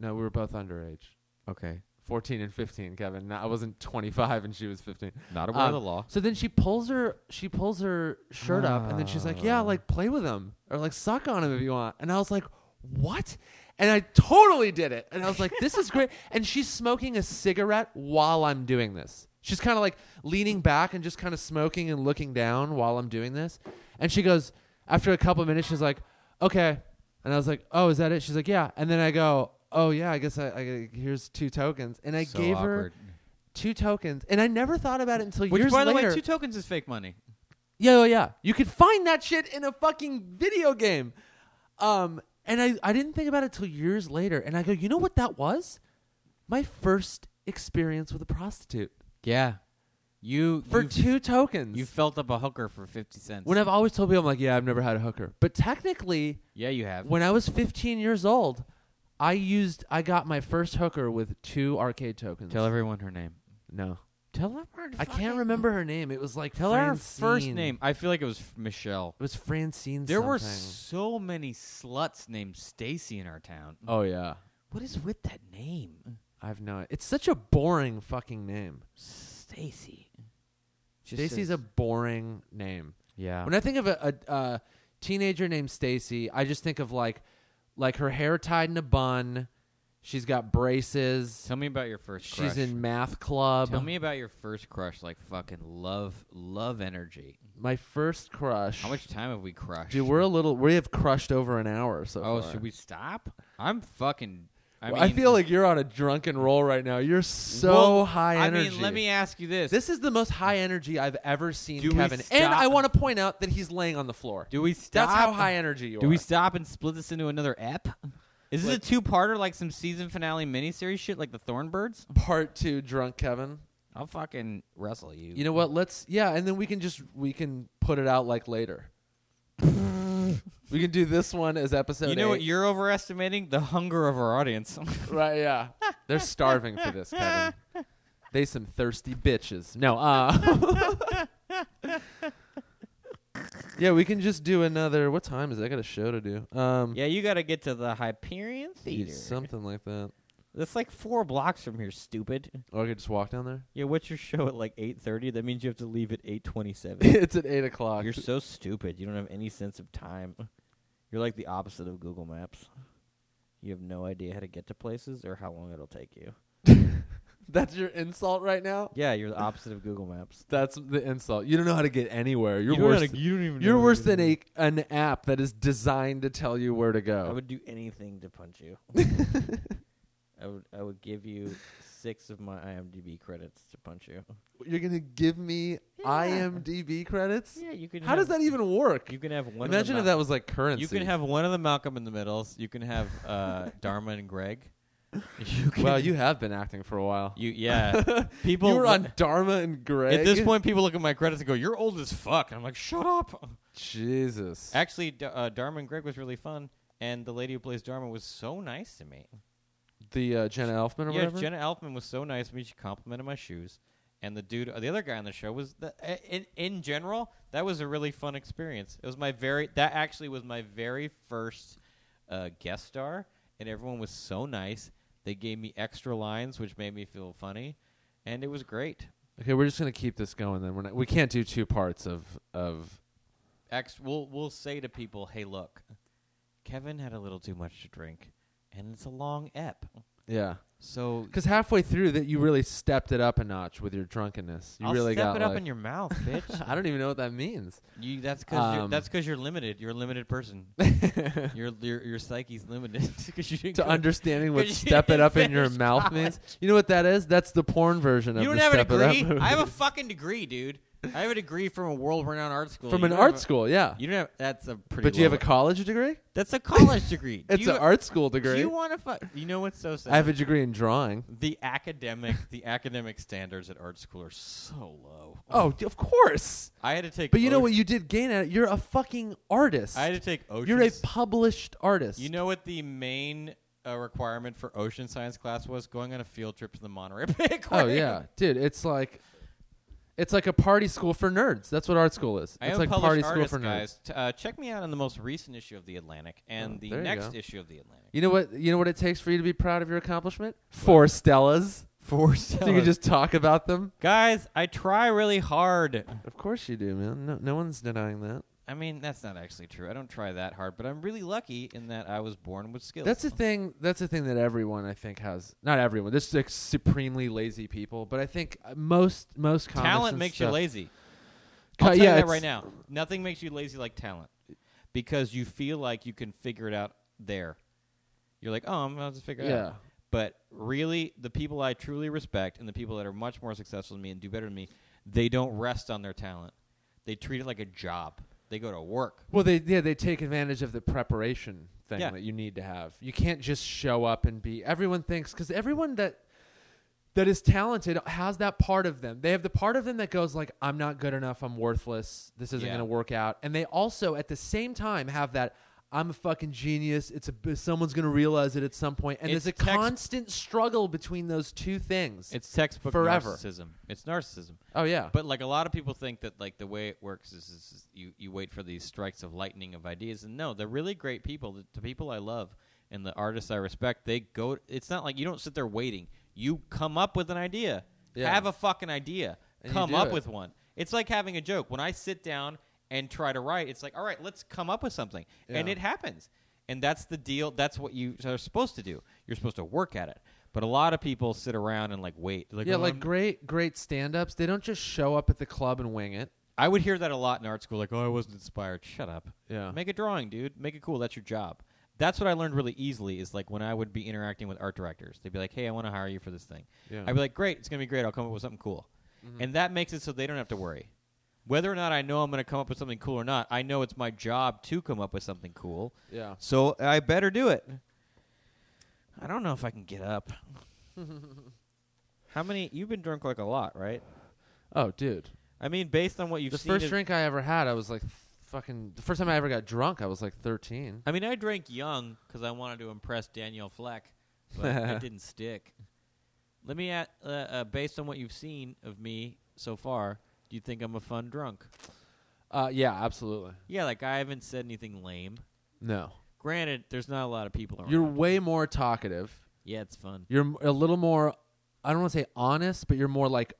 Speaker 2: no, we were both underage.
Speaker 3: Okay,
Speaker 2: Fourteen and fifteen, Kevin. No, I wasn't twenty-five and she was fifteen.
Speaker 3: not a word
Speaker 2: Um,
Speaker 3: of the law.
Speaker 2: So then she pulls her she pulls her shirt up and then she's like, "Yeah,
Speaker 3: Ah.
Speaker 2: like play with him or like suck on him if you want." And I was like, "What?" And I totally did it. And I was like, "This is great." And she's smoking a cigarette while I'm doing this. She's kind of like leaning back and just kind of smoking and looking down while I'm doing this. And she goes, after a couple of minutes, she's like, "Okay." And I was like, "Oh, is that it?" She's like, "Yeah." And then I go, "Oh yeah, I guess I, I here's two tokens." And I
Speaker 3: So
Speaker 2: gave her
Speaker 3: awkward.
Speaker 2: two tokens, and I never thought about it until
Speaker 3: Which,
Speaker 2: years
Speaker 3: by the
Speaker 2: later.
Speaker 3: way, two tokens is fake money.
Speaker 2: Yeah, yeah, yeah. You could find that shit in a fucking video game. Um, and I, I didn't think about it till years later. And I go, you know what that was? My first experience with a prostitute
Speaker 3: Yeah, you
Speaker 2: for
Speaker 3: you,
Speaker 2: two tokens.
Speaker 3: You felt up a hooker for fifty cents.
Speaker 2: when I've always told people, I'm like, yeah, I've never had a hooker. But technically,
Speaker 3: yeah, you have.
Speaker 2: when I was 15 years old, I used, I got my first hooker with two arcade tokens.
Speaker 3: Tell everyone her name.
Speaker 2: no,
Speaker 3: Tell everyone.
Speaker 2: I can't remember her name. It was like
Speaker 3: Tell her first
Speaker 2: Francine.
Speaker 3: name. I feel like it was f- Michelle.
Speaker 2: It was Francine.
Speaker 3: There were
Speaker 2: something.
Speaker 3: so many sluts named Stacy in our town.
Speaker 2: oh yeah,
Speaker 3: What is with that name?
Speaker 2: I've no. It's such a boring fucking name.
Speaker 3: Stacy. Just Oh.
Speaker 2: Stacy's
Speaker 3: says-
Speaker 2: a boring name.
Speaker 3: yeah.
Speaker 2: When I think of a, a, a teenager named Stacy, I just think of like like her hair tied in a bun. She's got braces.
Speaker 3: Tell me about your first
Speaker 2: She's
Speaker 3: crush.
Speaker 2: in math club.
Speaker 3: Tell me about your first crush, like fucking love, love energy.
Speaker 2: my first crush.
Speaker 3: How much time have we crushed?
Speaker 2: Dude, we're a little. We have crushed over an hour so
Speaker 3: oh,
Speaker 2: far.
Speaker 3: should we stop? I'm fucking. I,
Speaker 2: Well,
Speaker 3: mean,
Speaker 2: I feel like you're on a drunken roll right now. You're so
Speaker 3: Well,
Speaker 2: high
Speaker 3: I
Speaker 2: energy.
Speaker 3: mean, let me ask you this:
Speaker 2: This is the most high energy I've ever seen
Speaker 3: Do we
Speaker 2: Kevin. And
Speaker 3: stop-
Speaker 2: I want to point out that he's laying on the floor.
Speaker 3: Do we stop?
Speaker 2: That's how high energy you
Speaker 3: Do
Speaker 2: are.
Speaker 3: we stop and split this into another ep? Is this
Speaker 2: Like-
Speaker 3: a two-parter, like some season finale miniseries shit, like the Thornbirds?
Speaker 2: Part two, drunk Kevin.
Speaker 3: I'll fucking wrestle you.
Speaker 2: You know what? Let's yeah, and then we can just we can put it out like later. we can do this one as episode.
Speaker 3: You know what?
Speaker 2: eight.
Speaker 3: You're overestimating the hunger of our audience.
Speaker 2: Hmm. right? Yeah, they're starving for this, Kevin. They some thirsty bitches. No, uh, yeah, we can just do another. What time is it? I got a show to do. Um,
Speaker 3: Yeah, you got to get to the Hyperion
Speaker 2: yeah,
Speaker 3: Theater.
Speaker 2: something like that.
Speaker 3: That's like four blocks from here, stupid.
Speaker 2: Or I could just walk down there.
Speaker 3: Yeah, what's your show at like eight thirty? That means you have to leave at eight twenty-seven.
Speaker 2: it's at eight o'clock.
Speaker 3: You're so stupid. You don't have any sense of time. You're like the opposite of Google Maps. You have no idea how to get to places or how long it'll take you.
Speaker 2: That's your insult right now.
Speaker 3: Yeah, you're the opposite of Google Maps.
Speaker 2: That's the insult. You don't know how to get anywhere. You're
Speaker 3: You don't know
Speaker 2: worse.
Speaker 3: how to-
Speaker 2: th-
Speaker 3: you don't even know
Speaker 2: you're
Speaker 3: where
Speaker 2: worse
Speaker 3: to
Speaker 2: than
Speaker 3: go.
Speaker 2: a an app that is designed to tell you where to
Speaker 3: I
Speaker 2: go.
Speaker 3: would do anything to punch you. I would. I would give you six of my IMDb credits to punch you.
Speaker 2: You're gonna give me IMDb credits?
Speaker 3: Yeah, you can.
Speaker 2: How does that even work?
Speaker 3: You can have one.
Speaker 2: Imagine if that was like currency.
Speaker 3: You can have one of the Malcolm in the Middles. You can have uh, Dharma and Greg. You can,
Speaker 2: Well, you have been acting for a while.
Speaker 3: you yeah. People
Speaker 2: you were
Speaker 3: lo-
Speaker 2: on Dharma and Greg.
Speaker 3: at this point. People look at my credits and go, "You're old as fuck." I'm like, "Shut up."
Speaker 2: Jesus.
Speaker 3: Actually, D- uh, Dharma and Greg was really fun, and the lady who plays Dharma was so nice to me.
Speaker 2: The uh, Jenna Elfman or
Speaker 3: Yeah,
Speaker 2: whatever.
Speaker 3: Jenna Elfman was so nice to me. She complimented my shoes. And the dude, uh, the other guy on the show was the, uh, in in general that was a really fun experience. It was my very that actually was my very first uh, guest star, and everyone was so nice. They gave me extra lines, which made me feel funny, and it was great.
Speaker 2: okay, we're just gonna keep this going. Then we're not. We can't do two parts of of.
Speaker 3: Ex- we'll we'll say to people, "Hey, look, Kevin had a little too much to drink, and it's a long ep."
Speaker 2: Yeah.
Speaker 3: So
Speaker 2: Because halfway through that, you really stepped it up a notch with your drunkenness. You
Speaker 3: I'll
Speaker 2: really
Speaker 3: step
Speaker 2: got
Speaker 3: it up
Speaker 2: like-
Speaker 3: in your mouth, bitch.
Speaker 2: I don't even know what that means.
Speaker 3: You that's because
Speaker 2: Um,
Speaker 3: you're that's because you're limited. You're a limited person. your your your psyche's limited because you didn't
Speaker 2: to
Speaker 3: go-
Speaker 2: understanding what
Speaker 3: you
Speaker 2: step it
Speaker 3: didn't
Speaker 2: up in your
Speaker 3: finish
Speaker 2: mouth means. You know what that is? That's the porn version of
Speaker 3: You don't
Speaker 2: the
Speaker 3: have a
Speaker 2: step it
Speaker 3: degree.
Speaker 2: up.
Speaker 3: I have a fucking degree, dude. I have a degree from a world renowned art school.
Speaker 2: from
Speaker 3: You
Speaker 2: an
Speaker 3: don't
Speaker 2: art
Speaker 3: have a-
Speaker 2: school, yeah.
Speaker 3: You don't have that's a pretty.
Speaker 2: But do you have a
Speaker 3: low-
Speaker 2: college degree?
Speaker 3: that's a college degree. Do
Speaker 2: It's
Speaker 3: you,
Speaker 2: an art school
Speaker 3: Do
Speaker 2: degree.
Speaker 3: you want to fuck? You know what's so sad?
Speaker 2: I have a degree in drawing.
Speaker 3: the academic the academic standards at art school are so low.
Speaker 2: Oh, d- of course.
Speaker 3: I had to take.
Speaker 2: But you know
Speaker 3: Oce-
Speaker 2: what you did gain at it? You're a fucking artist.
Speaker 3: Oh, I had to take. Ocean
Speaker 2: You're a published artist.
Speaker 3: You know what the main uh, requirement for ocean science class was? Going on a field trip to the Monterey Bay.
Speaker 2: Oh yeah, dude. It's like, it's like a party school for nerds. That's what art school is.
Speaker 3: I
Speaker 2: it's
Speaker 3: am
Speaker 2: like party
Speaker 3: published
Speaker 2: school
Speaker 3: artist,
Speaker 2: for nerds.
Speaker 3: guys. T- uh, check me out on the most recent issue of the Atlantic and
Speaker 2: Oh,
Speaker 3: the
Speaker 2: there you
Speaker 3: next
Speaker 2: go.
Speaker 3: issue of the Atlantic.
Speaker 2: You know what? You know what it takes for you to be proud of your accomplishment? Four Stellas.
Speaker 3: For
Speaker 2: So you can just talk about them.
Speaker 3: guys, I try really hard.
Speaker 2: Of course you do, man. No, no one's denying that.
Speaker 3: I mean, that's not actually true. I don't try that hard, but I'm really lucky in that I was born with skills.
Speaker 2: That's the thing. That's the thing that everyone I think has. Not everyone. There's like supremely lazy people, but I think uh, most most comics
Speaker 3: talent
Speaker 2: and
Speaker 3: makes you
Speaker 2: stuff-
Speaker 3: lazy.
Speaker 2: Ca-
Speaker 3: I'll tell
Speaker 2: yeah,
Speaker 3: you that
Speaker 2: it's-
Speaker 3: right now. Nothing makes you lazy like talent, because you feel like you can figure it out there. You're like, oh, I'm gonna just figure it
Speaker 2: Yeah.
Speaker 3: out. But really, the people I truly respect and the people that are much more successful than me and do better than me, they don't rest on their talent. They treat it like a job. They go to work.
Speaker 2: Well, they yeah they take advantage of the preparation thing
Speaker 3: Yeah.
Speaker 2: that you need to have. You can't just show up and be. Everyone thinks because everyone that that is talented has that part of them. They have the part of them that goes like, "I'm not good enough. I'm worthless. This isn't
Speaker 3: Yeah.
Speaker 2: going to work out." And they also at the same time have that. I'm a fucking genius. It's a someone's gonna realize it at some point, and
Speaker 3: It's
Speaker 2: there's a
Speaker 3: text-
Speaker 2: constant struggle between those two things.
Speaker 3: It's textbook
Speaker 2: Forever.
Speaker 3: narcissism. It's narcissism.
Speaker 2: oh yeah,
Speaker 3: But like a lot of people think that like the way it works is, is, is you you wait for these strikes of lightning of ideas, and no, the really great people, the, the people I love and the artists I respect, they go. It's not like you don't sit there waiting. You come up with an idea.
Speaker 2: Yeah.
Speaker 3: Have a fucking idea.
Speaker 2: And you
Speaker 3: come
Speaker 2: do
Speaker 3: up
Speaker 2: it.
Speaker 3: with one. It's like having a joke. When I sit down and try to write, it's like, all right, let's come up with something, and
Speaker 2: Yeah.
Speaker 3: it happens. And that's the deal. That's what you are supposed to do. You're supposed to work at it. But a lot of people sit around and like wait. Like,
Speaker 2: yeah,
Speaker 3: "Oh,
Speaker 2: like
Speaker 3: I'm-
Speaker 2: great great stand-ups. They don't just show up at the club and wing it.
Speaker 3: I would hear that a lot in art school, like, "Oh, I wasn't inspired." Shut up.
Speaker 2: Yeah.
Speaker 3: Make a drawing, dude. Make it cool. That's your job. That's what I learned really easily. Is like when I would be interacting with art directors, they'd be like, "Hey, I want to hire you for this thing."
Speaker 2: Yeah. Mm-hmm.
Speaker 3: I'd be like, "Great, it's gonna be great. I'll come up with something cool," and that makes it so they don't have to worry. Whether or not I know I'm going to come up with something cool or not, I know it's my job to come up with something cool.
Speaker 2: Yeah.
Speaker 3: So I better do it. I don't know if I can get up. How many? You've been drunk like a lot, right?
Speaker 2: Oh, dude.
Speaker 3: I mean, based on what you've
Speaker 2: the
Speaker 3: seen,
Speaker 2: first
Speaker 3: it-
Speaker 2: drink I ever had, I was like, fucking. The first time I ever got drunk, I was like 13.
Speaker 3: I mean, I drank young because I wanted to impress Danielle Fleck, but it didn't stick. Let me at uh, uh, based on what you've seen of me so far, do you think I'm a fun drunk?
Speaker 2: Uh, yeah, absolutely.
Speaker 3: Yeah, like I haven't said anything lame.
Speaker 2: No,
Speaker 3: Granted, there's not a lot of people around.
Speaker 2: you're way more talkative.
Speaker 3: yeah, it's fun.
Speaker 2: You're m- a little more. I don't want to say honest, but you're more like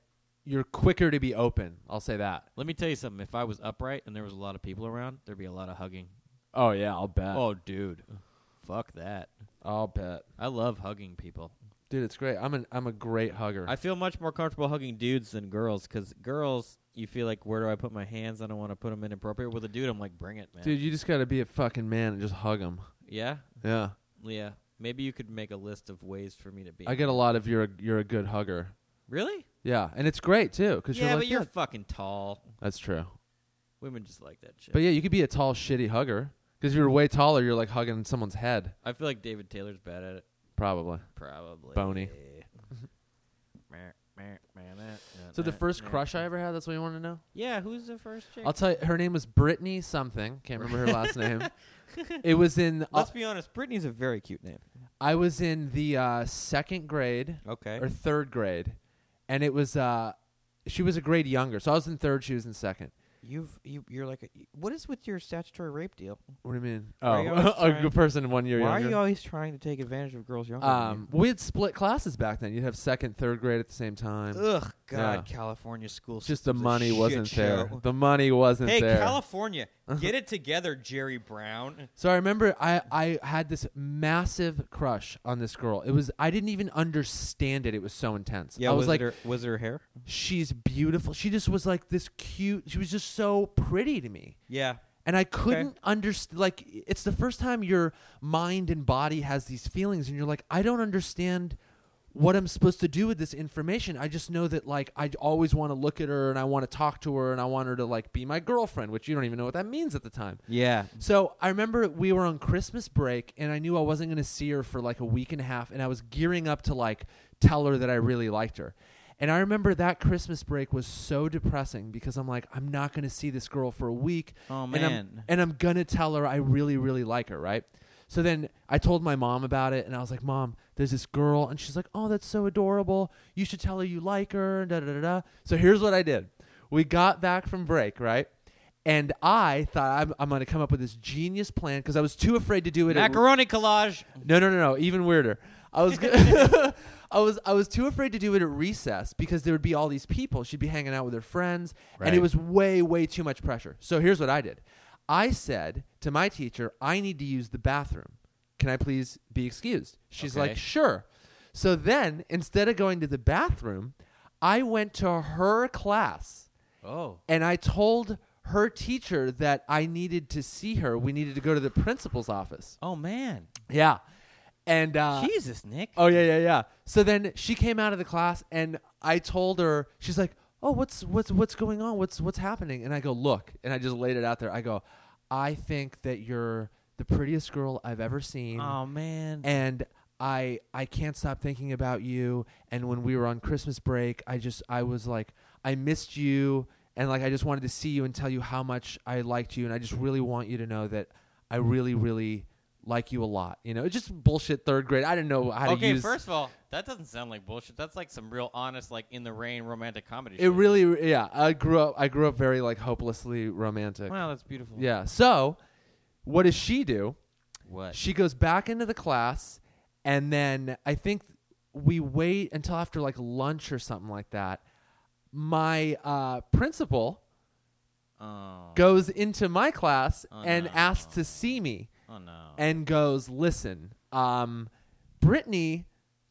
Speaker 2: you're quicker to be open. I'll say that.
Speaker 3: Let me tell you something. If I was upright and there was a lot of people around, there'd be a lot of hugging.
Speaker 2: Oh yeah, I'll bet.
Speaker 3: Oh, dude, fuck that.
Speaker 2: I'll bet,
Speaker 3: I love hugging people.
Speaker 2: dude. It's great. I'm an I'm a great hugger.
Speaker 3: I feel much more comfortable hugging dudes than girls because girls, you feel like, where do I put my hands? I don't want to put them inappropriate. With a dude, I'm like, bring it, man.
Speaker 2: dude, you just gotta be a fucking man and just hug him.
Speaker 3: Yeah,
Speaker 2: Yeah,
Speaker 3: yeah. Maybe you could make a list of ways for me to be.
Speaker 2: I get a lot of you're a, you're a good hugger.
Speaker 3: really?
Speaker 2: Yeah, and it's great too because
Speaker 3: Yeah,
Speaker 2: you're
Speaker 3: but
Speaker 2: like,
Speaker 3: you're
Speaker 2: "Yeah,
Speaker 3: fucking tall.
Speaker 2: that's true.
Speaker 3: Women just like that shit.
Speaker 2: But yeah, you could be a tall shitty hugger because you're way taller. You're like hugging someone's head
Speaker 3: I feel like David Taylor's bad at it.
Speaker 2: probably.
Speaker 3: Probably
Speaker 2: Bony. So the first crush I ever had. That's what you want to know.
Speaker 3: Yeah, who's the first chick?
Speaker 2: I'll tell you, her name was Brittany something. Can't remember her last name. It was in. uh,
Speaker 3: Let's be honest. Brittany's a very cute name.
Speaker 2: I was in the uh, second grade
Speaker 3: Okay.
Speaker 2: or third grade, and it was. Uh, she was a grade younger, so I was in third. She was in second.
Speaker 3: You've you you're like a, what is with your statutory rape deal?
Speaker 2: What do you mean?
Speaker 3: Are you always
Speaker 2: Oh, a
Speaker 3: trying-
Speaker 2: good person one year younger.
Speaker 3: always trying to take advantage of girls younger?
Speaker 2: um, we had split classes back then. You'd have second, third grade at the same time.
Speaker 3: Ugh,
Speaker 2: God,
Speaker 3: God, California school.
Speaker 2: Just the money wasn't there.
Speaker 3: Show.
Speaker 2: The money wasn't
Speaker 3: Hey,
Speaker 2: there. Uh-huh.
Speaker 3: California, get it together, Jerry Brown.
Speaker 2: So I remember I, I had this massive crush on this girl. It was I didn't even understand it. It was so intense. I was, like,
Speaker 3: was her hair?
Speaker 2: she's beautiful. She just was like this cute. She was just so pretty to me.
Speaker 3: Yeah,
Speaker 2: And I couldn't understand. Like, it's the first time your mind and body has these feelings, and you're like, I don't understand what I'm supposed to do with this information. I just know that, like, I always want to look at her and I want to talk to her and I want her to, like, be my girlfriend, which you don't even know what that means at the time.
Speaker 3: yeah.
Speaker 2: So I remember we were on Christmas break, and I knew I wasn't going to see her for like a week and a half, and I was gearing up to like tell her that I really liked her. And I remember that Christmas break was so depressing because I'm like, I'm not going to see this girl for a week.
Speaker 3: Oh,
Speaker 2: And I'm,
Speaker 3: man.
Speaker 2: and I'm going to tell her I really, really like her, right? So then I told my mom about it, and I was like, Mom, there's this girl. And she's like, Oh, that's so adorable. You should tell her you like her. and Da, da, da, da. So here's what I did we got back from break, right? And I thought I'm, I'm going to come up with this genius plan because I was too afraid to do it. at-
Speaker 3: Macaroni collage.
Speaker 2: no, no, no, no. Even weirder. I was, go- I was, I was too afraid to do it at recess because there would be all these people. She'd be hanging out with her friends, and it
Speaker 3: Right.
Speaker 2: was way, way too much pressure. So here's what I did. I said to my teacher, "I need to use the bathroom. Can I please be excused?" She's
Speaker 3: Okay.
Speaker 2: like, "Sure." So then, instead of going to the bathroom, I went to her class
Speaker 3: Oh,
Speaker 2: and I told her teacher that I needed to see her. We needed to go to the principal's office.
Speaker 3: oh man,
Speaker 2: Yeah. And uh,
Speaker 3: Jesus, Nick.
Speaker 2: Oh yeah, yeah, yeah. So then she came out of the class, and I told her. She's like, "Oh, what's what's what's going on? What's what's happening?" And I go, "Look," and I just laid it out there. I go, "I think that you're the prettiest girl I've ever seen,
Speaker 3: oh man.
Speaker 2: and I I can't stop thinking about you. And when we were on Christmas break, I just I was like, I missed you, and like I just wanted to see you and tell you how much I liked you, and I just really want you to know that I really, really." Like you a lot, you know. It's just bullshit. Third grade, I didn't know how to
Speaker 3: okay,
Speaker 2: use.
Speaker 3: first of all, that doesn't sound like bullshit. That's like some real honest, like in the rain romantic comedy.
Speaker 2: It really, yeah. I grew up. I grew up very like hopelessly romantic.
Speaker 3: Wow, that's beautiful.
Speaker 2: Yeah. So, what does she do?
Speaker 3: What?
Speaker 2: She goes back into the class, and then I think we wait until after like lunch or something like that. My uh, principal
Speaker 3: Oh.
Speaker 2: goes into my class
Speaker 3: Oh,
Speaker 2: and
Speaker 3: no.
Speaker 2: asks to see me,
Speaker 3: Oh no.
Speaker 2: and goes, "Listen, um, Brittany,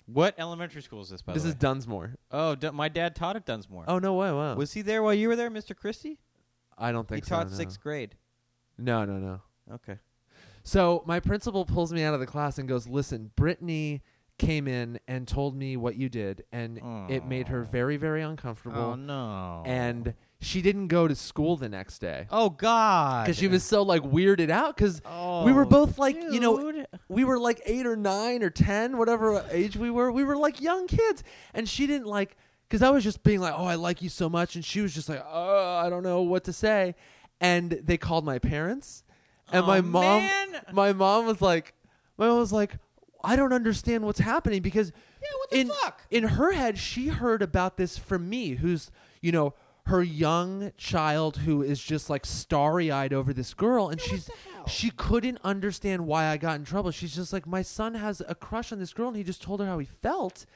Speaker 3: what elementary school is this? By
Speaker 2: this
Speaker 3: the
Speaker 2: is
Speaker 3: way,
Speaker 2: Dunsmore."
Speaker 3: oh, Dun- my dad taught at Dunsmore.
Speaker 2: Oh no way! Wow.
Speaker 3: was he there while you were there, Mr. Christie?
Speaker 2: I don't
Speaker 3: He
Speaker 2: think so,
Speaker 3: taught
Speaker 2: no.
Speaker 3: sixth grade.
Speaker 2: No, no, no.
Speaker 3: Okay.
Speaker 2: So my principal pulls me out of the class and goes, "Listen, Brittany came in and told me what you did, and it made her very, very uncomfortable,
Speaker 3: Oh, no.
Speaker 2: and she didn't go to school the next day
Speaker 3: oh God,
Speaker 2: because she was so like weirded out because."
Speaker 3: Oh,
Speaker 2: we were both like, you know,
Speaker 3: dude.
Speaker 2: we were like eight or nine or ten, whatever age we were. We were like young kids, and she didn't like because I was just being like, "Oh, I like you so much," and she was just like, "Oh, I don't know what to say," and they called my parents, and
Speaker 3: Oh,
Speaker 2: my mom,
Speaker 3: man.
Speaker 2: my mom was like, my mom was like, "I don't understand what's happening because
Speaker 3: Yeah, what the
Speaker 2: in
Speaker 3: fuck?
Speaker 2: in her head she heard about this from me, who's you know." her young child who is just like starry eyed over this girl, and she's she couldn't understand why I got in trouble. She's just like, my son has a crush on this girl, and he just told her how he felt.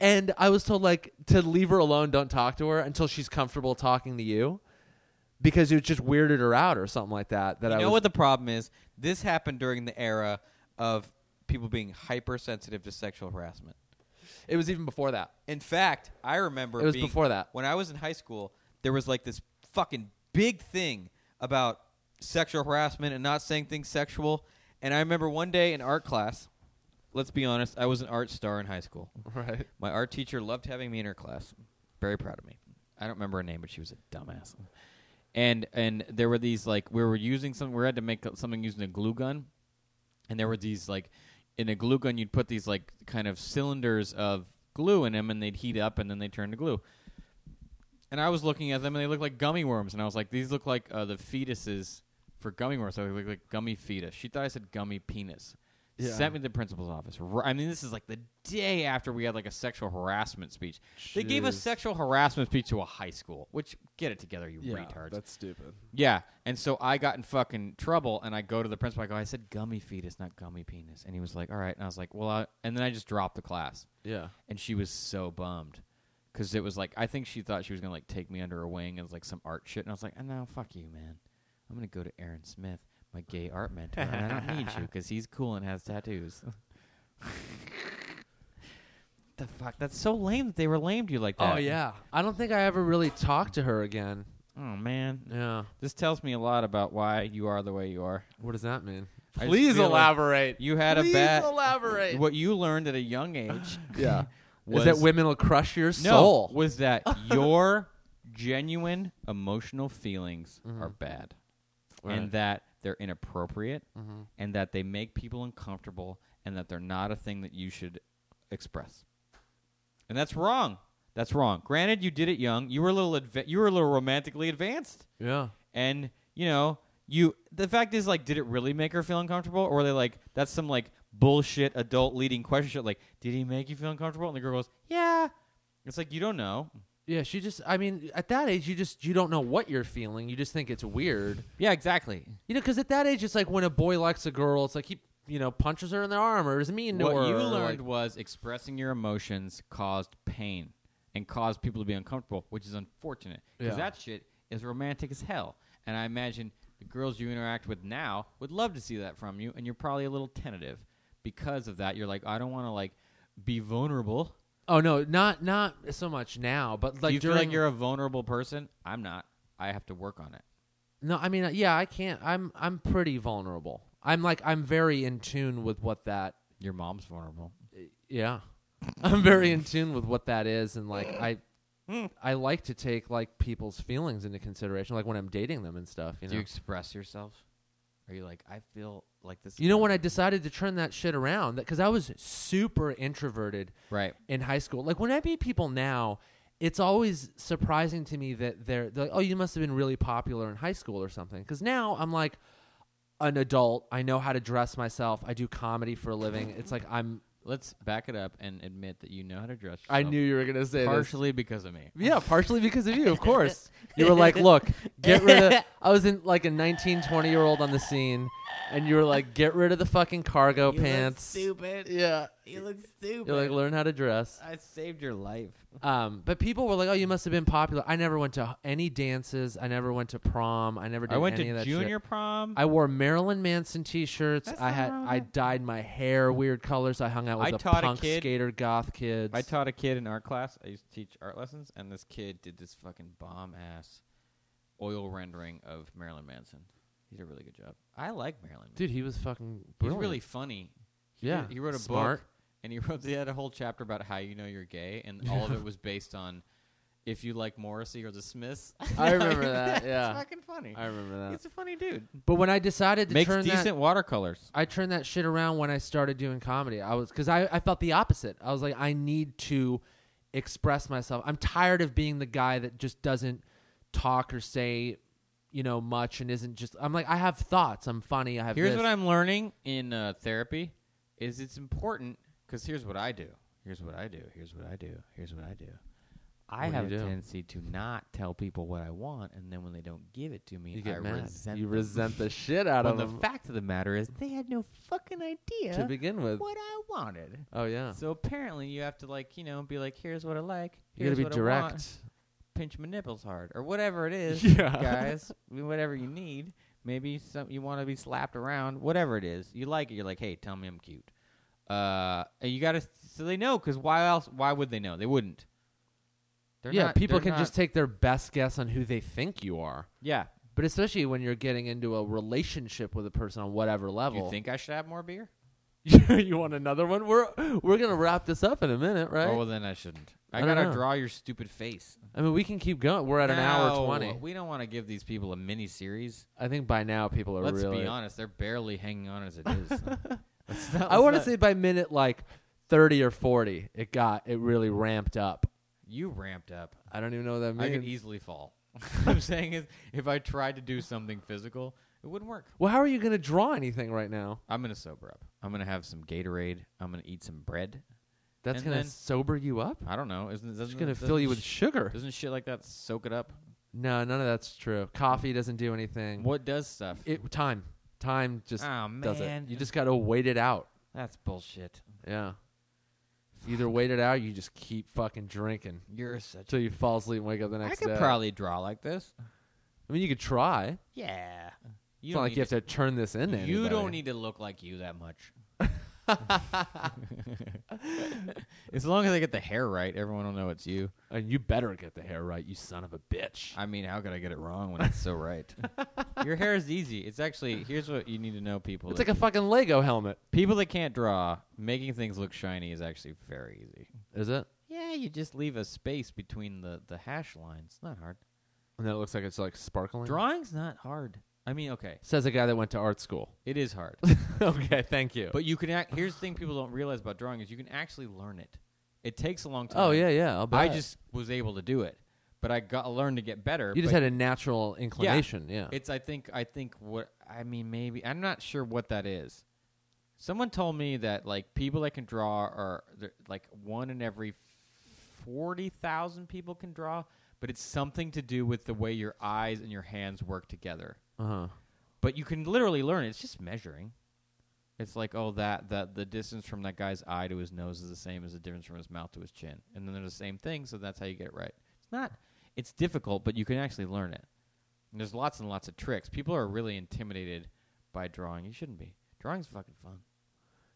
Speaker 2: And I was told like to leave her alone, don't talk to her until she's comfortable talking to you, because it just weirded her out or something like that. That
Speaker 3: you
Speaker 2: I
Speaker 3: know
Speaker 2: was,
Speaker 3: what the problem is? This happened during the era of people being hypersensitive to sexual harassment.
Speaker 2: it was even before that.
Speaker 3: In fact, I remember
Speaker 2: It was
Speaker 3: being-
Speaker 2: before that.
Speaker 3: when I was in high school. There was like this fucking big thing about sexual harassment and not saying things sexual. And I remember one day in art class. Let's be honest, I was an art star in high school.
Speaker 2: Right.
Speaker 3: My art teacher loved having me in her class. Very proud of me. I don't remember her name, but she was a dumbass. And and there were these like we were using some we had to make something using a glue gun, and there were these like in a glue gun you'd put these like kind of cylinders of glue in them and they'd heat up and then they turn to glue. And I was looking at them and they looked like gummy worms and I was like these look like uh, the fetuses for gummy worms. So they look like gummy fetus. She thought I said gummy penis
Speaker 2: Yeah.
Speaker 3: sent me to the principal's office. R- I mean, this is like the day after we had like a sexual harassment speech. They gave a
Speaker 2: Jeez.
Speaker 3: sexual harassment speech to a high school, which get it together, you retards.
Speaker 2: That's stupid.
Speaker 3: yeah, and so I got in fucking trouble, and I go to the principal. I go, I said gummy fetus, not gummy penis, and he was like, all right, and I was like, well, I, and then I just dropped the class,
Speaker 2: Yeah.
Speaker 3: and she was so bummed. Cause it was like I think she thought she was gonna like take me under her wing and it was like some art shit and I was like, oh, no, fuck you, man. I'm gonna go to Aaron Smith, my gay art mentor, and I don't need you because he's cool and has tattoos. the fuck? That's so lame that they were lame to you like that.
Speaker 2: Oh yeah. I don't think I ever really talked to her again.
Speaker 3: Oh man,
Speaker 2: Yeah.
Speaker 3: this tells me a lot about why you are the way you are.
Speaker 2: What does that mean?
Speaker 3: I just feel like you had a bad.
Speaker 2: elaborate.
Speaker 3: What you learned at a young age.
Speaker 2: Yeah.
Speaker 3: Was
Speaker 2: Is that women will crush your
Speaker 3: no,
Speaker 2: soul?
Speaker 3: Was that your genuine emotional feelings
Speaker 2: Mm-hmm.
Speaker 3: are bad, and that they're inappropriate,
Speaker 2: Mm-hmm.
Speaker 3: and that they make people uncomfortable, and that they're not a thing that you should express. And that's wrong. That's wrong. Granted, you did it young. You were a little adva- you were a little romantically advanced.
Speaker 2: yeah.
Speaker 3: And you know, you the fact is like, did it really make her feel uncomfortable, or were they like, that's some like bullshit adult leading question shit? Like, did he make you feel uncomfortable? And the girl goes, yeah. It's like you don't know.
Speaker 2: Yeah, she just I mean, at that age you just you don't know what you're feeling. You just think it's weird.
Speaker 3: Yeah, exactly.
Speaker 2: You know, cuz at that age it's like when a boy likes a girl, it's like he, you know, punches her in the arm or is mean to
Speaker 3: What
Speaker 2: her.
Speaker 3: you
Speaker 2: or,
Speaker 3: learned
Speaker 2: like-
Speaker 3: was expressing your emotions caused pain and caused people to be uncomfortable, which is unfortunate because
Speaker 2: Yeah.
Speaker 3: that shit is romantic as hell. And I imagine the girls you interact with now would love to see that from you, and you're probably a little tentative because of that. You're like, I don't want to like be vulnerable.
Speaker 2: Oh no, not not so much now, but like
Speaker 3: Do you
Speaker 2: during
Speaker 3: feel like you're a vulnerable person? I'm not. I have to work on it.
Speaker 2: No, I mean, uh, yeah, I can't. I'm I'm pretty vulnerable. I'm like I'm very in tune with what that.
Speaker 3: Your mom's vulnerable.
Speaker 2: Yeah, I'm very in tune with what that is, and like I, I like to take like people's feelings into consideration, like when I'm dating them and stuff. You
Speaker 3: Do
Speaker 2: know,
Speaker 3: you
Speaker 2: you,
Speaker 3: express yourself? Are you like, I feel like this? is
Speaker 2: know
Speaker 3: not
Speaker 2: when I
Speaker 3: right."
Speaker 2: decided to turn that shit around, because I was super introverted
Speaker 3: right?
Speaker 2: in high school. Like when I meet people now, it's always surprising to me that they're, they're like, oh, you must have been really popular in high school or something. Because now I'm like an adult. I know how to dress myself. I do comedy for a living. It's like I'm.
Speaker 3: Let's back it up and admit that you know how to dress.
Speaker 2: I
Speaker 3: yourself
Speaker 2: knew you were gonna say this.
Speaker 3: partially because of me.
Speaker 2: Yeah, partially because of you, of course. You were like, look, get rid of. I was in like a 19, 20 year old on the scene, and you were like, get rid of the fucking cargo pants.
Speaker 3: stupid.
Speaker 2: Yeah,
Speaker 3: You look stupid.
Speaker 2: you're like, learn how to dress.
Speaker 3: I saved your life.
Speaker 2: Um, but people were like, "Oh, you must have been popular." I never went to any dances. I never went to prom. I never did
Speaker 3: I went
Speaker 2: any of
Speaker 3: to
Speaker 2: that
Speaker 3: junior
Speaker 2: Shit.
Speaker 3: prom.
Speaker 2: I wore Marilyn Manson T-shirts.
Speaker 5: That's
Speaker 2: I
Speaker 5: not
Speaker 2: had
Speaker 5: wrong.
Speaker 2: I dyed my hair weird colors. I hung out with
Speaker 3: I
Speaker 2: the
Speaker 3: taught a
Speaker 2: punk
Speaker 3: kid-
Speaker 2: skater goth kids.
Speaker 3: I taught a kid in art class. I used to teach art lessons, and this kid did this fucking bomb ass oil rendering of Marilyn Manson. He did a really good job. I like Marilyn. Manson.
Speaker 2: Dude, he was fucking.
Speaker 3: he's
Speaker 2: Brilliant.
Speaker 3: really funny. He
Speaker 2: Yeah,
Speaker 3: did- he wrote a
Speaker 2: smart.
Speaker 3: book, and he wrote. He had a whole chapter about how you know you're gay, and all of it was based on if you like Morrissey or the Smiths.
Speaker 2: I remember that,
Speaker 3: That's
Speaker 2: yeah.
Speaker 3: fucking funny.
Speaker 2: I remember that.
Speaker 3: He's a funny dude.
Speaker 2: But when I decided to
Speaker 3: Makes
Speaker 2: turn
Speaker 3: decent
Speaker 2: that,
Speaker 3: watercolors.
Speaker 2: I turned that shit around when I started doing comedy. I was because I, I felt the opposite. I was like, I need to express myself. I'm tired of being the guy that just doesn't talk or say, you know, much and isn't just. I'm like, I have thoughts. I'm funny. I have.
Speaker 3: Here's
Speaker 2: this.
Speaker 3: what I'm learning in uh, therapy is it's important because here's what I do. Here's what I do. Here's what I do. Here's what I do.
Speaker 2: What
Speaker 3: I
Speaker 2: do
Speaker 3: have a
Speaker 2: you do?
Speaker 3: tendency to not tell people what I want, and then when they don't give it to me,
Speaker 2: You get
Speaker 3: I
Speaker 2: mad.
Speaker 3: resent.
Speaker 2: you
Speaker 3: them.
Speaker 2: resent the shit out
Speaker 3: When
Speaker 2: of
Speaker 3: the
Speaker 2: them
Speaker 3: fact of the matter is, they had no fucking
Speaker 2: to
Speaker 3: idea
Speaker 2: begin with.
Speaker 3: what I wanted.
Speaker 2: Oh yeah,
Speaker 3: So apparently, you have to like you know be like, here's what I like.
Speaker 2: you
Speaker 3: Here's
Speaker 2: gotta be
Speaker 3: what I want.
Speaker 2: direct.
Speaker 3: Pinch my nipples hard, or whatever it is,
Speaker 2: Yeah.
Speaker 3: guys. Whatever you need. Maybe some you want to be slapped around. Whatever it is, you like it. You're like, hey, tell me I'm cute. Uh, and you gotta so they know because why else? Why would they know? They wouldn't. They're
Speaker 2: yeah,
Speaker 3: not-
Speaker 2: people
Speaker 3: they're
Speaker 2: can
Speaker 3: not-
Speaker 2: just take their best guess on who they think you are.
Speaker 3: yeah.
Speaker 2: But especially when you're getting into a relationship with a person on whatever level,
Speaker 3: You think I should have more beer?
Speaker 2: you want another one? We're we're gonna wrap this up in a minute, right?
Speaker 3: Oh, well, then I shouldn't. I,
Speaker 2: I don't
Speaker 3: gotta
Speaker 2: know.
Speaker 3: draw your stupid face.
Speaker 2: I mean, we can keep going. We're at an hour
Speaker 3: No,
Speaker 2: twenty.
Speaker 3: uh, We don't want to give these people a mini series.
Speaker 2: I think by now people are
Speaker 3: Let's
Speaker 2: Oh, really.
Speaker 3: be honest; they're barely hanging on as it is. Let's not-
Speaker 2: I
Speaker 3: let's
Speaker 2: want to
Speaker 3: not-
Speaker 2: say by minute like thirty or forty, it got it really ramped up.
Speaker 3: you ramped up.
Speaker 2: I don't even know what that
Speaker 3: I
Speaker 2: means.
Speaker 3: could easily fall. what I'm saying is, if I tried to do something physical, it wouldn't work.
Speaker 2: well, how are you gonna draw anything right now?
Speaker 3: I'm gonna sober up. I'm gonna have some Gatorade. I'm gonna eat some bread.
Speaker 2: That's
Speaker 3: And
Speaker 2: gonna
Speaker 3: then-
Speaker 2: sober you up.
Speaker 3: I don't know. Isn't
Speaker 2: It's
Speaker 3: doesn't,
Speaker 2: gonna
Speaker 3: doesn't
Speaker 2: fill you with
Speaker 3: sh-
Speaker 2: sugar.
Speaker 3: doesn't shit like that soak it up?
Speaker 2: No, none of that's true. Coffee doesn't do anything.
Speaker 3: What does stuff?
Speaker 2: It time time just
Speaker 3: oh man,
Speaker 2: does it. You just gotta wait it out.
Speaker 3: that's bullshit.
Speaker 2: Yeah. Either wait it out, or you just keep fucking drinking
Speaker 3: You're such.
Speaker 2: until you fall asleep and wake up the
Speaker 3: I
Speaker 2: next
Speaker 3: could
Speaker 2: day.
Speaker 3: probably draw like this.
Speaker 2: I mean, you could try.
Speaker 3: Yeah. You
Speaker 2: It's not like you have to turn this in. To
Speaker 3: You don't
Speaker 2: anybody.
Speaker 3: need to look like you that much. as long as I get the hair right, everyone will know it's you.
Speaker 2: And you better get the hair right, you son of a bitch.
Speaker 3: I mean, how could I get it wrong when it's so right? Your hair is easy. It's actually here's what you need to know, people.
Speaker 2: It's
Speaker 3: that-
Speaker 2: like a fucking Lego helmet.
Speaker 3: people that can't draw, making things look shiny is actually very easy.
Speaker 2: Is it?
Speaker 3: Yeah, you just leave a space between the the hash lines. It's not hard.
Speaker 2: And then it looks like it's like sparkling.
Speaker 3: Drawing's not hard. I mean, okay,
Speaker 2: Says a guy that went to art school.
Speaker 3: it is hard.
Speaker 2: okay, thank you.
Speaker 3: But you can act. Here's the thing: people don't realize about drawing is you can actually learn it. It takes a long time.
Speaker 2: oh yeah, yeah. I'll bet.
Speaker 3: I just was able to do it, but I got learned to get better.
Speaker 2: you just
Speaker 3: but
Speaker 2: had a natural inclination. Yeah.
Speaker 3: It's I think I think what I mean maybe I'm not sure what that is. Someone told me that like people that can draw are they're, like one in every forty thousand people can draw, but it's something to do with the way your eyes and your hands work together.
Speaker 2: Uh huh.
Speaker 3: But you can literally learn. it. It's just measuring. It's like oh that that the distance from that guy's eye to his nose is the same as the difference from his mouth to his chin, and then they're the same thing. So that's how you get it right. It's not. It's difficult, but you can actually learn it. And there's lots and lots of tricks. People are really intimidated by drawing. You shouldn't be. Drawing's fucking fun.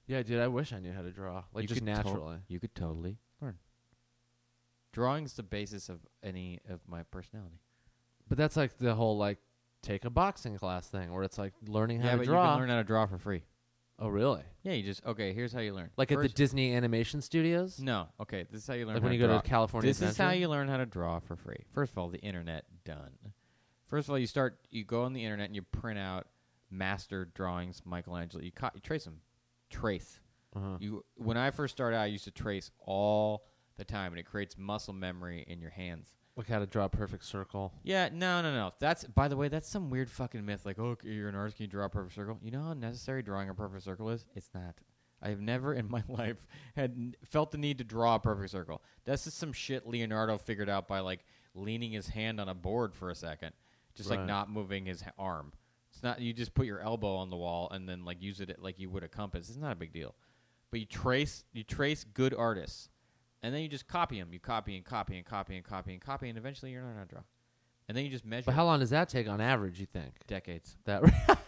Speaker 2: Yeah, dude. I wish I knew how to draw. Like
Speaker 3: You
Speaker 2: just
Speaker 3: could to-
Speaker 2: naturally.
Speaker 3: you could totally learn. Drawing's the basis of any of my personality.
Speaker 2: But that's like the whole like take a boxing class thing where it's like learning how
Speaker 3: yeah,
Speaker 2: to
Speaker 3: but
Speaker 2: draw.
Speaker 3: you can learn how to draw for free.
Speaker 2: oh, really?
Speaker 3: Yeah, you just okay. Here's how you learn.
Speaker 2: Like at the
Speaker 3: First-
Speaker 2: Disney animation studios?
Speaker 3: no, okay. This is how you learn.
Speaker 2: Like
Speaker 3: how
Speaker 2: when you
Speaker 3: to
Speaker 2: go
Speaker 3: draw.
Speaker 2: to California
Speaker 3: This is how
Speaker 2: Adventure?
Speaker 3: you learn how to draw for free. First of all, the internet done. First of all, you start. You go on the internet and you print out master drawings, Michelangelo. You, co- you trace them. Trace.
Speaker 2: Uh-huh.
Speaker 3: You. When I first started out, I used to trace all the time, and it creates muscle memory in your hands.
Speaker 2: Like how to draw a perfect circle.
Speaker 3: Yeah, no, no, no. That's by the way, that's some weird fucking myth. Like, oh, you're an artist, can you draw a perfect circle? You know how necessary drawing a perfect circle is? It's not. I have never in my life had n- felt the need to draw a perfect circle. That's just some shit Leonardo figured out by like leaning his hand on a board for a second, just
Speaker 2: Right.
Speaker 3: like not moving his h- arm. It's not you just put your elbow on the wall and then like use it like you would a compass. It's not a big deal. But you trace you trace good artists, and then you just copy them. You copy and copy and copy and copy and copy, and eventually you're not how to draw. And then you just measure.
Speaker 2: But how long does that take on average, you think?
Speaker 3: Decades.
Speaker 2: That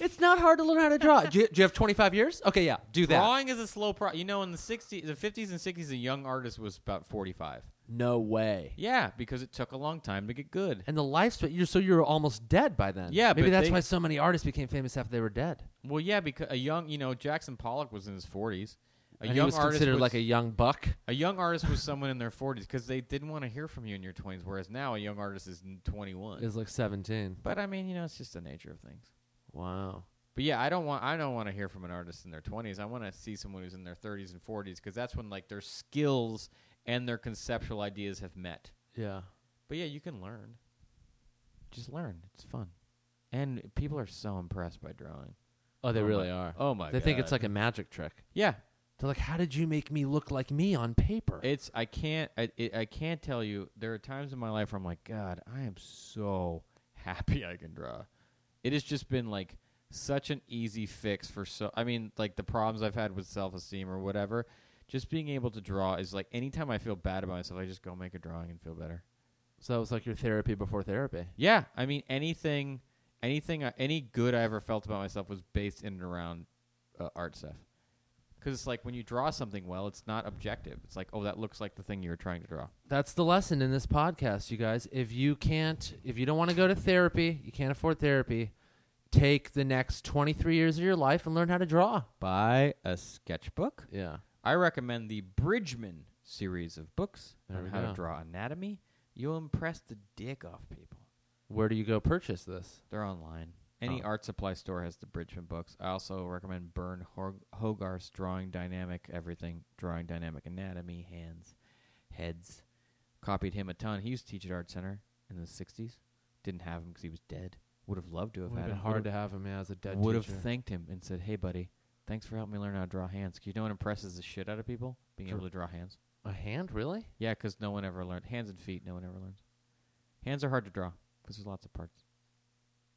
Speaker 2: It's not hard to learn how to draw. do, you, do you have 25 years? Okay, yeah. Do that.
Speaker 3: Drawing is a slow pro. You know, in the 60s, the 50s and 60s, a young artist was about 45.
Speaker 2: No way.
Speaker 3: Yeah, because it took a long time to get good.
Speaker 2: And the lifespan, you're, so you're almost dead by then.
Speaker 3: Yeah,
Speaker 2: Maybe
Speaker 3: but
Speaker 2: that's
Speaker 3: they-
Speaker 2: why so many artists became famous after they were dead.
Speaker 3: Well, yeah, because a young, you know, Jackson Pollock was in his 40s. A
Speaker 2: and
Speaker 3: young
Speaker 2: he was
Speaker 3: artist
Speaker 2: considered
Speaker 3: was-
Speaker 2: like a young buck.
Speaker 3: a young artist was someone in their 40s because they didn't want to hear from you in your 20s. Whereas now, a young artist is 21.
Speaker 2: He was like 17.
Speaker 3: but I mean, you know, it's just the nature of things.
Speaker 2: Wow.
Speaker 3: But yeah, I don't want I don't want to hear from an artist in their 20s. I want to see someone who's in their 30s and 40s because that's when like their skills and their conceptual ideas have met.
Speaker 2: Yeah.
Speaker 3: But yeah, you can learn. Just learn. It's fun. And people are so impressed by drawing.
Speaker 2: Oh, they
Speaker 3: Oh my-
Speaker 2: really are.
Speaker 3: Oh my
Speaker 2: they
Speaker 3: god.
Speaker 2: think it's like a magic trick.
Speaker 3: Yeah.
Speaker 2: They're like, how did you make me look like me on paper?
Speaker 3: It's I can't I it, I can't tell you. There are times in my life where I'm like, God, I am so happy I can draw. It has just been like such an easy fix for so. I mean, like the problems I've had with self esteem or whatever. Just being able to draw is like anytime I feel bad about myself, I just go make a drawing and feel better.
Speaker 2: so it's like your therapy before therapy.
Speaker 3: Yeah, I mean anything, anything, I- any good I ever felt about myself was based in and around uh, art stuff. Because it's like when you draw something well, it's not objective. It's like, oh, that looks like the thing you were trying to draw.
Speaker 2: That's the lesson in this podcast, you guys. If you can't, if you don't want to go to therapy, you can't afford therapy, take the next 23 years of your life and learn how to draw.
Speaker 3: Buy a sketchbook.
Speaker 2: Yeah.
Speaker 3: I recommend the Bridgman series of books
Speaker 2: There
Speaker 3: on
Speaker 2: we
Speaker 3: how
Speaker 2: go.
Speaker 3: to draw anatomy. You'll impress the dick off people.
Speaker 2: Where do you go purchase this?
Speaker 3: They're online. Any
Speaker 2: Oh.
Speaker 3: art supply store has the Bridgman books. I also recommend Bern Hog- Hogarth's Drawing Dynamic Everything, Drawing Dynamic Anatomy, Hands, Heads. Copied him a ton. He used to teach at Art Center in the 60s. Didn't have him because he was dead. Would have loved to have
Speaker 2: Would have
Speaker 3: had
Speaker 2: been
Speaker 3: him.
Speaker 2: hard to have him yeah, as a dead
Speaker 3: Would have
Speaker 2: teacher.
Speaker 3: thanked him and said, hey, buddy, thanks for helping me learn how to draw hands. 'Cause you know what impresses the shit out of people? Being
Speaker 2: Sure.
Speaker 3: able to draw hands.
Speaker 2: a hand, really?
Speaker 3: Yeah, 'cause no one ever learned. Hands and feet, no one ever learns. Hands are hard to draw 'cause there's lots of parts.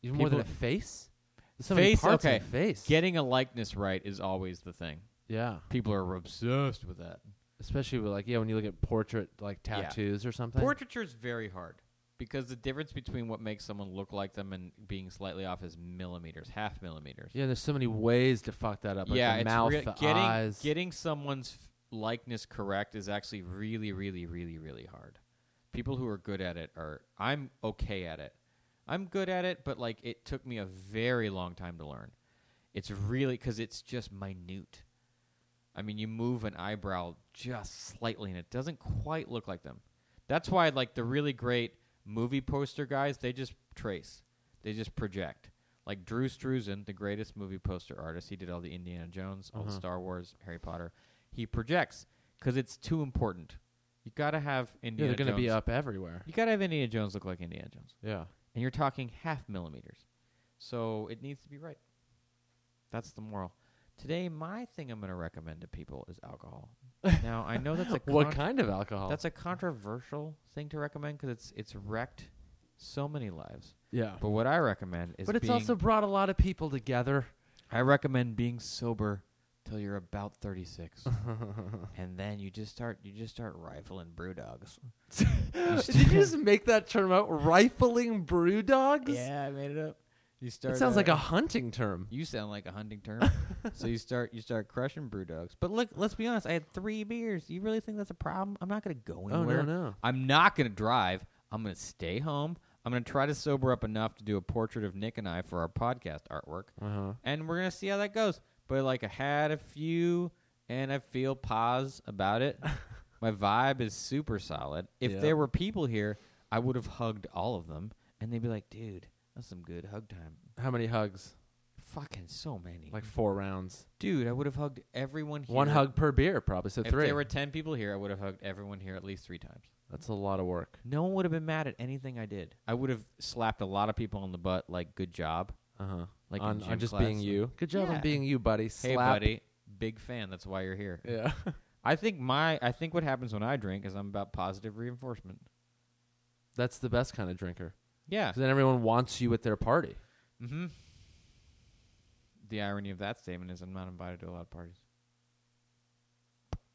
Speaker 2: Even more than a
Speaker 3: People-
Speaker 2: face? There's so many
Speaker 3: Face,
Speaker 2: parts in
Speaker 3: okay.
Speaker 2: a face.
Speaker 3: Getting a likeness right is always the thing.
Speaker 2: yeah.
Speaker 3: People are obsessed with that.
Speaker 2: Especially with like, yeah, when you look at portrait, like
Speaker 3: Yeah.
Speaker 2: tattoos or something.
Speaker 3: Portraiture is very hard because the difference between what makes someone look like them and being slightly off is millimeters, half millimeters.
Speaker 2: yeah, there's so many ways to fuck that up. Like
Speaker 3: yeah,
Speaker 2: the
Speaker 3: it's
Speaker 2: mouth,
Speaker 3: rea-
Speaker 2: the
Speaker 3: getting
Speaker 2: eyes.
Speaker 3: getting someone's f- likeness correct is actually really, really, really, really hard. People who are good at it are. I'm okay at it. I'm good at it, but like it took me a very long time to learn. It's really because it's just minute. I mean, you move an eyebrow just slightly, and it doesn't quite look like them. That's why, like the really great movie poster guys, they just trace, they just project. Like Drew Struzan, the greatest movie poster artist, he did all the Indiana Jones, all the
Speaker 2: Uh-huh.
Speaker 3: Star Wars, Harry Potter. He projects because it's too important. You gotta have
Speaker 2: yeah,
Speaker 3: Indiana.
Speaker 2: they're going to be
Speaker 3: Jones-
Speaker 2: up everywhere.
Speaker 3: You gotta have Indiana Jones look like Indiana Jones,
Speaker 2: Yeah.
Speaker 3: and you're talking half millimeters, so it needs to be right. That's the moral. Today, my thing I'm gonna recommend to people is alcohol. now I know that's a
Speaker 2: What
Speaker 3: con-
Speaker 2: kind of alcohol?
Speaker 3: that's a controversial thing to recommend because it's it's wrecked so many lives.
Speaker 2: yeah.
Speaker 3: But what I recommend is
Speaker 2: But it's
Speaker 3: being-
Speaker 2: also brought a lot of people together.
Speaker 3: I recommend being sober till you're about 36, and then you just start you just start rifling brew dogs.
Speaker 2: Did you just make that term out? Rifling brew dogs?
Speaker 3: I made it up. You start.
Speaker 2: It sounds like
Speaker 3: uh,
Speaker 2: a hunting term.
Speaker 3: You sound like a hunting term. so you start you start crushing brew dogs. But look, let's be honest. I had three beers. You really think that's a problem? I'm not gonna go
Speaker 2: Oh,
Speaker 3: anywhere.
Speaker 2: no, no.
Speaker 3: I'm not going to drive. I'm going to stay home. I'm going to try to sober up enough to do a portrait of Nick and I for our podcast artwork.
Speaker 2: Uh-huh.
Speaker 3: And we're going to see how that goes. But like I had a few and I feel pause about it. My vibe is super solid. If
Speaker 2: Yeah.
Speaker 3: there were people here, I would have hugged all of them and they'd be like, "Dude, that's some good hug time."
Speaker 2: How many hugs?
Speaker 3: Fucking so many.
Speaker 2: Like four rounds.
Speaker 3: dude, I would have hugged everyone here.
Speaker 2: One hug per beer, probably. So
Speaker 3: If
Speaker 2: three.
Speaker 3: there were 10 people here, I would have hugged everyone here at least 3 times.
Speaker 2: That's a lot of work.
Speaker 3: No one would have been mad at anything I did. I would have slapped a lot of people on the butt, like "Good job."
Speaker 2: Uh huh.
Speaker 3: Like in
Speaker 2: on,
Speaker 3: gym
Speaker 2: on just
Speaker 3: class.
Speaker 2: being you. Good job on
Speaker 3: Yeah.
Speaker 2: being you, buddy. Slap.
Speaker 3: Hey, buddy, big fan. That's why you're here.
Speaker 2: Yeah.
Speaker 3: I think my I think what happens when I drink is I'm about positive reinforcement.
Speaker 2: That's the best kind of drinker.
Speaker 3: Yeah.
Speaker 2: 'Cause then everyone wants you at their party.
Speaker 3: Mm-hmm. The irony of that statement is I'm not invited to a lot of parties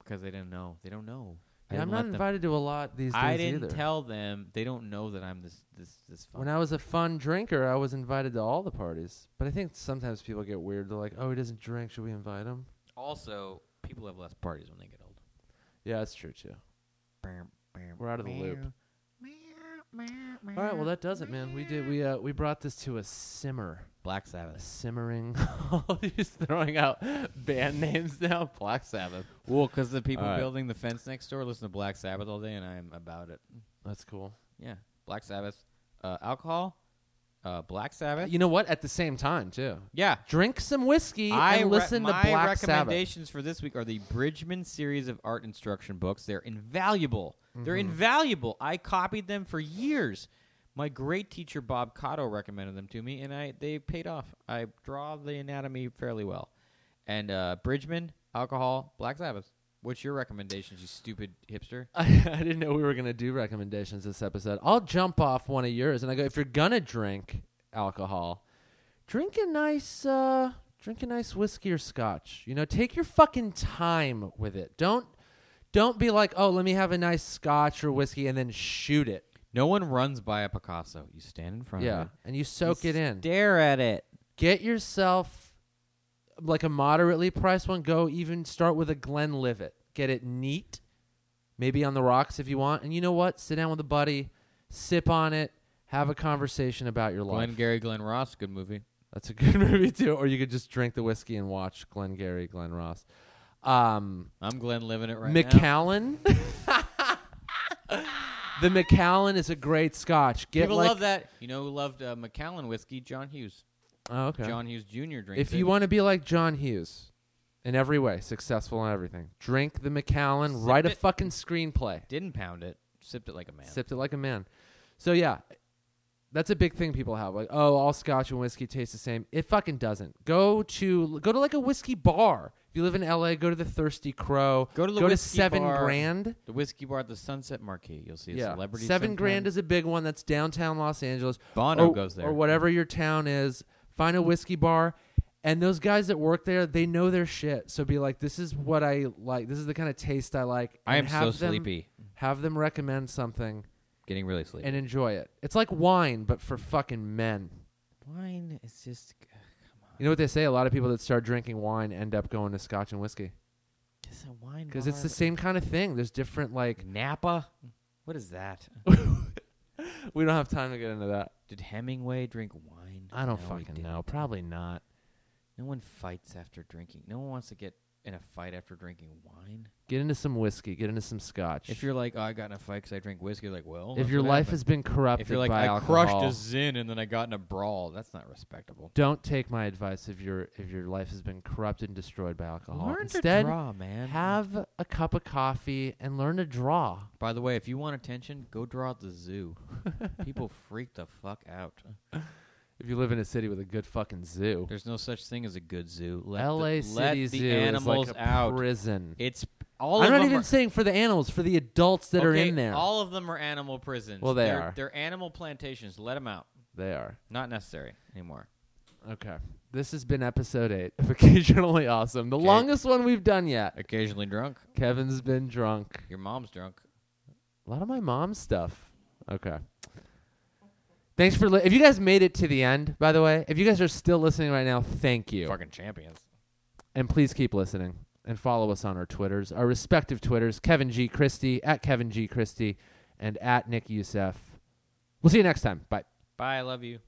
Speaker 3: because they didn't know. They don't know. I
Speaker 2: Yeah, I'm
Speaker 3: didn't
Speaker 2: not
Speaker 3: let them-
Speaker 2: invited to a lot these days
Speaker 3: I didn't
Speaker 2: either.
Speaker 3: tell them. They don't know that I'm this this this.
Speaker 2: When
Speaker 3: fuck.
Speaker 2: I was a fun drinker, I was invited to all the parties. But I think sometimes people get weird. They're like, "Oh, he doesn't drink. Should we invite him?"
Speaker 3: also, people have less parties when they get old.
Speaker 2: Yeah, that's true too. We're out of the loop. All
Speaker 5: All
Speaker 2: right, well that does it, man. We did we uh we brought this to a simmer,
Speaker 3: Black
Speaker 2: a
Speaker 3: Sabbath.
Speaker 2: simmering. You're just throwing out band names now. Black Sabbath.
Speaker 3: Well, because the people
Speaker 2: All right.
Speaker 3: building the fence next door listen to Black Sabbath all day, and I'm about it.
Speaker 2: That's cool.
Speaker 3: Yeah, Black Sabbath, uh, alcohol, uh, Black Sabbath.
Speaker 2: You know what? At the same time too,
Speaker 3: yeah,
Speaker 2: drink some whiskey
Speaker 3: I
Speaker 2: and
Speaker 3: re-
Speaker 2: listen
Speaker 3: my
Speaker 2: to Black Sabbath.
Speaker 3: recommendations for this week are the Bridgman series of art instruction books. They're invaluable. They're
Speaker 2: Mm-hmm.
Speaker 3: invaluable. I copied them for years. My great teacher Bob Cotto recommended them to me, and I they paid off. I draw the anatomy fairly well, and uh, Bridgman.
Speaker 4: alcohol, Black Sabbath. What's your recommendations, you stupid hipster?
Speaker 2: I, I didn't know we were gonna do recommendations this episode. I'll jump off one of yours, and I go if you're gonna drink alcohol, drink a nice, uh, drink a nice whiskey or scotch. You know, take your fucking time with it. Don't, don't be like, oh, let me have a nice scotch or whiskey, and then shoot it.
Speaker 4: No one runs by a Picasso. You stand in front
Speaker 2: yeah,
Speaker 4: of it.
Speaker 2: and you soak
Speaker 4: you
Speaker 2: it in.
Speaker 4: Stare at it.
Speaker 2: Get yourself like a moderately priced one. Go even start with a Glenlivet. Get it neat, maybe on the rocks if you want. And you know what? Sit down with a buddy, sip on it, have a conversation about your life.
Speaker 4: Glenn Gary, Glenn Ross, good movie.
Speaker 2: That's a good movie too. Or you could just drink the whiskey and watch Glengarry Glen Ross. Um,
Speaker 4: I'm Glenn living it right now.
Speaker 2: McAllen. the McAllen is a great scotch. Get
Speaker 4: People
Speaker 2: like,
Speaker 4: love that. You know who loved uh, McAllen whiskey? John Hughes.
Speaker 2: Oh, okay.
Speaker 4: John Hughes Jr. drinks
Speaker 2: If
Speaker 4: it.
Speaker 2: you want to be like John Hughes in every way, successful in everything, drink the McAllen,
Speaker 4: Sip
Speaker 2: write a
Speaker 4: it.
Speaker 2: fucking screenplay,
Speaker 4: Didn't pound it. Sipped it like a man.
Speaker 2: sipped it like a man. So, yeah, that's a big thing people have. Like, oh, all scotch and whiskey taste the same. It fucking doesn't. Go to go to like a whiskey bar. If you live in LA, go to the Thirsty Crow.
Speaker 4: Go to the
Speaker 2: go to
Speaker 4: whiskey
Speaker 2: Seven
Speaker 4: bar.
Speaker 2: Grand.
Speaker 4: The whiskey bar at the Sunset Marquee. You'll see a
Speaker 2: yeah,
Speaker 4: celebrity.
Speaker 2: Seven
Speaker 4: sometime.
Speaker 2: Grand is a big one. That's downtown Los Angeles.
Speaker 4: Bono
Speaker 2: or,
Speaker 4: goes there.
Speaker 2: or whatever your town is. Find a whiskey bar, and those guys that work there, they know their shit. So be like, this is what I like. This is the kind of taste I like.
Speaker 4: I am
Speaker 2: and
Speaker 4: so
Speaker 2: have them-
Speaker 4: sleepy.
Speaker 2: Have them recommend something
Speaker 4: Getting really sleepy.
Speaker 2: and enjoy it. It's like wine, but for fucking men.
Speaker 4: wine is just. Come on.
Speaker 2: You know what they say? A lot of people that start drinking wine end up going to scotch and whiskey
Speaker 4: Just a wine
Speaker 2: because it's the same kind of thing. There's different like.
Speaker 4: Napa. What is that?
Speaker 2: We don't have time to get into that.
Speaker 4: Did Hemingway drink wine?
Speaker 2: I don't
Speaker 4: No, he
Speaker 2: fucking
Speaker 4: didn't.
Speaker 2: know. Probably not.
Speaker 4: No one fights after drinking. No one wants to get in a fight after drinking wine.
Speaker 2: Get into some whiskey. Get into some scotch.
Speaker 4: If you're like, oh, I got in a fight because I drink whiskey, like, well,
Speaker 2: if
Speaker 4: that's
Speaker 2: your
Speaker 4: what
Speaker 2: life
Speaker 4: happened.
Speaker 2: has been corrupted
Speaker 4: if you're like,
Speaker 2: by
Speaker 4: I
Speaker 2: alcohol,
Speaker 4: crushed a zin and then I got in a brawl, that's not respectable.
Speaker 2: don't take my advice if your if your life has been corrupted and destroyed by alcohol.
Speaker 4: Learn
Speaker 2: Instead,
Speaker 4: to draw, man.
Speaker 2: have a cup of coffee and learn to draw.
Speaker 4: By the way, if you want attention, go draw at the zoo. People freak the fuck out.
Speaker 2: If you live in a city with a good fucking zoo,
Speaker 4: There's no such thing as a good zoo. Let
Speaker 2: L.A.
Speaker 4: the,
Speaker 2: City
Speaker 4: let the
Speaker 2: Zoo
Speaker 4: animals
Speaker 2: is like a
Speaker 4: out.
Speaker 2: prison.
Speaker 4: It's all
Speaker 2: I'm
Speaker 4: of
Speaker 2: not
Speaker 4: them
Speaker 2: even
Speaker 4: are,
Speaker 2: saying for the animals, for the adults that are
Speaker 4: Okay,
Speaker 2: in there.
Speaker 4: All of them are animal prisons.
Speaker 2: Well, they
Speaker 4: they're,
Speaker 2: are.
Speaker 4: They're animal plantations. Let them out.
Speaker 2: they are.
Speaker 4: Not necessary anymore.
Speaker 2: Okay. This has been episode eight of Occasionally Awesome, the
Speaker 4: Okay.
Speaker 2: longest one we've done yet.
Speaker 4: Occasionally drunk.
Speaker 2: Kevin's been drunk.
Speaker 4: Your mom's drunk.
Speaker 2: A lot of my mom's stuff. Okay. Thanks for li- if you guys made it to the end. By the way, if you guys are still listening right now, thank you,
Speaker 4: Fucking champions.
Speaker 2: and please keep listening and follow us on our twitters, our respective twitters: Kevin G Christie at Kevin G Christie and at Nick Youssef. We'll see you next time. Bye.
Speaker 4: Bye. I love you.